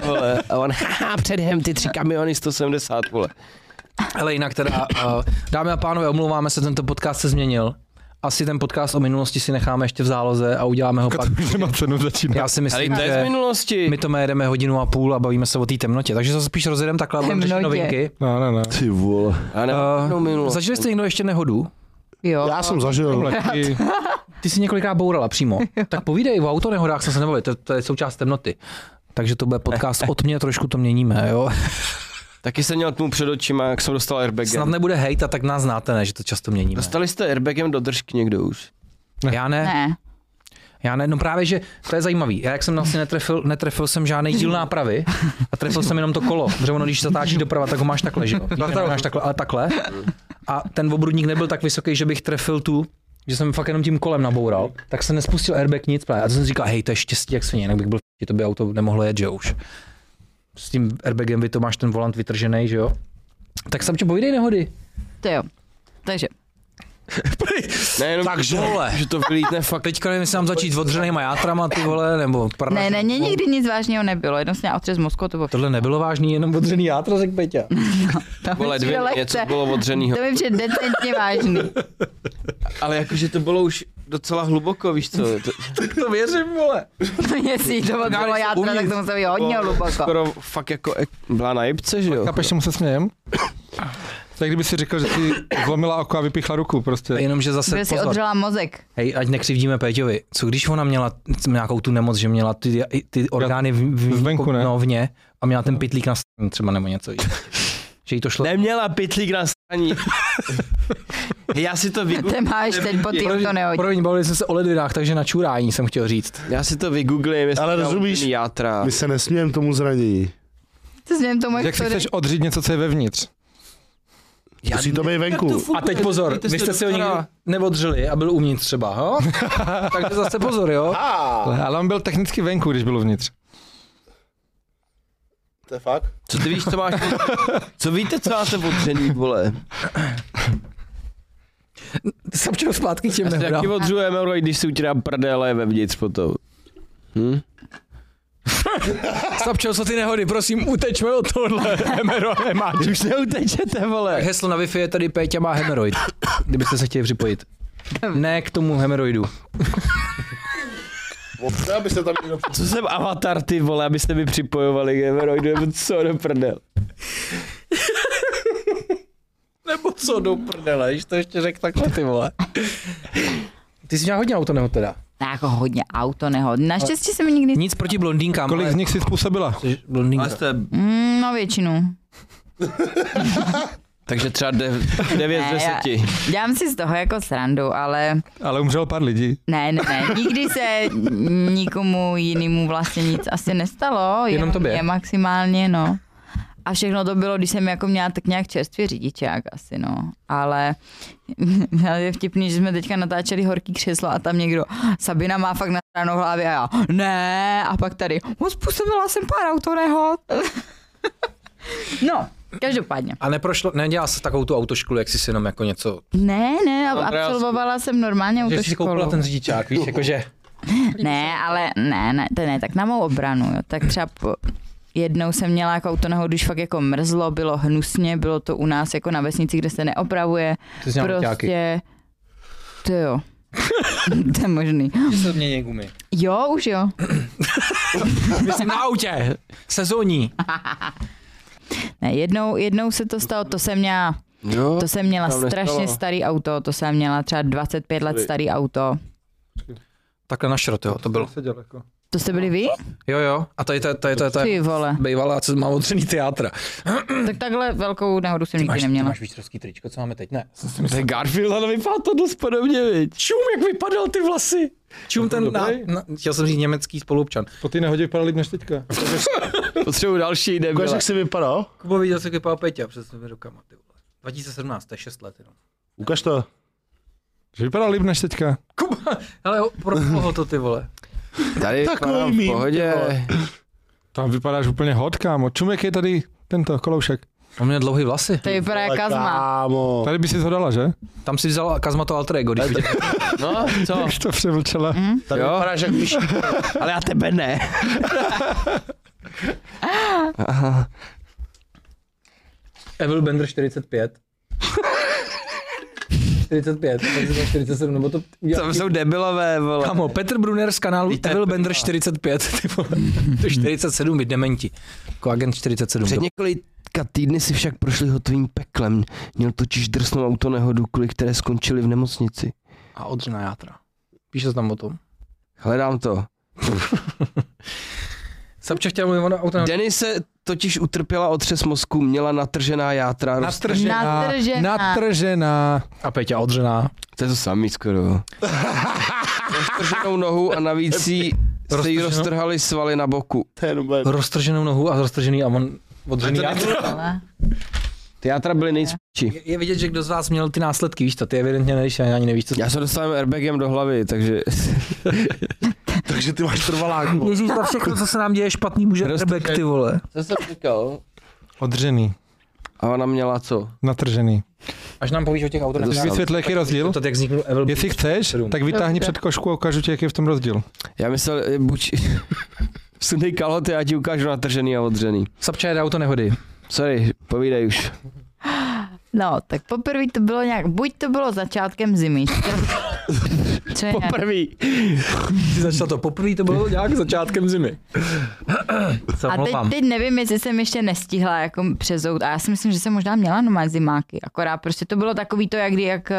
[SPEAKER 2] vole, a on, haha, předjedem ty tři kamiony 170, vole.
[SPEAKER 1] Ale jinak teda, uh, dámy a pánové, omlouváme se, tento podcast se změnil. Asi ten podcast o minulosti si necháme ještě v záloze a uděláme ho pak.
[SPEAKER 3] Nemá cenu začínat.
[SPEAKER 1] Já si
[SPEAKER 2] Ale
[SPEAKER 1] myslím,
[SPEAKER 2] Jako to je z
[SPEAKER 1] že
[SPEAKER 2] minulosti.
[SPEAKER 1] my to jedeme hodinu a půl a bavíme se o té temnotě. Takže se spíš rozjedeme takhle, a budeme řešit
[SPEAKER 5] Temnotě.
[SPEAKER 1] novinky.
[SPEAKER 3] No, no, no.
[SPEAKER 4] Ty vole.
[SPEAKER 2] A ne, no,
[SPEAKER 1] Uh,
[SPEAKER 2] minulost.
[SPEAKER 1] zažili jste někdo ještě nehodu?
[SPEAKER 5] jo.
[SPEAKER 4] Já jsem zažil.
[SPEAKER 3] Lehký.
[SPEAKER 1] Ty jsi několikrát bourala přímo. Tak povídej, o autonehodách jsme se nebavili, to, to je součást temnoty. Takže to bude podcast od mě, trošku to měníme, jo.
[SPEAKER 2] Taky jsem měl tmu před očima, jak jsem dostal
[SPEAKER 1] Snad
[SPEAKER 2] airbagem.
[SPEAKER 1] nebude hejt a tak nás znáte, ne, že to často měníme.
[SPEAKER 2] Dostali jste airbagem do držky někdo už?
[SPEAKER 1] Já ne,
[SPEAKER 5] Ne.
[SPEAKER 1] Já ne, no právě, že to je zajímavý. Já jak jsem vlastně netrefil, netrefil jsem žádný díl nápravy a trefil jsem jenom to kolo, protože ono, když zatáčí doprava, tak ho máš takhle, že jo? Víte, ho máš takhle, ale takhle. A ten obrudník nebyl tak vysoký, že bych trefil tu, že jsem fakt jenom tím kolem naboural, tak se nespustil airbag nic právě. A to jsem si říkal, hej, to je štěstí, jak svině, jinak bych byl v p***, to by auto nemohlo jet, že jo už. S tím airbagem vy to máš ten volant vytržený, že jo? Tak samče, povídej nehody.
[SPEAKER 5] To jo. Takže,
[SPEAKER 2] Ne, jenom, Takže. že to vylítne fakt.
[SPEAKER 1] Teďka nevím, jestli mám začít odřenýma játrama, ty vole, nebo prdla,
[SPEAKER 5] ne, ne, ne, nikdy nic vážného nebylo, jenom jsem měla otřes mozku, a to bylo
[SPEAKER 1] Tohle nebylo vážný, jenom odřený játra, řekl Peťa.
[SPEAKER 5] to
[SPEAKER 2] Vole, dvě něco bylo odřenýho.
[SPEAKER 5] To mi přijde decentně vážný.
[SPEAKER 2] Ale jakože to bylo už docela hluboko, víš co? To,
[SPEAKER 1] To věřím, vole.
[SPEAKER 5] To jestli jí to odbylo játra, tak to muselo být hodně hluboko.
[SPEAKER 2] skoro fakt jako ek, byla na jibce, že jo?
[SPEAKER 3] Chápeš, čemu se smějem? To je, kdyby si řekl, že si zlomila oko a vypíchla ruku, prostě.
[SPEAKER 1] Jenomže zase
[SPEAKER 5] Protože si
[SPEAKER 1] pozor,
[SPEAKER 5] odřela mozek.
[SPEAKER 1] hej, ať nekřivdíme Péťovi, co když ona měla nějakou tu nemoc, že měla ty, ty orgány v, v,
[SPEAKER 3] Zvenku, ne?
[SPEAKER 1] no, vně a měla ten pitlík na straně třeba nebo něco. víš. že jí to šlo.
[SPEAKER 2] Neměla pitlík na straní. Já si to vygu...
[SPEAKER 5] Ten máš teď po
[SPEAKER 1] Promiň-
[SPEAKER 5] tým to nehodí.
[SPEAKER 1] Promiň, bavili jsme se o ledvinách, takže na čurání jsem chtěl říct.
[SPEAKER 2] Já si to vygooglím, jestli
[SPEAKER 4] Ale
[SPEAKER 2] mám
[SPEAKER 4] rozumíš?
[SPEAKER 2] úplný játra.
[SPEAKER 4] My se nesmějeme tomu zranění.
[SPEAKER 5] To směm tomu, jak
[SPEAKER 3] Jak
[SPEAKER 5] to
[SPEAKER 3] si chceš odřít něco, co je vevnitř?
[SPEAKER 4] Musí to být venku.
[SPEAKER 1] A teď pozor,
[SPEAKER 2] Ty
[SPEAKER 1] vy
[SPEAKER 2] jste
[SPEAKER 1] jste si ho nikdy
[SPEAKER 2] doktora.
[SPEAKER 1] neodřeli a byl uvnitř třeba, ho? takže zase pozor, jo?
[SPEAKER 3] Ale ale on byl technicky venku, když byl uvnitř.
[SPEAKER 4] To je fakt?
[SPEAKER 2] Co ty víš, co máš? Co víte, co máte odřený, vole?
[SPEAKER 1] Jsem chtěl zpátky k těm
[SPEAKER 2] Já si
[SPEAKER 1] nehodám.
[SPEAKER 2] taky odřujeme, bro, i když si utěrám prdele vevnitř potom. Hm?
[SPEAKER 1] Sapčo, co ty nehody, prosím, utečme od tohle. Hemeroid má.
[SPEAKER 2] Už neutečete, vole.
[SPEAKER 1] Heslo na Wi-Fi je tady Péťa má hemeroid, kdybyste se chtěli připojit. Ne k tomu hemeroidu.
[SPEAKER 4] Obce, aby se tam někdo
[SPEAKER 2] Co jsem avatar, ty vole, abyste mi připojovali k Everoidu, nebo co do prdel.
[SPEAKER 1] Nebo co do prdele, když to ještě řekl takhle, ty vole. Ty jsi měl hodně auto nebo teda?
[SPEAKER 5] Ne, jako hodně auto nehod. Naštěstí se mi nikdy...
[SPEAKER 1] Nic proti blondýnkám,
[SPEAKER 3] Kolik z nich si způsobila?
[SPEAKER 1] blondýnka.
[SPEAKER 5] Mm, no většinu.
[SPEAKER 2] Takže třeba de, 9 z
[SPEAKER 5] Ne, já-
[SPEAKER 2] 10.
[SPEAKER 5] Dělám si z toho jako srandu, ale
[SPEAKER 3] Ale umřel pár lidí.
[SPEAKER 5] ne, ne, ne. Nikdy se nikomu jinému vlastně nic asi nestalo.
[SPEAKER 1] Jenom tobě.
[SPEAKER 5] Je maximálně, no. A všechno to bylo, když jsem jako měla tak nějak čerstvě řidičák asi, no. Ale, ale je vtipný, že jsme teďka natáčeli horký křeslo a tam někdo, Sabina má fakt na stranu hlavě a já, ne, a pak tady, "No, způsobila jsem pár autonehod. no, každopádně.
[SPEAKER 1] A neprošlo, nedělal se takovou tu autoškolu, jak jsi si jenom jako něco...
[SPEAKER 5] Ne, ne,
[SPEAKER 2] Mám prásku.
[SPEAKER 5] absolvovala jsem normálně
[SPEAKER 1] No, Že jsi si koupila
[SPEAKER 5] autoškolu.
[SPEAKER 1] ten řidičák, víš, jakože...
[SPEAKER 5] Ne, ale ne, ne, to ne, tak na mou obranu, jo. tak třeba po, jednou jsem měla jako auto nahoru, když fakt jako mrzlo, bylo hnusně, bylo to u nás jako na vesnici, kde se neopravuje,
[SPEAKER 1] Ty jsi měl prostě...
[SPEAKER 5] prostě, to jo, to je možný.
[SPEAKER 1] se mění gumy.
[SPEAKER 5] Jo, už jo.
[SPEAKER 1] Myslím na autě, sezónní.
[SPEAKER 5] Ne, jednou, jednou se to stalo, to jsem měla,
[SPEAKER 2] Jo.
[SPEAKER 5] to jsem měla
[SPEAKER 2] Tam nestalo.
[SPEAKER 5] strašně starý auto, to jsem měla třeba 25 let starý auto.
[SPEAKER 1] Takhle na šrot, jo, to bylo.
[SPEAKER 3] Seděl jako.
[SPEAKER 5] To jste byli vy?
[SPEAKER 1] Jo, jo. A to je ta, to je ta, ta
[SPEAKER 5] Ty vole.
[SPEAKER 1] bývalá, co má otřený teátra.
[SPEAKER 5] Tak takhle velkou nehodu jsem nikdy
[SPEAKER 1] Máš, ty
[SPEAKER 5] neměla.
[SPEAKER 1] máš výstrovský tričko, co máme teď? Ne.
[SPEAKER 2] To je Garfield, ale vypadá to dost podobně, viď?
[SPEAKER 1] Čum, jak vypadal ty vlasy. Čum ten, na, na, No, chtěl jsem říct německý spoluobčan.
[SPEAKER 3] Po té nehodě vypadal líp než teďka.
[SPEAKER 2] Potřebuji další
[SPEAKER 4] Ukáž,
[SPEAKER 2] debila.
[SPEAKER 4] jak jsi vypadal?
[SPEAKER 1] Kuba viděl, jak vypadal Peťa před svými rukama. Ty vole. 2017, to je 6 let jenom.
[SPEAKER 4] Ukaž to.
[SPEAKER 3] Že vypadal líp než teďka.
[SPEAKER 1] Kuba, ale pro ho to ty vole.
[SPEAKER 2] Tady
[SPEAKER 4] Takový
[SPEAKER 2] vypadám v
[SPEAKER 4] mím,
[SPEAKER 2] pohodě.
[SPEAKER 4] ty vole.
[SPEAKER 3] Tam vypadáš úplně hot, kámo. Čumek je tady tento koloušek.
[SPEAKER 1] On měl dlouhý vlasy.
[SPEAKER 5] To vypadá
[SPEAKER 4] Ale
[SPEAKER 5] jak kazma.
[SPEAKER 4] Kámo.
[SPEAKER 3] Tady by si zhodala, že?
[SPEAKER 6] No.
[SPEAKER 1] Tam si vzal Kazma to alter ego, když viděl.
[SPEAKER 2] No, co?
[SPEAKER 3] Když to převlčela.
[SPEAKER 6] Mm.
[SPEAKER 4] Tady
[SPEAKER 2] Jo.
[SPEAKER 4] vypadáš jak myší.
[SPEAKER 2] Ale já tebe ne. Aha.
[SPEAKER 1] Evil Bender 45. 45, takže to je 47, nebo to
[SPEAKER 2] Tam jsou debilové, vole.
[SPEAKER 1] Kamo, Petr Brunner z kanálu
[SPEAKER 2] Víte,
[SPEAKER 1] Evil
[SPEAKER 2] to-
[SPEAKER 1] Bender 45, ty vole. To je 47, vy dementi. Jako agent 47.
[SPEAKER 2] Před několika týdny si však prošli hotovým peklem. Měl totiž drsnou autonehodu, kvůli které skončili v nemocnici.
[SPEAKER 1] A odřená játra. Píše se tam o tom.
[SPEAKER 2] Hledám to.
[SPEAKER 1] Sabče chtěl mluvit o
[SPEAKER 2] No.
[SPEAKER 1] autem.
[SPEAKER 2] Denise totiž utrpěla otřes mozku, měla natržená játra. Roz...
[SPEAKER 3] Natržená.
[SPEAKER 5] Natržená.
[SPEAKER 3] Natržená.
[SPEAKER 1] A Peťa odřená.
[SPEAKER 2] To je to samý skoro. Roztrženou nohu a navíc jí se jí
[SPEAKER 1] Roztrženou?
[SPEAKER 2] roztrhali svaly na boku.
[SPEAKER 4] To je jenom moje-
[SPEAKER 1] Roztrženou nohu a roztržený a on odřený játra.
[SPEAKER 5] Ale
[SPEAKER 2] Ty játra byly nejspíči.
[SPEAKER 1] Je, je vidět, že kdo z vás měl ty následky, víš to, ty evidentně nevíš, ani nevíš, co
[SPEAKER 2] Já se dostávám airbagem do hlavy, takže
[SPEAKER 4] Takže ty máš trvalák. vole.
[SPEAKER 1] Ježíš, za všechno, co se nám děje špatný, může airbag, ty vole.
[SPEAKER 2] Co jsem říkal?
[SPEAKER 3] Odřený.
[SPEAKER 2] A ona měla co?
[SPEAKER 3] Natržený.
[SPEAKER 1] Až nám povíš o těch autonách.
[SPEAKER 2] To
[SPEAKER 3] Chceš
[SPEAKER 2] Sám.
[SPEAKER 3] vysvětlit, jaký je rozdíl?
[SPEAKER 1] jak vzniknul Evil
[SPEAKER 3] Jestli chceš, tak vytáhni před košku a ukážu ti, jaký je v tom rozdíl.
[SPEAKER 2] Já myslel, eh, buď... Sundej kalhoty, já ti ukážu natržený a odřený.
[SPEAKER 1] Sapča jede auto nehody.
[SPEAKER 2] Sorry, povídej už.
[SPEAKER 5] No, tak poprvé to bylo nějak, buď to bylo začátkem zimy. Co je nějak,
[SPEAKER 2] Poprvý.
[SPEAKER 1] Ty začal to poprvé, to bylo nějak začátkem zimy. Co
[SPEAKER 5] a teď, teď nevím, jestli jsem ještě nestihla jako přezout. A já si myslím, že jsem možná měla normálně zimáky. Akorát prostě to bylo takový to, jak, kdy- jak, eh,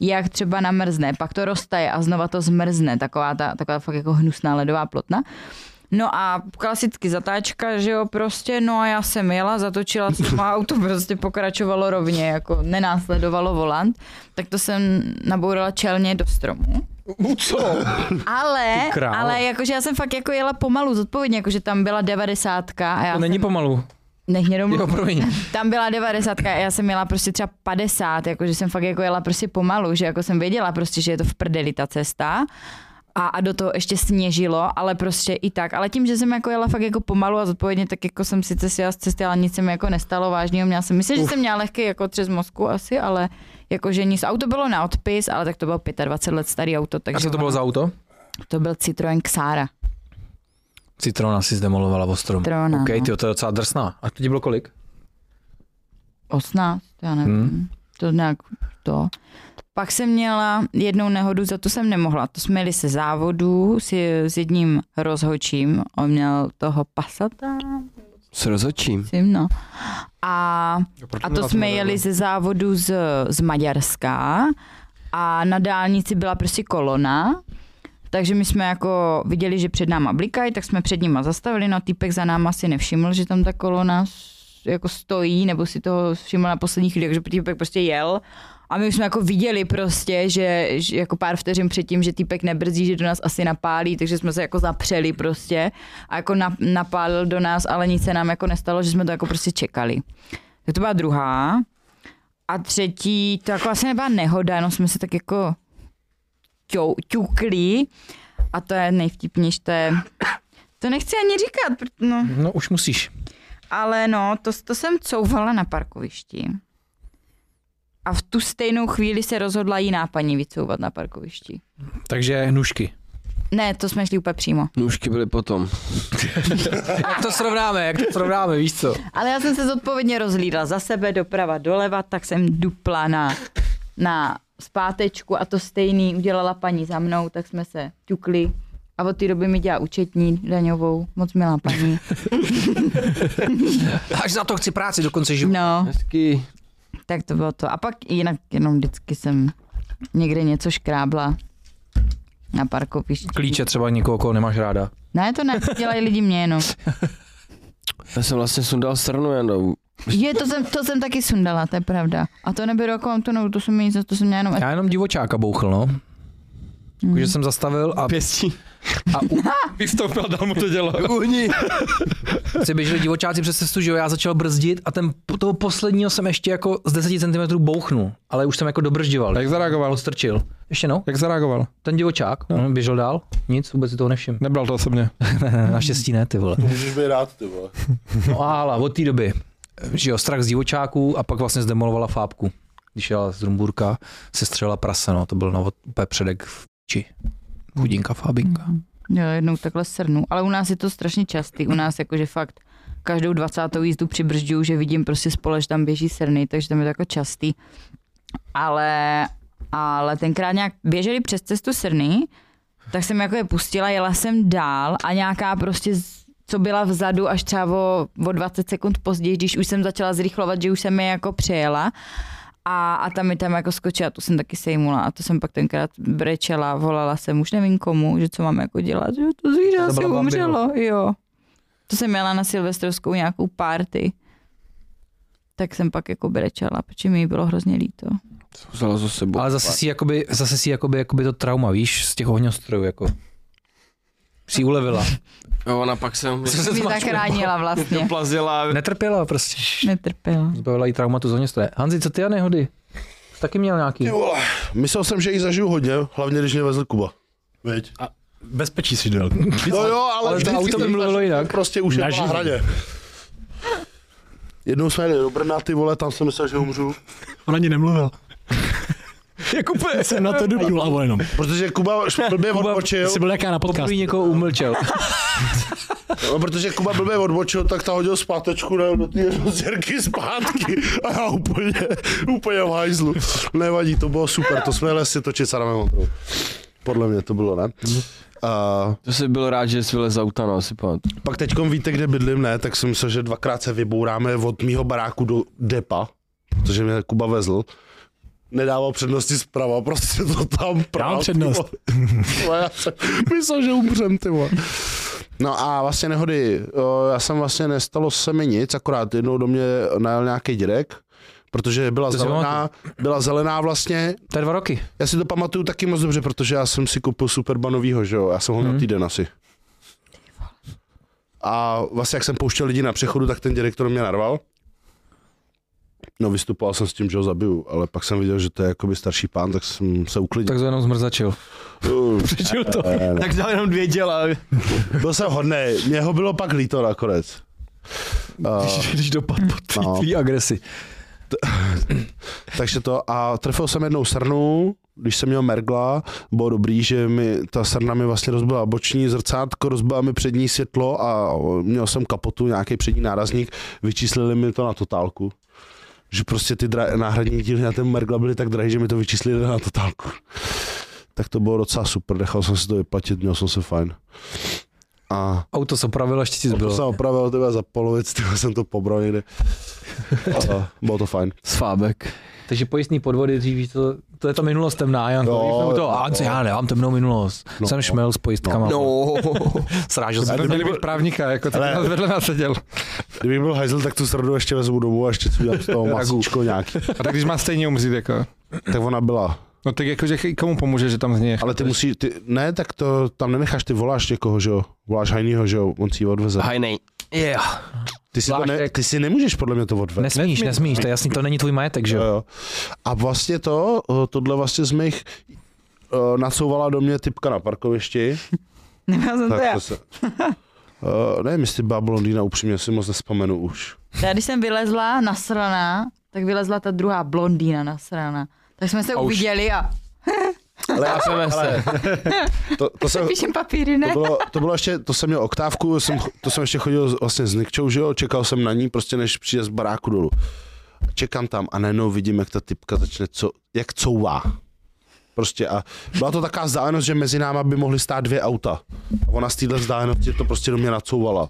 [SPEAKER 5] jak třeba namrzne, pak to roztaje a znova to zmrzne. Taková ta, taková fakt jako hnusná ledová plotna. No a klasicky zatáčka, že jo, prostě, no a já jsem jela, zatočila jsem a auto prostě pokračovalo rovně, jako nenásledovalo volant, tak to jsem nabourala čelně do stromu. Co? Ale,
[SPEAKER 1] králo.
[SPEAKER 5] ale jakože já jsem fakt jako jela pomalu, zodpovědně, jakože tam byla devadesátka a já
[SPEAKER 1] To není
[SPEAKER 5] jsem,
[SPEAKER 1] pomalu.
[SPEAKER 5] nech mě domluv,
[SPEAKER 1] Jo, promiň.
[SPEAKER 5] tam byla 90 a já jsem jela prostě třeba 50, jakože jsem fakt jako jela prostě pomalu, že jako jsem věděla prostě, že je to v prdeli ta cesta. A, a do toho ještě sněžilo, ale prostě i tak. Ale tím, že jsem jako jela fakt jako pomalu a zodpovědně, tak jako jsem sice sjela z cesty, ale nic se mi jako nestalo vážného. Měla jsem, myslím, že jsem měla lehký jako třes mozku asi, ale jakože nic. Auto bylo na odpis, ale tak to bylo 25 let starý auto, takže
[SPEAKER 1] A co to bylo za auto?
[SPEAKER 5] to byl Citroen Xara.
[SPEAKER 1] Citrona si zdemolovala v ostrom.
[SPEAKER 5] Citrona,
[SPEAKER 1] OK,
[SPEAKER 5] no.
[SPEAKER 1] ty to je docela drsná. A to ti bylo kolik?
[SPEAKER 5] 18, já nevím.
[SPEAKER 1] Hmm.
[SPEAKER 5] Hmm. To nějak to. Pak jsem měla jednou nehodu, za to jsem nemohla. To jsme jeli se závodu s, s jedním rozhočím. On měl toho pasata,
[SPEAKER 2] S rozočím.
[SPEAKER 5] myslím, no. A, a to jsme jeli ze závodu z, z Maďarska a na dálnici byla prostě kolona. Takže my jsme jako viděli, že před náma blikají, tak jsme před nima zastavili, no týpek za náma si nevšiml, že tam ta kolona s- jako stojí, nebo si toho všiml na poslední chvíli, takže týpek prostě jel a my už jsme jako viděli prostě, že, že jako pár vteřin předtím, že týpek nebrzdí, že do nás asi napálí, takže jsme se jako zapřeli prostě a jako na, napálil do nás, ale nic se nám jako nestalo, že jsme to jako prostě čekali. Tak to byla druhá. A třetí, to jako asi nebyla nehoda, no jsme se tak jako ťou, ťukli. A to je nejvtipnější, to je... To nechci ani říkat, pr- no.
[SPEAKER 1] No už musíš.
[SPEAKER 5] ale no, to, to jsem couvala na parkovišti. A v tu stejnou chvíli se rozhodla jiná paní vycouvat na parkovišti.
[SPEAKER 1] Takže hnušky.
[SPEAKER 5] Ne, to jsme šli úplně přímo.
[SPEAKER 2] Nůžky byly potom.
[SPEAKER 1] Jak to srovnáme, jak to srovnáme, víš co?
[SPEAKER 5] Ale já jsem se zodpovědně rozlídla za sebe, doprava, doleva, tak jsem dupla na, na zpátečku a to stejný udělala paní za mnou, tak jsme se ťukli a od té doby mi dělá účetní daňovou, moc milá paní.
[SPEAKER 1] Až za to chci práci do konce života.
[SPEAKER 5] No,
[SPEAKER 2] Hezky.
[SPEAKER 5] tak to bylo to. A pak jinak jenom vždycky jsem někde něco škrábla na parkovišti.
[SPEAKER 1] Klíče třeba někoho, koho nemáš ráda.
[SPEAKER 5] Ne, to ne, dělají lidi mě jenom.
[SPEAKER 2] Já jsem vlastně sundal stranu jenom.
[SPEAKER 5] Je, to jsem, to jsem taky sundala, to je pravda. A to neberu jako Antonovu, to jsem, jí- to jsem měla jenom...
[SPEAKER 1] Já jenom divočáka bouchl, no.
[SPEAKER 5] Mhm.
[SPEAKER 1] Takže jsem zastavil a
[SPEAKER 2] Pěstí.
[SPEAKER 3] Vystoupil, dal mu to dělo.
[SPEAKER 2] Uhni.
[SPEAKER 1] si běželi divočáci přes cestu, že jo, já začal brzdit a ten, toho posledního jsem ještě jako z 10 cm bouchnul, ale už jsem jako dobržďoval.
[SPEAKER 3] Jak zareagoval?
[SPEAKER 1] Odstrčil. Ještě no,
[SPEAKER 3] Jak zareagoval?
[SPEAKER 1] ten divočák, no. běžel dál, nic, vůbec si toho nevšim.
[SPEAKER 3] Nebral to osobně.
[SPEAKER 1] Naštěstí ne, ty vole.
[SPEAKER 4] Můžeš být rád, ty vole.
[SPEAKER 1] No a hala, od té doby, že jo, strach z divočáků a pak vlastně zdemolovala fábku. Když jela z Rumburka, se střela prase, no, to byl no, úplně předek v či. Chudinka fábinka.
[SPEAKER 5] Jo, jednou takhle srnu. Ale u nás je to strašně častý. U nás jakože fakt každou 20. jízdu přibržďu, že vidím prostě spole, že tam běží srny, takže tam je to jako častý. Ale, ale tenkrát nějak běželi přes cestu srny, tak jsem jako je pustila, jela jsem dál a nějaká prostě z- co byla vzadu až třeba o, o 20 sekund později, když už jsem začala zrychlovat, že už jsem je jako přejela, a, a tam mi tam jako skočila, tu jsem taky sejmula a to jsem pak tenkrát brečela, volala jsem už nevím komu, že co mám jako dělat, že to zvíře
[SPEAKER 1] To
[SPEAKER 5] asi
[SPEAKER 1] byla Bambi,
[SPEAKER 5] umřelo, jo. To jsem měla na silvestrovskou nějakou party, tak jsem pak jako brečela, protože mi jí bylo hrozně líto.
[SPEAKER 2] Vzala za sebou.
[SPEAKER 1] Ale zase si, jakoby, zase si jakoby, jakoby to trauma, víš, z těch ohňostrojů, jako. Si ulevila.
[SPEAKER 2] Jo, ona pak jsem
[SPEAKER 1] se
[SPEAKER 5] Mě tak ránila vlastně,
[SPEAKER 2] plazila.
[SPEAKER 1] Netrpěla prostě.
[SPEAKER 5] netrpěla.
[SPEAKER 1] Zbavila jí traumatu z ohňostroje. Hanzi, co ty a nehody? Jsi taky měl nějaký.
[SPEAKER 4] Ty vole. Myslel jsem, že jich zažiju hodně, hlavně když mě vezl Kuba. Viď?
[SPEAKER 6] Bezpečí si dal.
[SPEAKER 4] No jo, ale,
[SPEAKER 1] Ale to
[SPEAKER 4] vždycky
[SPEAKER 1] auto by
[SPEAKER 4] jsem
[SPEAKER 1] mluvilo
[SPEAKER 4] zažil,
[SPEAKER 1] jinak.
[SPEAKER 4] Prostě už je to na
[SPEAKER 6] Naživu.
[SPEAKER 4] hradě. Jednou jsme jeli do Brna, ty vole, tam jsem myslel, že umřu.
[SPEAKER 6] On ani nemluvil.
[SPEAKER 2] Jako
[SPEAKER 6] Jak úplně jsem na to dupnul a on jenom.
[SPEAKER 4] Protože Kuba š- blbě odbočil,
[SPEAKER 6] Jsi byl jaká na podcast.
[SPEAKER 1] Poprvé někoho umlčel.
[SPEAKER 4] no, protože Kuba blbě odbočil, tak ta hodil zpátečku na, do té rozděrky zpátky a já úplně, úplně v hajzlu. Nevadí, to bylo super, to jsme jeli si točit s Adamem Ondrou. Podle mě to bylo, ne? A
[SPEAKER 2] To jsi byl rád, že jsi vylez z auta, no, si pamatuju.
[SPEAKER 4] pak teďkom víte, kde bydlím, ne? Tak jsem myslel, že dvakrát se vybouráme od mýho baráku do depa, protože mě Kuba vezl. Nedával přednosti zprava, prostě to tam prál. ty
[SPEAKER 6] přednost.
[SPEAKER 4] vole. Ty vole, Já jsem myslel, že umřem, ty vole. No a vlastně nehody, o, já jsem vlastně nestalo se mi nic, akorát jednou do mě najel nějaký dědek, protože byla
[SPEAKER 1] To si
[SPEAKER 4] zelená, byla zelená vlastně,
[SPEAKER 1] To je dva roky.
[SPEAKER 4] já si to pamatuju taky moc dobře, protože já jsem si koupil Superbanovýho, že jo? Já jsem ho měl
[SPEAKER 1] Mhm.
[SPEAKER 4] týden asi. A vlastně jak jsem pouštěl lidi na přechodu, tak ten direktor mě narval. No vystupoval jsem s tím, že ho zabiju, ale pak jsem viděl, že to je jakoby starší pán, tak jsem se uklidil.
[SPEAKER 1] Tak to jenom zmrzačil.
[SPEAKER 4] Uh,
[SPEAKER 6] Přečil to.
[SPEAKER 2] Tak dal jenom dvě děla.
[SPEAKER 4] byl jsem hodnej, mě ho bylo pak líto nakonec. Uh,
[SPEAKER 1] Když dopad po
[SPEAKER 4] No.
[SPEAKER 1] tvý agresi.
[SPEAKER 4] takže to a trefil jsem jednou srnu, když jsem měl mergla, bylo dobrý, že mi ta srna mi vlastně rozbila boční zrcátko, rozbila mi přední světlo a měl jsem kapotu, nějaký přední nárazník, vyčíslili mi to na totálku. Že prostě ty dra- náhradní díly na ten mergla byly tak drahé, že mi to vyčíslili na totálku. Tak to bylo docela super, nechal jsem si to vyplatit, měl jsem se fajn. A
[SPEAKER 1] Auto se opravilo, ještě ti
[SPEAKER 4] to jsem
[SPEAKER 1] zbylo.
[SPEAKER 4] opravil tebe za polovic, ty jsem to pobral někde. A, bylo to fajn.
[SPEAKER 2] Svábek.
[SPEAKER 1] Takže pojistný podvody dřív, víš, to, to je ta minulost temná, Janko.
[SPEAKER 4] Jo,
[SPEAKER 1] No, to,
[SPEAKER 4] jo.
[SPEAKER 1] a co, já nemám temnou minulost.
[SPEAKER 4] No.
[SPEAKER 1] Jsem šmel s pojistkama.
[SPEAKER 2] No.
[SPEAKER 1] Srážel jsem.
[SPEAKER 4] Ale
[SPEAKER 3] Měli být právníka, jako ty
[SPEAKER 4] Ale-
[SPEAKER 3] nás vedle nás seděl.
[SPEAKER 4] Kdybych byl hajzl, tak tu srdu ještě vezmu domů a ještě si udělám z toho masíčko nějaký.
[SPEAKER 3] A tak když má stejně umřít, jako.
[SPEAKER 4] Tak ona byla.
[SPEAKER 3] No tak jakože komu pomůže, že tam z něj.
[SPEAKER 4] Ale ty musíš, ty, ne, tak to tam nenecháš, ty voláš někoho, že jo? Voláš hajnýho, že jo? On si ji odveze.
[SPEAKER 2] Hajnej.
[SPEAKER 1] Yeah.
[SPEAKER 4] Ty si, to ne,
[SPEAKER 1] Vlášek.
[SPEAKER 4] ty si nemůžeš podle mě to odvést.
[SPEAKER 1] Nesmíš, nesmíš, to je jasný, to není tvůj majetek, že
[SPEAKER 4] Jo,
[SPEAKER 1] jo?
[SPEAKER 4] jo. A vlastně to, o, tohle vlastně z mých o, nacouvala do mě typka na parkovišti.
[SPEAKER 5] Neměla jsem to
[SPEAKER 4] Tak
[SPEAKER 5] já.
[SPEAKER 4] No to se, uh, nevím, jestli byla blondýna, upřímně si moc nespomenu už.
[SPEAKER 5] Já když jsem vylezla nasraná, tak vylezla ta druhá blondýna nasraná. Tak jsme se
[SPEAKER 2] už-
[SPEAKER 5] uviděli a
[SPEAKER 4] Ale já
[SPEAKER 2] Chápeme se.
[SPEAKER 4] to, to jsem,
[SPEAKER 5] píšem papíry, ne?
[SPEAKER 4] To bylo, to bylo ještě, to jsem měl oktávku, jsem, to jsem ještě chodil s- vlastně s Nikčou, že jo, čekal jsem na ní prostě, než přijde z baráku dolů. Čekám tam a najednou vidím, jak ta typka začne, co, jak couvá. Prostě a byla to taková vzdálenost, že mezi náma by mohly stát dvě auta. A ona z téhle vzdálenosti to prostě do mě nacouvala.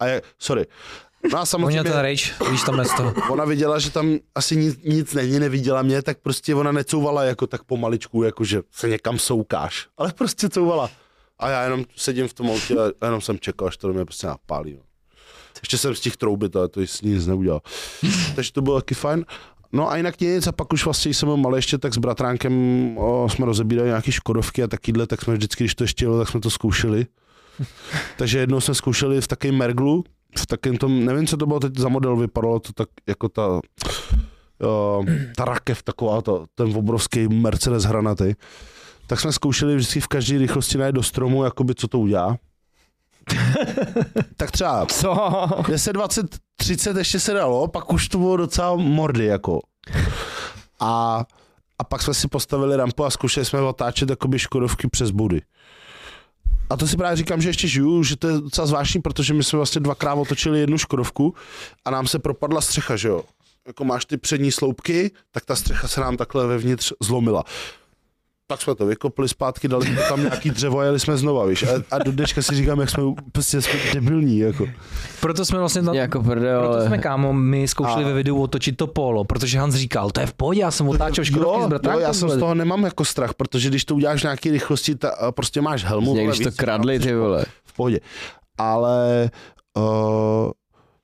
[SPEAKER 4] A je, sorry. No a
[SPEAKER 1] Oni
[SPEAKER 4] samozřejmě,
[SPEAKER 1] na ten rage, víš tam z toho.
[SPEAKER 4] ona viděla, že tam asi nic, nic není, neviděla mě, tak prostě ona necouvala jako tak pomaličku, jako že se někam soukáš. Ale prostě couvala. A já jenom sedím v tom autě a jenom jsem čekal, až to do mě prostě napálí. No. Ještě jsem z těch troubit, ale to s ní nic neudělal. Takže to bylo taky fajn. No a jinak nic, a pak už vlastně jsem byl malý ještě, tak s bratránkem o, jsme rozebírali nějaký škodovky a takýhle, tak jsme vždycky, když to ještě jelo, tak jsme to zkoušeli. Takže jednou jsme zkoušeli v takém merglu, v takém tom, nevím, co to bylo teď za model, vypadalo to tak jako ta, o, ta rakev taková, ta, ten obrovský Mercedes hranatý. Tak jsme zkoušeli vždycky v každé rychlosti najít do stromu, jakoby co to udělá. tak třeba
[SPEAKER 2] Co?
[SPEAKER 4] 10, 20, 30 ještě se dalo, pak už to bylo docela mordy jako. A, a pak jsme si postavili rampu a zkoušeli jsme otáčet jakoby škodovky přes body. A to si právě říkám, že ještě žiju, že to je docela zvláštní, protože my jsme vlastně dvakrát otočili jednu škodovku a nám se propadla střecha, že jo. Jako máš ty přední sloupky, tak ta střecha se nám takhle vevnitř zlomila. Tak jsme to vykopli zpátky, dali jsme tam nějaký dřevo a jeli jsme znova, víš. A, a do dneška si říkám, jak jsme prostě jsme debilní, jako.
[SPEAKER 1] Proto jsme vlastně na,
[SPEAKER 2] Jako prdel,
[SPEAKER 1] Proto
[SPEAKER 2] ale-
[SPEAKER 1] jsme, kámo, my zkoušeli
[SPEAKER 4] A-
[SPEAKER 1] ve videu otočit to polo, protože Hans říkal, to je v pohodě, já jsem otáčel škodovky s
[SPEAKER 4] jo,
[SPEAKER 1] bratránkem.
[SPEAKER 4] jo, já jsem z
[SPEAKER 1] vole.
[SPEAKER 4] toho nemám jako strach, protože když to uděláš v nějaký rychlosti, ta, a prostě máš helmu.
[SPEAKER 2] Někdy
[SPEAKER 4] vole,
[SPEAKER 2] když to
[SPEAKER 4] víc,
[SPEAKER 2] kradli, ty vole.
[SPEAKER 4] V pohodě. Ale uh,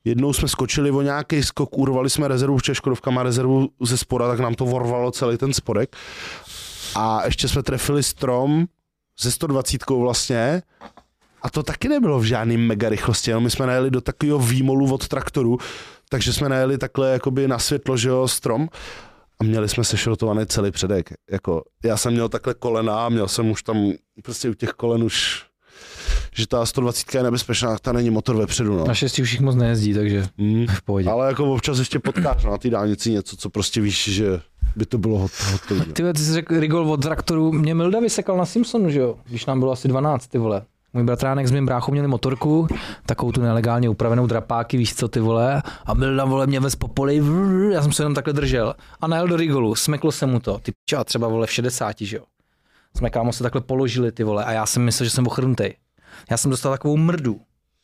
[SPEAKER 4] jednou jsme skočili o nějaký skok, urvali jsme rezervu, protože Škodovka má rezervu ze spoda, tak nám to vorvalo celý ten spodek. A ještě jsme trefili strom ze 120 vlastně, a to taky nebylo v žádný mega rychlosti, jenom my jsme najeli do takového výmolu od traktoru, takže jsme najeli takhle jakoby na světlo, že jo, strom a měli jsme sešrotovaný celý předek. Jako, já jsem měl takhle kolena a měl jsem už tam prostě u těch kolen už že ta 120 je nebezpečná, ta není motor vepředu, no.
[SPEAKER 1] Naštěstí už jich moc nejezdí, takže
[SPEAKER 4] Mm.
[SPEAKER 1] v pohodě.
[SPEAKER 4] Ale jako občas ještě potkáš na té dálnici něco, co prostě víš, že by to bylo hot- hotový. no.
[SPEAKER 1] Ty, vole, ty jsi řekl Rigol od traktoru, mě Milda vysekal na Simpsonu, že jo, když nám bylo asi 12, ty vole. Můj bratránek s mým bráchou měli motorku, takovou tu nelegálně upravenou drapáky, víš co ty vole, a Milda vole mě vez po poli, vrr, já jsem se jenom takhle držel a najel do Rigolu, smeklo se mu to, ty pičo, a třeba vole v 60, že jo. Jsme kámo se takhle položili ty vole a já jsem myslel, že jsem ochrnutej. Já jsem dostal takovou mrdu,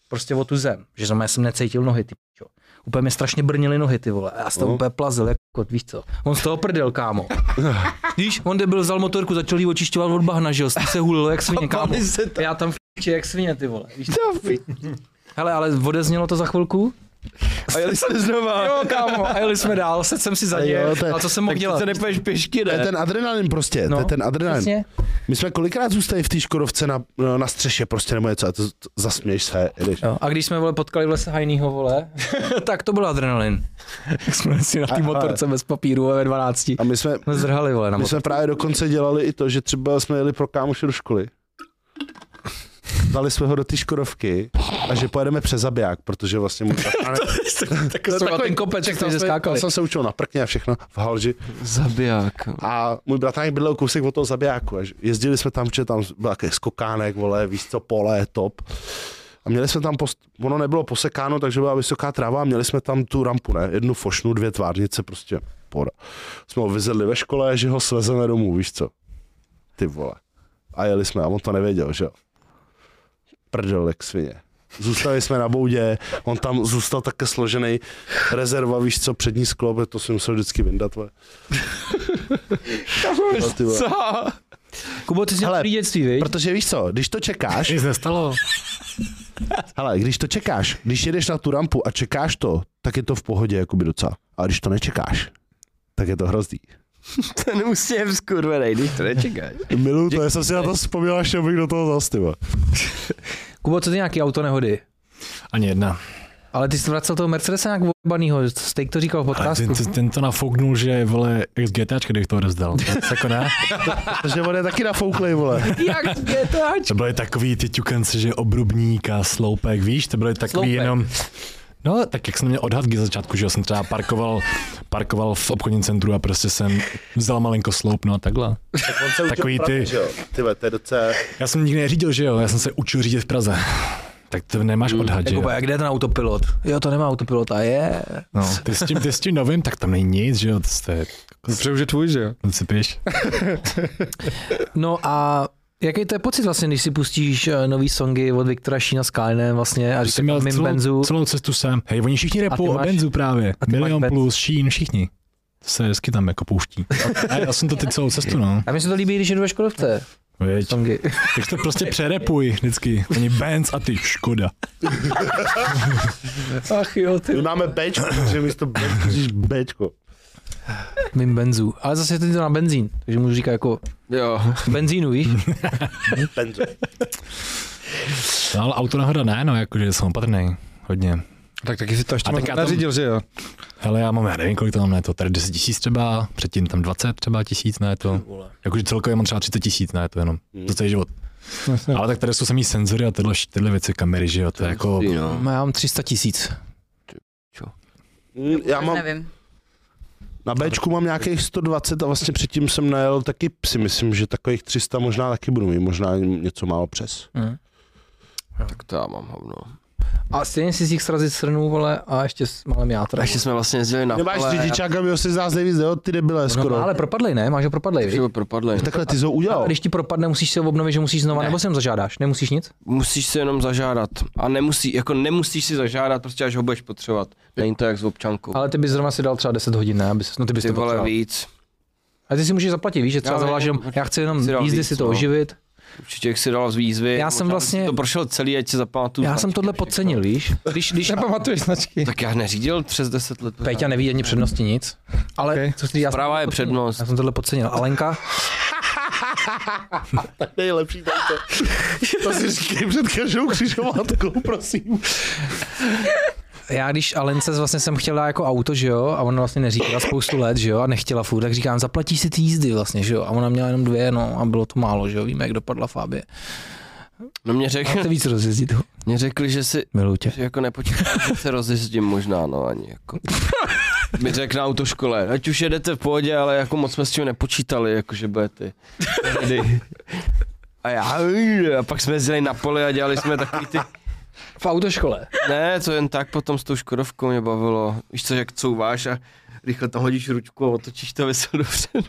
[SPEAKER 1] prostě o tu zem, že znamená, já jsem necítil nohy, ty pičo. Úplně mě strašně brnily nohy, ty vole, a já jsem to
[SPEAKER 4] No.
[SPEAKER 1] úplně plazil, jako, víš co. On z toho prdel, kámo. Víš, on byl vzal motorku, začal ji očišťovat od bahna, že jo, se hulilo jak svině, kámo. Já tam v***če jak svině, ty vole. Víš? Hele, ale odeznělo to za chvilku.
[SPEAKER 2] A jeli jste znova.
[SPEAKER 1] Jo, kámo, a jeli jsme dál, se jsem si za
[SPEAKER 4] A
[SPEAKER 1] ně,
[SPEAKER 4] jo, to je-
[SPEAKER 1] a co jsem mohl
[SPEAKER 2] tak
[SPEAKER 1] dělat?
[SPEAKER 2] se nepůjdeš pěšky,
[SPEAKER 4] To je
[SPEAKER 2] ne?
[SPEAKER 4] ten adrenalin prostě, no, to je ten adrenalin.
[SPEAKER 1] Přesně.
[SPEAKER 4] My jsme kolikrát zůstali v té škodovce na, na střeše prostě nebo něco a to, to zasměješ se, jdeš.
[SPEAKER 1] Jo. A když jsme vole potkali v lese hajnýho vole, tak to byl adrenalin. Jak jsme si na té
[SPEAKER 4] A-
[SPEAKER 1] motorce bez papíru vole, ve 12.
[SPEAKER 4] A my jsme,
[SPEAKER 1] Jsme zdrhali vole na
[SPEAKER 4] my
[SPEAKER 1] motorce.
[SPEAKER 4] jsme právě dokonce dělali i to, že třeba jsme jeli pro kámoše do školy. Dali jsme ho do té škodovky a že pojedeme přes zabiják, protože vlastně mu
[SPEAKER 1] Tak
[SPEAKER 4] To je
[SPEAKER 1] jsme na
[SPEAKER 4] takový-
[SPEAKER 1] ten kopeček,
[SPEAKER 4] tam
[SPEAKER 1] takže
[SPEAKER 4] jsme- tam
[SPEAKER 1] skákali.
[SPEAKER 4] jsem se učil na prkně a všechno v halži.
[SPEAKER 2] Zabiják.
[SPEAKER 4] A můj bratránek bydlel kousek od toho zabijáku. Až jezdili jsme tam, že tam byl takový skokánek, vole, víc co, pole, top. A měli jsme tam, post... ono nebylo posekáno, takže byla vysoká tráva a měli jsme tam tu rampu, ne? Jednu fošnu, dvě tvárnice, prostě poda. Jsme ho vyzedli ve škole, že ho svezeme domů, víš co? Ty vole. A jeli jsme, a on to nevěděl, že jo? Prdel, jak svině. Zůstali jsme na boudě, on tam zůstal také složený rezerva, víš co, přední sklo, protože to si musel vždycky vyndat, vole. No, ty vole.
[SPEAKER 1] Kubo, ty jsi měl
[SPEAKER 4] Hele,
[SPEAKER 1] prý dětství, viď?
[SPEAKER 4] Protože víš co, když to čekáš,
[SPEAKER 6] Nic nestalo.
[SPEAKER 4] hele, když to čekáš, když jedeš na tu rampu a čekáš to, tak je to v pohodě jakoby docela. A když to nečekáš, tak je to hrozný.
[SPEAKER 2] Ten úsměv skurvenej, když to nečekáš.
[SPEAKER 4] Milu, to já jsem si na to vzpomněl, až bych do toho zas, ty vole.
[SPEAKER 1] Kubo, co ty nějaký auto nehody?
[SPEAKER 6] Ani jedna.
[SPEAKER 1] Ale ty jsi vracel toho Mercedesa nějak obanýho, Steak to říkal v
[SPEAKER 6] Ale
[SPEAKER 1] podcastu.
[SPEAKER 6] ten, ten, ten, to nafouknul, že vole, jak z GTAčka, když to odezdal. Tak jako ne?
[SPEAKER 4] Takže on je taky nafouklej, vole.
[SPEAKER 1] Jak je to ať?
[SPEAKER 6] To byly takový ty ťukance, že obrubník a sloupek, víš, to byly takový
[SPEAKER 1] Sloupek.
[SPEAKER 6] sloupek. jenom... No, tak jak jsem měl odhadky z začátku, že jo, jsem třeba parkoval, parkoval v obchodním centru a prostě jsem vzal malinko sloup, no a takhle.
[SPEAKER 4] Tak on se učil
[SPEAKER 6] Takový
[SPEAKER 4] pravdu,
[SPEAKER 6] ty.
[SPEAKER 4] že jo. Ty vole, to je docela...
[SPEAKER 6] Já jsem nikdy neřídil, že jo, já jsem se učil řídit v Praze. Tak to nemáš
[SPEAKER 1] Hmm,
[SPEAKER 6] odhad, že jo.
[SPEAKER 1] Kuba, jak jde ten autopilot? Jo, to nemá autopilota, je.
[SPEAKER 6] No, ty s tím, ty s tím novým, tak tam není nic, že jo, to je,
[SPEAKER 3] Protože už je tvůj, že jo?
[SPEAKER 6] to si píš.
[SPEAKER 1] No a jaký to je pocit vlastně, když si pustíš eh, nový songy od Viktora Šína s Kalinem vlastně a
[SPEAKER 6] Jsem měl
[SPEAKER 1] říkáš mým
[SPEAKER 6] celou,
[SPEAKER 1] Benzu?
[SPEAKER 6] celou cestu sem. Hej, oni všichni repou o
[SPEAKER 1] máš-
[SPEAKER 6] Benzu právě.
[SPEAKER 1] a ty máš
[SPEAKER 6] Milion
[SPEAKER 1] Benz.
[SPEAKER 6] plus, Sheen, všichni. To se hezky tam jako pouští. A já jsem to ty celou cestu, no.
[SPEAKER 1] A mně se to líbí, když jedu ve Škodovce.
[SPEAKER 6] Věď.
[SPEAKER 1] songy.
[SPEAKER 6] Tak to prostě přerepuj vždycky. Oni Benz a ty Škoda.
[SPEAKER 1] Ach jo, ty.
[SPEAKER 4] My máme Bčko, takže místo B říš Bčko.
[SPEAKER 1] Mím benzu. Ale zase ty to na benzín, takže můžu říkat jako
[SPEAKER 2] Jo.
[SPEAKER 1] benzínu, víš?
[SPEAKER 4] Benzo.
[SPEAKER 6] No, ale auto nahoda ne, no, jakože jsem opatrný. Hodně.
[SPEAKER 3] Tak taky si to ještě
[SPEAKER 6] A
[SPEAKER 3] moc
[SPEAKER 6] tak já to-
[SPEAKER 3] nařídil, že jo?
[SPEAKER 6] Hele, já mám, já nevím, kolik to mám, ne to, tady 10 tisíc třeba, předtím tam 20 třeba tisíc, ne to. Jakože celkově mám třeba 30 tisíc, ne to jenom. To celý život.
[SPEAKER 3] Jasně.
[SPEAKER 6] Ale tak tady jsou samý senzory a tyhle, tyhle věci, kamery, že jo, to je jako...
[SPEAKER 2] Ty no.
[SPEAKER 1] Já mám 300 tisíc.
[SPEAKER 4] Já mám,
[SPEAKER 5] Nevím.
[SPEAKER 4] na Bčku mám nějakých 120 a vlastně předtím jsem najel taky si myslím, že takových 300 možná taky budu mít, možná něco málo přes.
[SPEAKER 2] Tak to já mám hovno.
[SPEAKER 1] A stejně si z nich srazit srnu, vole, a ještě s malem játra.
[SPEAKER 2] A ještě jsme vlastně jezdili na
[SPEAKER 4] Nemáš
[SPEAKER 2] pole,
[SPEAKER 4] řidičáka, mi ho si z nás nejvíc, jo, ty debile skoro.
[SPEAKER 1] No, ale propadlej, ne? Máš ho propadlej,
[SPEAKER 2] já-
[SPEAKER 1] víš?
[SPEAKER 2] že ho propadli.
[SPEAKER 4] Takhle ty jsi ho
[SPEAKER 1] A
[SPEAKER 4] udělal.
[SPEAKER 1] když ti propadne, musíš se obnovit, že musíš znova,
[SPEAKER 2] Ne.
[SPEAKER 1] nebo sem zažádáš, nemusíš nic?
[SPEAKER 2] Musíš si jenom zažádat. A nemusí, jako nemusíš si zažádat, prostě až ho budeš potřebovat. Není to jak s občankou.
[SPEAKER 1] Ale ty bys zrovna si dal třeba 10 hodin, ne? Abys, no ty bys
[SPEAKER 2] ty
[SPEAKER 1] to
[SPEAKER 2] vole
[SPEAKER 1] potřeboval.
[SPEAKER 2] víc.
[SPEAKER 1] A ty si můžeš zaplatit, víš, že třeba
[SPEAKER 2] Já vím,
[SPEAKER 1] zavoláš jenom,
[SPEAKER 2] určitě
[SPEAKER 1] já chci jenom
[SPEAKER 2] si dal
[SPEAKER 1] jízdy
[SPEAKER 2] víc,
[SPEAKER 1] si to
[SPEAKER 2] no.
[SPEAKER 1] oživit.
[SPEAKER 2] Určitě jak si dal z výzvy.
[SPEAKER 1] Já jsem
[SPEAKER 2] možná
[SPEAKER 1] vlastně-
[SPEAKER 2] si to prošel celý, ať si zapamatuju.
[SPEAKER 1] Já jsem
[SPEAKER 2] značky
[SPEAKER 1] tohle
[SPEAKER 2] všechno.
[SPEAKER 1] podcenil, víš? Když, když
[SPEAKER 3] Nepamatuješ značky.
[SPEAKER 2] Tak já neřídil přes 10 let. pořád.
[SPEAKER 1] Péťa neví ani přednosti nic, ale
[SPEAKER 3] Okay.
[SPEAKER 1] co chci, já, jsem,
[SPEAKER 2] Práva je přednost.
[SPEAKER 1] já jsem tohle podcenil. Alenka,
[SPEAKER 4] Nejlepší tam to. To si říkej před každou křižovatkou, prosím.
[SPEAKER 1] já když Alence vlastně jsem chtěla jako auto, že jo, a ona vlastně neříkala spoustu let, že jo, a nechtěla furt, tak říkám, zaplatí si ty jízdy vlastně, že jo, a ona měla jenom dvě, no a bylo to málo, že jo, víme, jak dopadla Fábie.
[SPEAKER 2] No mě, řekl,
[SPEAKER 1] Máte víc rozjezdit,
[SPEAKER 2] mě řekli, že si
[SPEAKER 1] miluju tě.
[SPEAKER 2] že jako nepočítám, že se rozjezdím možná, no ani jako. Mi řekl na autoškole, ať už jedete v pohodě, ale jako moc jsme s tím nepočítali, jako že bude ty. Tehdy. A já, a pak jsme jezdili na poli a dělali jsme takový ty
[SPEAKER 1] V autoškole.
[SPEAKER 2] Ne, to jen tak potom s tou Škodovkou mě bavilo. Víš co, jak couváš a rychle tam hodíš ručku a otočíš to vesel dopředu.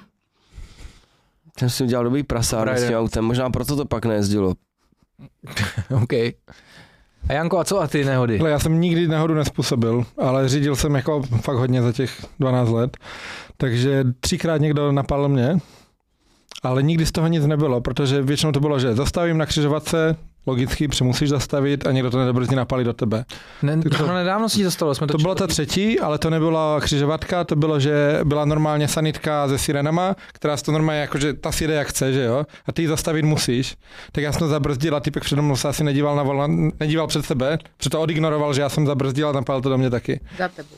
[SPEAKER 2] Ten jsem dělal dobrý prasár s tím autem, možná proto to pak nejezdilo.
[SPEAKER 1] OK. A Janko, a co a ty nehody?
[SPEAKER 3] Hele, já jsem nikdy nehodu nespůsobil, ale řídil jsem jako fakt hodně za těch 12 let, takže třikrát někdo napadl mě, ale nikdy z toho nic nebylo, protože většinou to bylo, že zastavím na křižovatce, logicky, protože musíš zastavit a někdo to nedobrzní napálí do tebe.
[SPEAKER 1] Ne,
[SPEAKER 3] tak to-
[SPEAKER 1] no, nedávno se ti to stalo, jsme to,
[SPEAKER 3] To byla ta třetí, ale to nebyla křižovatka, to bylo, že byla normálně sanitka se sirenama, která se to normálně jako, že ta si jde jak chce, že jo, a ty ji zastavit musíš. Tak já jsem to zabrzdil a typek přede mnou se asi nedíval, na volan, nedíval před sebe, proto odignoroval, že já jsem zabrzdil a napálil to do mě taky.
[SPEAKER 5] Za tebou.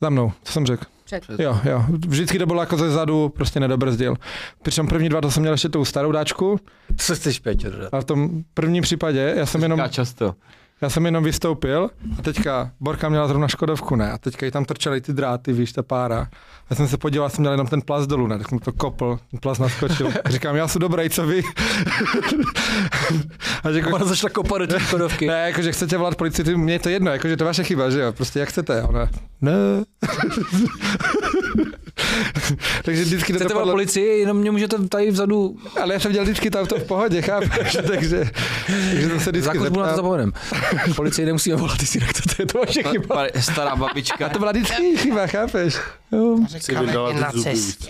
[SPEAKER 3] Za mnou, co jsem řekl.
[SPEAKER 5] Před.
[SPEAKER 3] Jo, jo. Vždycky to bylo jako ze zadu, prostě nedobrzdil. Přičem první dva to jsem měl ještě tou starou dáčku
[SPEAKER 1] Co chceš, Peťo, dodat?
[SPEAKER 3] a v tom prvním případě já jsem jenom,
[SPEAKER 2] Já často.
[SPEAKER 3] já jsem jenom vystoupil a teďka Borka měla zrovna Škodovku, ne? A teďka jí tam trčely ty dráty, víš, ta pára. Já jsem se podíval, jsem měl jenom ten plas dolů, ne? Tak jsem to kopl, ten plas naskočil. Říkám, já jsem dobrý, co vy? a řekl,
[SPEAKER 1] Ona začala kopat do té škodovky.
[SPEAKER 3] ne, jakože chcete volat policii, ty- mně je to jedno, jakože to je vaše chyba, že jo, prostě jak chcete, ona, ne. Takže vždycky to
[SPEAKER 1] Chcete volat
[SPEAKER 3] dopadlo,
[SPEAKER 1] policii, jenom mě můžete tady vzadu,
[SPEAKER 3] ale já jsem dělal vždycky to auto v pohodě, chápeš, takže, takže jsem se
[SPEAKER 1] za
[SPEAKER 3] vždycky
[SPEAKER 1] kotbu na to
[SPEAKER 3] zeptal.
[SPEAKER 1] zapomenem. Policii nemusíme volat, ty si to, je to vaše chyba.
[SPEAKER 2] Pa- Stará babička.
[SPEAKER 3] A to byla vždycky její chyba, chápeš? Jo.
[SPEAKER 4] Si vydala ty zuby. víc.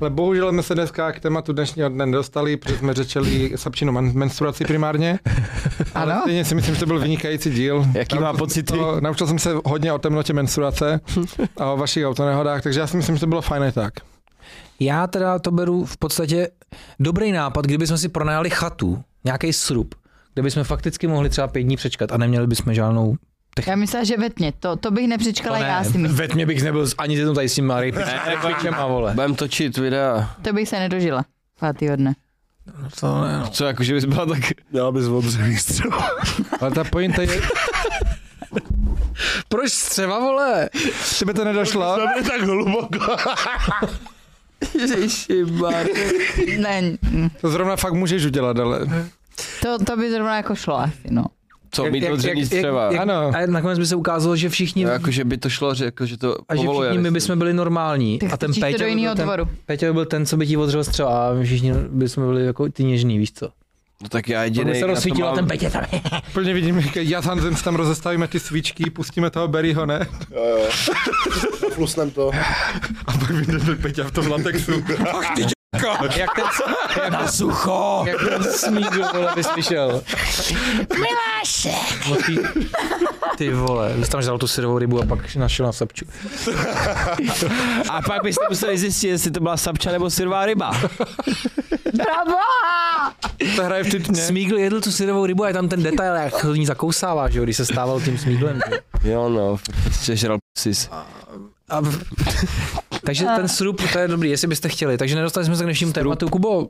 [SPEAKER 3] Ale bohužel jsme se dneska k tématu dnešního dne nedostali, protože jsme řečeli sapčinu man- menstruaci primárně. Ale
[SPEAKER 5] Ano.
[SPEAKER 3] stejně si myslím, že to byl vynikající díl.
[SPEAKER 2] Jaký má
[SPEAKER 3] Naučil jsem
[SPEAKER 2] pocity?
[SPEAKER 3] To, naučil jsem se hodně o temnotě menstruace a o vašich autonehodách, takže já si myslím, že to bylo fajn i tak.
[SPEAKER 1] Já teda to beru v podstatě dobrý nápad, kdybychom si pronajali chatu, nějaký srub, kde bychom fakticky mohli třeba pět dní přečkat a neměli bychom žádnou
[SPEAKER 5] Já myslela, že vetně. To, to bych nepřečkala
[SPEAKER 1] To ne,
[SPEAKER 5] já si myslím.
[SPEAKER 1] Ve tmě bych nebyl s- ani jednou tady s tím Mary a vole.
[SPEAKER 2] Budem točit videa.
[SPEAKER 5] To bych se nedožila. Pátýho dne.
[SPEAKER 1] To ne, no.
[SPEAKER 2] Co, jako že bys byla tak...
[SPEAKER 4] Měla bys odřený střel.
[SPEAKER 3] Ale ta pointa je,
[SPEAKER 1] Proč střeva, vole?
[SPEAKER 3] že by to nedošlo.
[SPEAKER 4] Jsme tak hluboko.
[SPEAKER 2] Ježiši,
[SPEAKER 5] Ne, mm,
[SPEAKER 3] To zrovna fakt můžeš udělat, ale
[SPEAKER 5] to, to by zrovna jako šlo asi, no.
[SPEAKER 2] Co,
[SPEAKER 1] Jak-
[SPEAKER 2] mít
[SPEAKER 1] jak-
[SPEAKER 2] odření
[SPEAKER 1] jak- jak-
[SPEAKER 2] střeva.
[SPEAKER 1] jak-
[SPEAKER 3] ano.
[SPEAKER 1] A nakonec by se ukázalo, že všichni
[SPEAKER 2] Jako, že by to šlo, že, jako, že to
[SPEAKER 1] a že
[SPEAKER 2] povoluje.
[SPEAKER 1] všichni my bychom byli normální.
[SPEAKER 5] Tak
[SPEAKER 1] a ten
[SPEAKER 5] strčíš to
[SPEAKER 1] Peťa,
[SPEAKER 5] do
[SPEAKER 1] by
[SPEAKER 5] jiného
[SPEAKER 1] byl ten,
[SPEAKER 5] dvoru.
[SPEAKER 1] Peťa by byl ten, co by ti odřel střeva a my všichni bychom byli jako ty něžní, víš co?
[SPEAKER 2] No tak já
[SPEAKER 1] Pak
[SPEAKER 2] jediný.
[SPEAKER 1] by se rozsvítilo ten betě tam.
[SPEAKER 3] Úplně vidím, jak já s Hanzem si tam rozestavíme ty svíčky, pustíme toho Berryho, ne?
[SPEAKER 4] Flusnem to.
[SPEAKER 3] A pak vyjde Peťa v tom latexu. Ach ty
[SPEAKER 1] jak ten, jak na sucho. Jak ten smígl, vole, bys slyšel. Milášek. Ty vole, bys tam žral tu syrovou rybu a pak našel na sapču.
[SPEAKER 2] A pak byste museli zjistit, jestli to byla sapča nebo sirvá ryba.
[SPEAKER 3] to hraje v ty tmě.
[SPEAKER 1] Smígl jedl tu syrovou rybu a je tam ten detail, jak ho ní zakousává, že jo, když se stával tím smíglem. že jo.
[SPEAKER 2] Jo no, jste žral psis.
[SPEAKER 1] A v... Takže ten srup, to je dobrý, jestli byste chtěli. Takže nedostali jsme se k dnešnímu tématu. Kubo,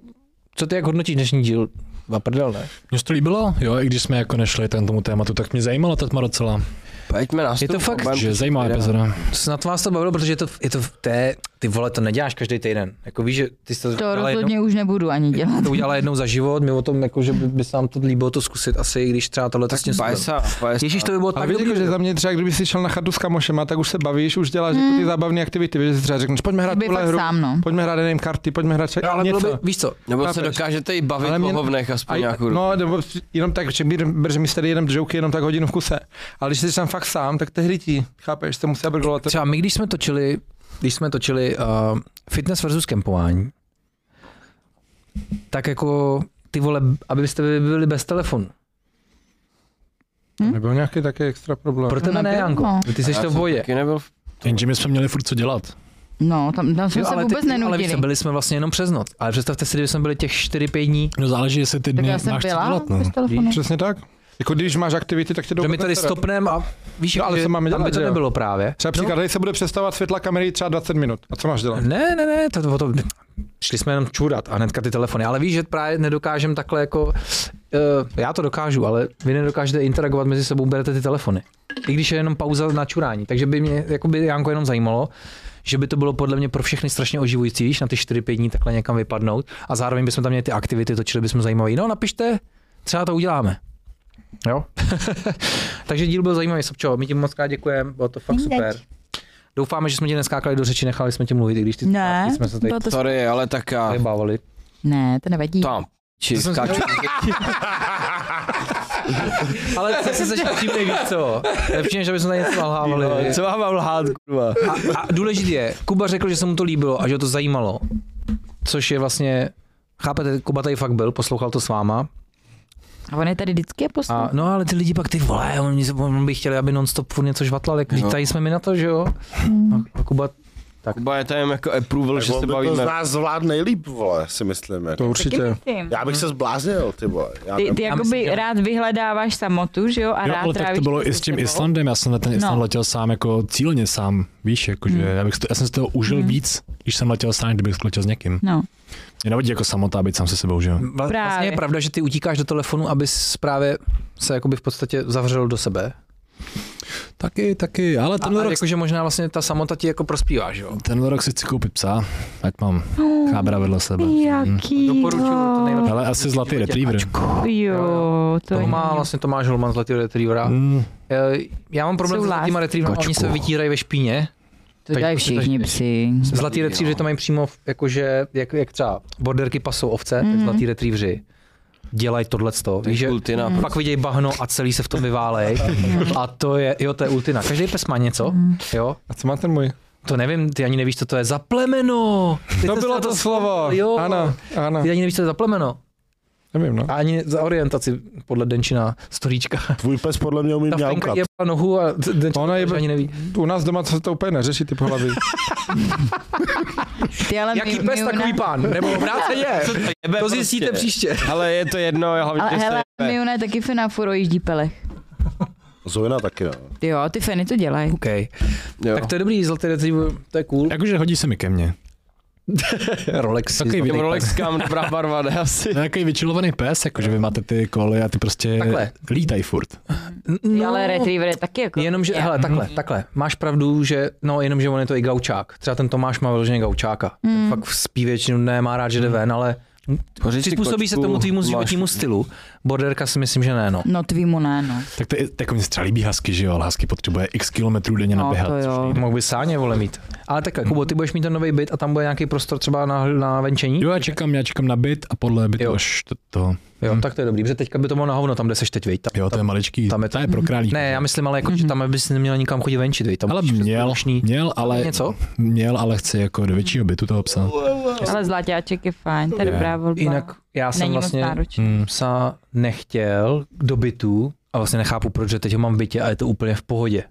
[SPEAKER 1] co ty jak hodnotíš dnešní díl? Na prdel, ne?
[SPEAKER 6] Mně se to líbilo, jo, i když jsme jako nešli ten tomu tématu, tak mě zajímalo ta tma docela.
[SPEAKER 2] Pojďme na stup,
[SPEAKER 1] fakt,
[SPEAKER 2] oba-
[SPEAKER 6] Že zajímavá epizoda.
[SPEAKER 1] Snad vás to bavilo, protože je to, je to, to je, ty vole, to neděláš každý týden. Jako víš, že ty jsi to,
[SPEAKER 5] To
[SPEAKER 1] udělala jednou,
[SPEAKER 5] rozhodně už nebudu ani dělat.
[SPEAKER 1] to udělala jednou za život, mimo tom, jako, že by, by se nám to líbilo to zkusit asi, když třeba tohle to s tím způsobem.
[SPEAKER 2] Pajsa, pajsa.
[SPEAKER 1] Ježíš, to by bylo
[SPEAKER 3] Ale
[SPEAKER 1] tak
[SPEAKER 3] víš,
[SPEAKER 1] dobrý.
[SPEAKER 3] jako, že za mě třeba, kdyby si šel na chatu s kamošema, tak už se bavíš, už děláš jako ty zábavné aktivity, víš, že si třeba řekneš, pojďme hrát
[SPEAKER 5] By
[SPEAKER 3] tuhle hru,
[SPEAKER 5] Hmm. fakt sám, no.
[SPEAKER 3] pojďme hrát, já nevím, karty, pojďme hrát ček,
[SPEAKER 1] No, ale bylo
[SPEAKER 3] něco.
[SPEAKER 1] by, víš co,
[SPEAKER 2] Nebo se
[SPEAKER 3] Chápeš?
[SPEAKER 2] dokážete i bavit
[SPEAKER 3] Ale mě-
[SPEAKER 2] o hovnech aspoň
[SPEAKER 3] A,
[SPEAKER 2] nějakou dobu.
[SPEAKER 3] no, nebo jenom tak, že my, že my si tady jenom joke jenom tak hodinu v kuse. Ale když jsi tam fakt sám, tak tehdy ti, chápeš, to musí brglovat.
[SPEAKER 1] třeba my, když jsme točili, když jsme točili uh, fitness versus kempování, tak jako ty vole, abyste vy byli bez telefonu.
[SPEAKER 3] Nebyl nějaký taky extra problém.
[SPEAKER 1] Pro tebe
[SPEAKER 5] No,
[SPEAKER 1] ne,
[SPEAKER 5] byl,
[SPEAKER 1] Janko.
[SPEAKER 5] no.
[SPEAKER 1] Ty jsi
[SPEAKER 2] Já
[SPEAKER 1] to v
[SPEAKER 2] jsem
[SPEAKER 1] boji.
[SPEAKER 2] Taky nebyl v...
[SPEAKER 6] Jenže my jsme měli furt co dělat.
[SPEAKER 5] No, tam, tam jsme
[SPEAKER 1] Jo,
[SPEAKER 5] se
[SPEAKER 1] ale,
[SPEAKER 5] vůbec
[SPEAKER 1] ale víš
[SPEAKER 5] nenutili.
[SPEAKER 1] co, byli jsme vlastně jenom přes noc. Ale představte si, kdyby jsme byli těch 4-5 dní.
[SPEAKER 6] No záleží, jestli ty
[SPEAKER 5] Tak
[SPEAKER 6] dny
[SPEAKER 5] já
[SPEAKER 6] máš co
[SPEAKER 5] jsem byla
[SPEAKER 6] dělat, no.
[SPEAKER 5] bez telefonu.
[SPEAKER 3] Přesně tak. Jako když máš aktivity, tak tě
[SPEAKER 1] Že
[SPEAKER 3] jdou
[SPEAKER 1] my tady
[SPEAKER 3] pozastarat.
[SPEAKER 1] stopneme a víš,
[SPEAKER 3] No,
[SPEAKER 1] ale
[SPEAKER 3] ale
[SPEAKER 1] že,
[SPEAKER 3] co máme
[SPEAKER 1] tam by
[SPEAKER 3] dělat,
[SPEAKER 1] to
[SPEAKER 3] že jo?
[SPEAKER 1] nebylo právě.
[SPEAKER 3] Třeba
[SPEAKER 1] No.
[SPEAKER 3] příklad, tady se bude přestávat světla kamery třeba 20 minut. A co máš dělat?
[SPEAKER 1] Ne, ne, ne, to, to, to, šli jsme jenom čurat a hnedka ty telefony, ale víš, že právě nedokážem takhle jako, uh, já to dokážu, ale vy nedokážete interagovat mezi sebou, berete ty telefony. I když je jenom pauza na čurání, takže by mě, jako by Janko jenom zajímalo, že by to bylo podle mě pro všechny strašně oživující, víš, na ty 4-5 dní takhle někam vypadnout a zároveň bychom tam měli ty aktivity, točili bychom zajímavý. No napište, třeba to uděláme. Jo? takže díl byl zajímavý, Sobčo, my ti moc krát děkujeme, bylo to fakt super. Doufáme, že jsme tě neskákali do řeči, nechali jsme tě mluvit, i když ty
[SPEAKER 5] Ne,
[SPEAKER 1] jsme se tady
[SPEAKER 5] bylo to...
[SPEAKER 2] Sorry, ale tak já...
[SPEAKER 1] vybávali.
[SPEAKER 5] Ne, to nevadí.
[SPEAKER 2] Tam. Či
[SPEAKER 1] To jsem si-
[SPEAKER 2] skáču.
[SPEAKER 1] Ale co se začal tím nejvíc, co? Lepší, než abychom tady něco nalhávali.
[SPEAKER 2] No, Co mám vám lhát, kurva?
[SPEAKER 1] A, a důležitý je, Kuba řekl, že se mu to líbilo a že ho to zajímalo. Což je vlastně, chápete, Kuba tady fakt byl, poslouchal to s váma.
[SPEAKER 5] A on je tady vždycky je
[SPEAKER 1] A,
[SPEAKER 5] poslouchá.
[SPEAKER 1] no ale ty lidi pak ty vole, on, on by chtěli, aby non-stop furt něco žvatlal, jak no.
[SPEAKER 2] No.
[SPEAKER 1] tady jsme my na to, že jo? A, a Kuba,
[SPEAKER 2] Kuba je tam jako approval,
[SPEAKER 4] Tak
[SPEAKER 2] že
[SPEAKER 4] on
[SPEAKER 2] se
[SPEAKER 4] by to z
[SPEAKER 2] bavíme.
[SPEAKER 4] nás zvládl nejlíp, vole, si myslím. Jako.
[SPEAKER 3] To určitě.
[SPEAKER 4] Já bych se zbláznil, ty vole. Já
[SPEAKER 5] Ty,
[SPEAKER 4] tam-
[SPEAKER 5] ty
[SPEAKER 1] A my si
[SPEAKER 5] jakoby
[SPEAKER 1] děláme-
[SPEAKER 5] rád vyhledáváš samotu, že jo? A
[SPEAKER 6] Jo,
[SPEAKER 5] rád
[SPEAKER 6] ale tak
[SPEAKER 5] trávíš
[SPEAKER 6] to bylo
[SPEAKER 5] čas
[SPEAKER 6] i
[SPEAKER 5] se
[SPEAKER 6] s tím
[SPEAKER 5] sebou.
[SPEAKER 6] Islandem, já jsem na ten Island
[SPEAKER 5] No. Hmm.
[SPEAKER 6] letěl sám jako cíleně sám, víš, jakože já, bych, si to- já jsem z toho užil víc, když jsem letěl sám, než kdybych letěl s někým.
[SPEAKER 5] No,
[SPEAKER 6] Mě nevadí jako samota být sám se sebou, že jo.
[SPEAKER 1] vla, vlastně je
[SPEAKER 5] Právě.
[SPEAKER 1] pravda, že ty utíkáš do telefonu, aby právě se jakoby v podstatě zavřel do sebe.
[SPEAKER 6] Taky, taky, ale
[SPEAKER 1] A,
[SPEAKER 6] tenhle
[SPEAKER 1] a
[SPEAKER 6] rok,
[SPEAKER 1] jakože možná vlastně ta samota ti jako prospívá, že jo?
[SPEAKER 6] tenhle rok si chci koupit psa, ať mám
[SPEAKER 5] No,
[SPEAKER 6] chábra vedle sebe. Hmm.
[SPEAKER 5] jaký
[SPEAKER 1] Doporučuju, to nejlepší.
[SPEAKER 6] Ale asi zlatý retriever.
[SPEAKER 5] Jo, to
[SPEAKER 1] To
[SPEAKER 5] je-
[SPEAKER 1] má vlastně Tomáš Holman zlatý retrievera.
[SPEAKER 6] Mm,
[SPEAKER 1] Eh, Já mám problém
[SPEAKER 5] Jsou
[SPEAKER 1] s zlatýma
[SPEAKER 5] lásky.
[SPEAKER 1] retrievery, oni
[SPEAKER 6] Kočku.
[SPEAKER 1] se vytírají ve špíně.
[SPEAKER 5] To dělají
[SPEAKER 1] Takže-
[SPEAKER 5] všichni psi.
[SPEAKER 1] Zlatý retrievery to mají přímo, v- jakože, jak, jak třeba borderky pasou ovce, tak
[SPEAKER 5] Mhm.
[SPEAKER 1] zlatý retrievery dělají tohleto. Víš, že
[SPEAKER 2] Kultina.
[SPEAKER 5] Mhm.
[SPEAKER 1] pak vidějí bahno a celý se v tom vyválej. A to je, jo, to je ultina. Každý pes má něco,
[SPEAKER 5] Mhm.
[SPEAKER 1] jo.
[SPEAKER 3] A co má ten můj?
[SPEAKER 1] To nevím, ty ani nevíš, co to je za plemeno. Ty
[SPEAKER 3] To
[SPEAKER 1] jsi
[SPEAKER 3] bylo
[SPEAKER 1] se
[SPEAKER 3] to
[SPEAKER 1] dost-
[SPEAKER 3] slovo.
[SPEAKER 1] Jo.
[SPEAKER 3] Ano, ano.
[SPEAKER 1] Ty ani nevíš, co to je za plemeno.
[SPEAKER 3] Nevím, no.
[SPEAKER 1] A ani za orientaci podle Denčina storíčka.
[SPEAKER 4] Tvůj pes podle mě umí
[SPEAKER 1] Ta flinka
[SPEAKER 4] mňaukat.
[SPEAKER 1] je nohu a Denčin
[SPEAKER 3] Ona je,
[SPEAKER 1] ani neví.
[SPEAKER 3] u nás doma se to úplně neřeší, ty pohlaví.
[SPEAKER 5] Ty ale
[SPEAKER 1] Jaký
[SPEAKER 5] my,
[SPEAKER 1] pes,
[SPEAKER 5] my u
[SPEAKER 1] takový
[SPEAKER 5] nás-
[SPEAKER 1] pán, nebo obráceně.
[SPEAKER 2] Jebe
[SPEAKER 1] To zjistíte
[SPEAKER 2] prostě.
[SPEAKER 1] příště.
[SPEAKER 2] Ale je to jedno, hlavně
[SPEAKER 5] Ale
[SPEAKER 2] že se
[SPEAKER 5] hele,
[SPEAKER 2] jebe.
[SPEAKER 5] Miuna je taky fena furo jíždí pelech.
[SPEAKER 4] Zojna taky, no.
[SPEAKER 5] Jo, ty feny to dělají.
[SPEAKER 1] OK,
[SPEAKER 2] Jo.
[SPEAKER 1] tak to je dobrý, zlatý retriever, to je cool. Eh,
[SPEAKER 6] jakože hodí se mi ke mně.
[SPEAKER 1] Rolex.
[SPEAKER 6] Takový
[SPEAKER 2] Těm
[SPEAKER 6] videj pes.
[SPEAKER 2] Rolexkám dobrá barva, ne asi.
[SPEAKER 6] Takový vyčilovaný pes, jakože vy máte ty koly a ty prostě
[SPEAKER 1] Takhle.
[SPEAKER 6] lítají furt.
[SPEAKER 5] Ty ale retriever je taky jako...
[SPEAKER 1] Jenomže,
[SPEAKER 5] je.
[SPEAKER 1] no, hele, takhle, takhle. Máš pravdu, že, no, jenomže on je to i gaučák. Třeba ten Tomáš má vyloženě gaučáka. Mm. Fakt spí většinu dne, má rád, že jde ven, ale
[SPEAKER 2] Pořiď si
[SPEAKER 1] přizpůsobí se
[SPEAKER 2] kočku,
[SPEAKER 1] tomu tvýmu
[SPEAKER 2] máš-
[SPEAKER 1] životnímu stylu. Borderka si myslím, že ne, no.
[SPEAKER 5] No tvýmu ne, no.
[SPEAKER 6] Tak to je, jako mě se třeba líbí husky, že jo, ale husky potřebuje x kilometrů denně
[SPEAKER 5] No,
[SPEAKER 6] naběhat.
[SPEAKER 5] to
[SPEAKER 6] což
[SPEAKER 5] jo.
[SPEAKER 6] nejde.
[SPEAKER 1] Mohl by sáně, vole, mít. Ale takhle, Kubo, ty budeš mít ten nový byt a tam bude nějaký prostor třeba na, na venčení?
[SPEAKER 6] Jo, já čekám, já čekám na byt a podle
[SPEAKER 1] Hm?
[SPEAKER 6] bytu
[SPEAKER 1] Jo.
[SPEAKER 6] až to, to
[SPEAKER 1] Jo, tak to je dobrý, protože teďka by to bylo na hovno tam, kde seš teď, viď? Tam,
[SPEAKER 6] Jo, to je maličký.
[SPEAKER 1] tam
[SPEAKER 6] Tam
[SPEAKER 1] je
[SPEAKER 6] je,
[SPEAKER 1] to-
[SPEAKER 6] to je pro králík.
[SPEAKER 1] ne, já myslím, ale jako, že tam bys neměl nikam chodit venčit, viď? Tam
[SPEAKER 6] Mhm. ale
[SPEAKER 1] musíš
[SPEAKER 6] měl,
[SPEAKER 1] bezpečný-
[SPEAKER 6] měl, ale,
[SPEAKER 1] Něco?
[SPEAKER 6] měl, ale chci jako do většího bytu toho psa.
[SPEAKER 5] Ale zlatáček je fajn, to je dobrá volba.
[SPEAKER 1] Jinak já jsem
[SPEAKER 5] Není
[SPEAKER 1] vlastně
[SPEAKER 5] moc náročný.
[SPEAKER 6] Hmm.
[SPEAKER 1] psa nechtěl do bytu a vlastně nechápu, proč že teď ho mám v bytě a je to úplně v pohodě.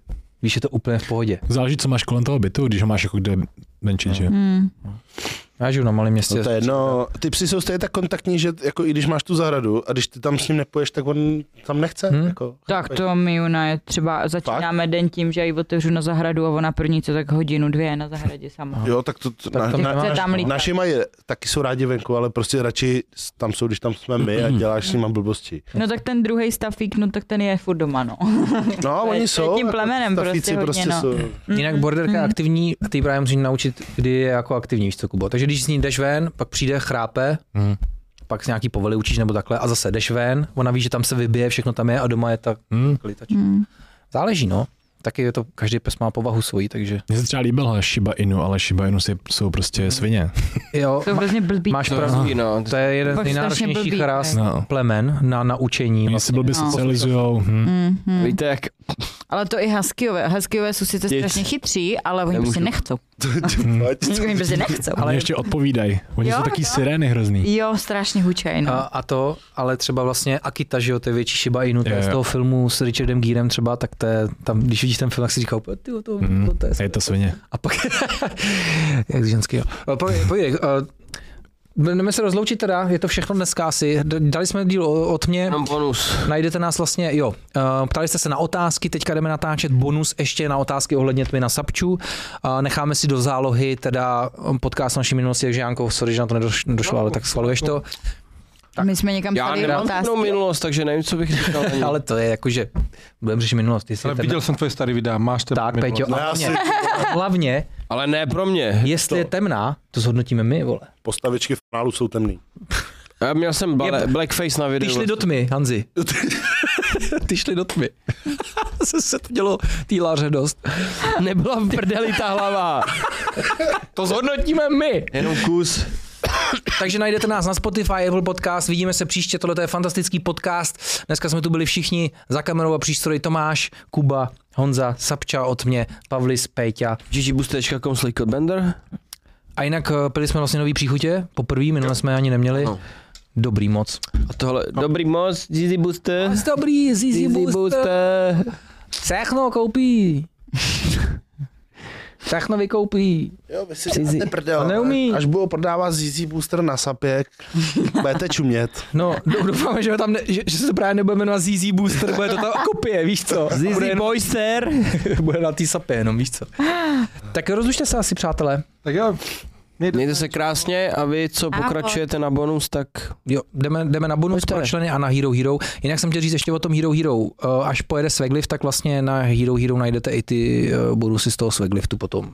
[SPEAKER 1] Víš, je to úplně v pohodě.
[SPEAKER 6] Záleží, co máš kolem toho bytu, když ho máš jako kde menšit, že?
[SPEAKER 5] Hmm.
[SPEAKER 1] Já žiju na malém městě.
[SPEAKER 4] No to je jedno, ty psi jsou stejně tak kontaktní, že jako i když máš tu zahradu a když ty tam s ním nepoješ, tak on tam nechce.
[SPEAKER 1] Hm?
[SPEAKER 4] Hmm? Jako,
[SPEAKER 5] Tak
[SPEAKER 4] chápeš?
[SPEAKER 5] to mi Juna je třeba, začínáme den tím, že ji otevřu na zahradu a ona první co tak hodinu, dvě je na zahradě sama.
[SPEAKER 4] Jo, tak to, to
[SPEAKER 1] Tak
[SPEAKER 4] na,
[SPEAKER 1] to
[SPEAKER 4] na,
[SPEAKER 5] Chce tam lítat.
[SPEAKER 4] naši mají, taky jsou rádi venku, ale prostě radši s- tam jsou, když tam jsme my
[SPEAKER 5] Mhm.
[SPEAKER 4] a děláš s nima blbosti.
[SPEAKER 5] No tak ten druhý stafík, no tak ten je furt doma, no.
[SPEAKER 4] No,
[SPEAKER 5] To je- to
[SPEAKER 4] oni
[SPEAKER 5] je
[SPEAKER 4] jsou.
[SPEAKER 5] tím
[SPEAKER 4] jako
[SPEAKER 5] plemenem prostě
[SPEAKER 4] stafíci
[SPEAKER 5] hodně,
[SPEAKER 4] prostě
[SPEAKER 5] no.
[SPEAKER 4] jsou.
[SPEAKER 1] Jinak borderka
[SPEAKER 5] mhm.
[SPEAKER 1] je aktivní a ty právě musíš naučit, kdy je jako aktivní, víš co, Kubo. Takže když s ní jdeš ven, pak přijde, chrápe,
[SPEAKER 6] Mhm.
[SPEAKER 1] pak si nějaký povely učíš nebo takhle a zase jdeš ven, ona ví, že tam se vybije, všechno tam je a doma je ta
[SPEAKER 6] Hm.
[SPEAKER 1] klitačka.
[SPEAKER 5] Hmm.
[SPEAKER 1] Záleží, no. Taky je to, každý pes má povahu svoji, takže
[SPEAKER 6] Mně se třeba líbila Shiba Inu, ale Shiba Inu si, jsou prostě svině.
[SPEAKER 1] jo,
[SPEAKER 5] Jsou hrozně blbý.
[SPEAKER 1] máš
[SPEAKER 2] To je
[SPEAKER 1] pravdu.
[SPEAKER 2] hezký, no.
[SPEAKER 1] To je jeden z
[SPEAKER 5] Fakt strašně
[SPEAKER 1] nejnáročnějších
[SPEAKER 5] blbý,
[SPEAKER 1] ras
[SPEAKER 6] No.
[SPEAKER 1] plemen na naučení.
[SPEAKER 6] Oni se
[SPEAKER 1] vlastně.
[SPEAKER 6] blbě
[SPEAKER 5] No.
[SPEAKER 6] socializujou. Hm.
[SPEAKER 5] Mm, mm.
[SPEAKER 2] Víte, jak
[SPEAKER 5] Ale to i huskyové. Huskyové jsou sice
[SPEAKER 2] Nic.
[SPEAKER 5] strašně chytří, ale oni
[SPEAKER 2] Nemůžu.
[SPEAKER 5] prostě nechcou.
[SPEAKER 4] Ať-
[SPEAKER 5] Oni prostě nechcou.
[SPEAKER 6] Ale ještě odpovídají. Oni
[SPEAKER 5] Jo,
[SPEAKER 6] jsou taky
[SPEAKER 5] jo.
[SPEAKER 6] sirény hrozný.
[SPEAKER 5] Jo, strašně hučej,
[SPEAKER 1] A,
[SPEAKER 5] no.
[SPEAKER 1] a to, ale třeba vlastně Akita, že jo, to je větší Shiba Inu, to je
[SPEAKER 6] Jo,
[SPEAKER 1] z
[SPEAKER 6] jo.
[SPEAKER 1] toho filmu s Richardem Gírem třeba, tak to je, tam, když vidíš ten film, tak si říkal, "P- ty jo, to,
[SPEAKER 6] Hm.
[SPEAKER 1] to, to je
[SPEAKER 6] Je to svině.
[SPEAKER 1] A pak, jak ženský, jo. Eh, Povídej, povídej. eh, Budeme se rozloučit teda, je to všechno dneska asi. D- Dali jsme díl o- od mě,
[SPEAKER 2] mám bonus?
[SPEAKER 1] najdete nás vlastně, jo, eh, ptali jste se na otázky, teďka jdeme natáčet bonus ještě na otázky ohledně tmy na Sapču. Eh, Necháme si do zálohy teda eh, podcast naší minulosti, takže Janko, sorry, že na to nedoš- nedošlo,
[SPEAKER 3] No,
[SPEAKER 1] ale tak schvaluješ to.
[SPEAKER 5] A my jsme někam
[SPEAKER 2] Já
[SPEAKER 5] tady
[SPEAKER 2] nemám
[SPEAKER 5] otázky.
[SPEAKER 2] žádnou minulost, takže nevím, co bych říkal. ani.
[SPEAKER 1] Ale to je jako, že budeme řešit minulost. jestli
[SPEAKER 3] Ale
[SPEAKER 1] je
[SPEAKER 3] viděl jsem tvoje starý videa, máš ten
[SPEAKER 1] tak,
[SPEAKER 3] minulost.
[SPEAKER 1] Peťo,
[SPEAKER 4] No
[SPEAKER 1] a
[SPEAKER 4] já
[SPEAKER 1] hlavně,
[SPEAKER 4] si
[SPEAKER 1] hlavně,
[SPEAKER 2] Ale ne pro mě.
[SPEAKER 1] jestli je temná, to zhodnotíme my, vole.
[SPEAKER 4] postavičky v kanálu jsou temný.
[SPEAKER 2] Já měl jsem bale,
[SPEAKER 1] Je-
[SPEAKER 2] blackface na
[SPEAKER 1] Ty
[SPEAKER 2] videu.
[SPEAKER 1] šli do tmy, Hanzi. Ty šli do tmy. se, se to dělo týláře dost.
[SPEAKER 2] Nebyla v prdeli ta hlava.
[SPEAKER 1] To zhodnotíme my.
[SPEAKER 2] Jenom kus.
[SPEAKER 1] Takže najdete nás na Spotify, Apple Podcast, vidíme se příště, tohle je fantastický podcast. Dneska jsme tu byli všichni za kamerou a přístroji Tomáš, Kuba, Honza, Sapča od mě, Pavlis, Pejťa.
[SPEAKER 2] ggboost.com slash codebender.
[SPEAKER 1] A jinak eh, pili jsme vlastně nový příchutě, poprvé, minule jsme je ani neměli.
[SPEAKER 2] Ano.
[SPEAKER 1] Dobrý moc.
[SPEAKER 2] A tohle, dobrý moc, Dizzy Booster.
[SPEAKER 1] Dobrý, Zizi
[SPEAKER 2] Dizzy No. Booster.
[SPEAKER 1] Všechno koupí. Všechno vykoupí.
[SPEAKER 4] Jo, vy si děláte prdel.
[SPEAKER 1] To neumí.
[SPEAKER 4] Až budou prodávat ZZ Booster na sapěk, budete čumět.
[SPEAKER 1] No, dou- doufáme, že, ho tam ne, že, že, se to právě nebude jmenovat ZZ Booster, bude to tam kopie, víš co? ZZ Boyster. bude na té sapě jenom, víš co? Tak rozlučte se asi, přátelé.
[SPEAKER 3] Tak jo,
[SPEAKER 2] Mějte se krásně a vy, co
[SPEAKER 5] Ahoj.
[SPEAKER 2] pokračujete na bonus, tak
[SPEAKER 1] Jo, jdeme, jdeme na bonus
[SPEAKER 2] Pojďte.
[SPEAKER 1] pro členy a na Hero Hero. Jinak jsem chtěl říct ještě o tom Hero Hero. Uh, Až pojede Sveglift, tak vlastně na Hero Hero najdete i ty uh, bonusy z toho Svegliftu potom.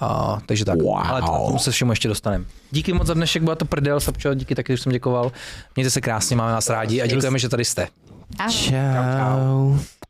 [SPEAKER 1] A, takže tak. Wow. Ale to, k tomu se všemu ještě dostaneme. Díky moc za dnešek, byla to prdel, Sapčo, díky taky, že jsem děkoval. Mějte se krásně, máme vás rádi a děkujeme, že tady jste.
[SPEAKER 5] Ahoj.
[SPEAKER 2] čau.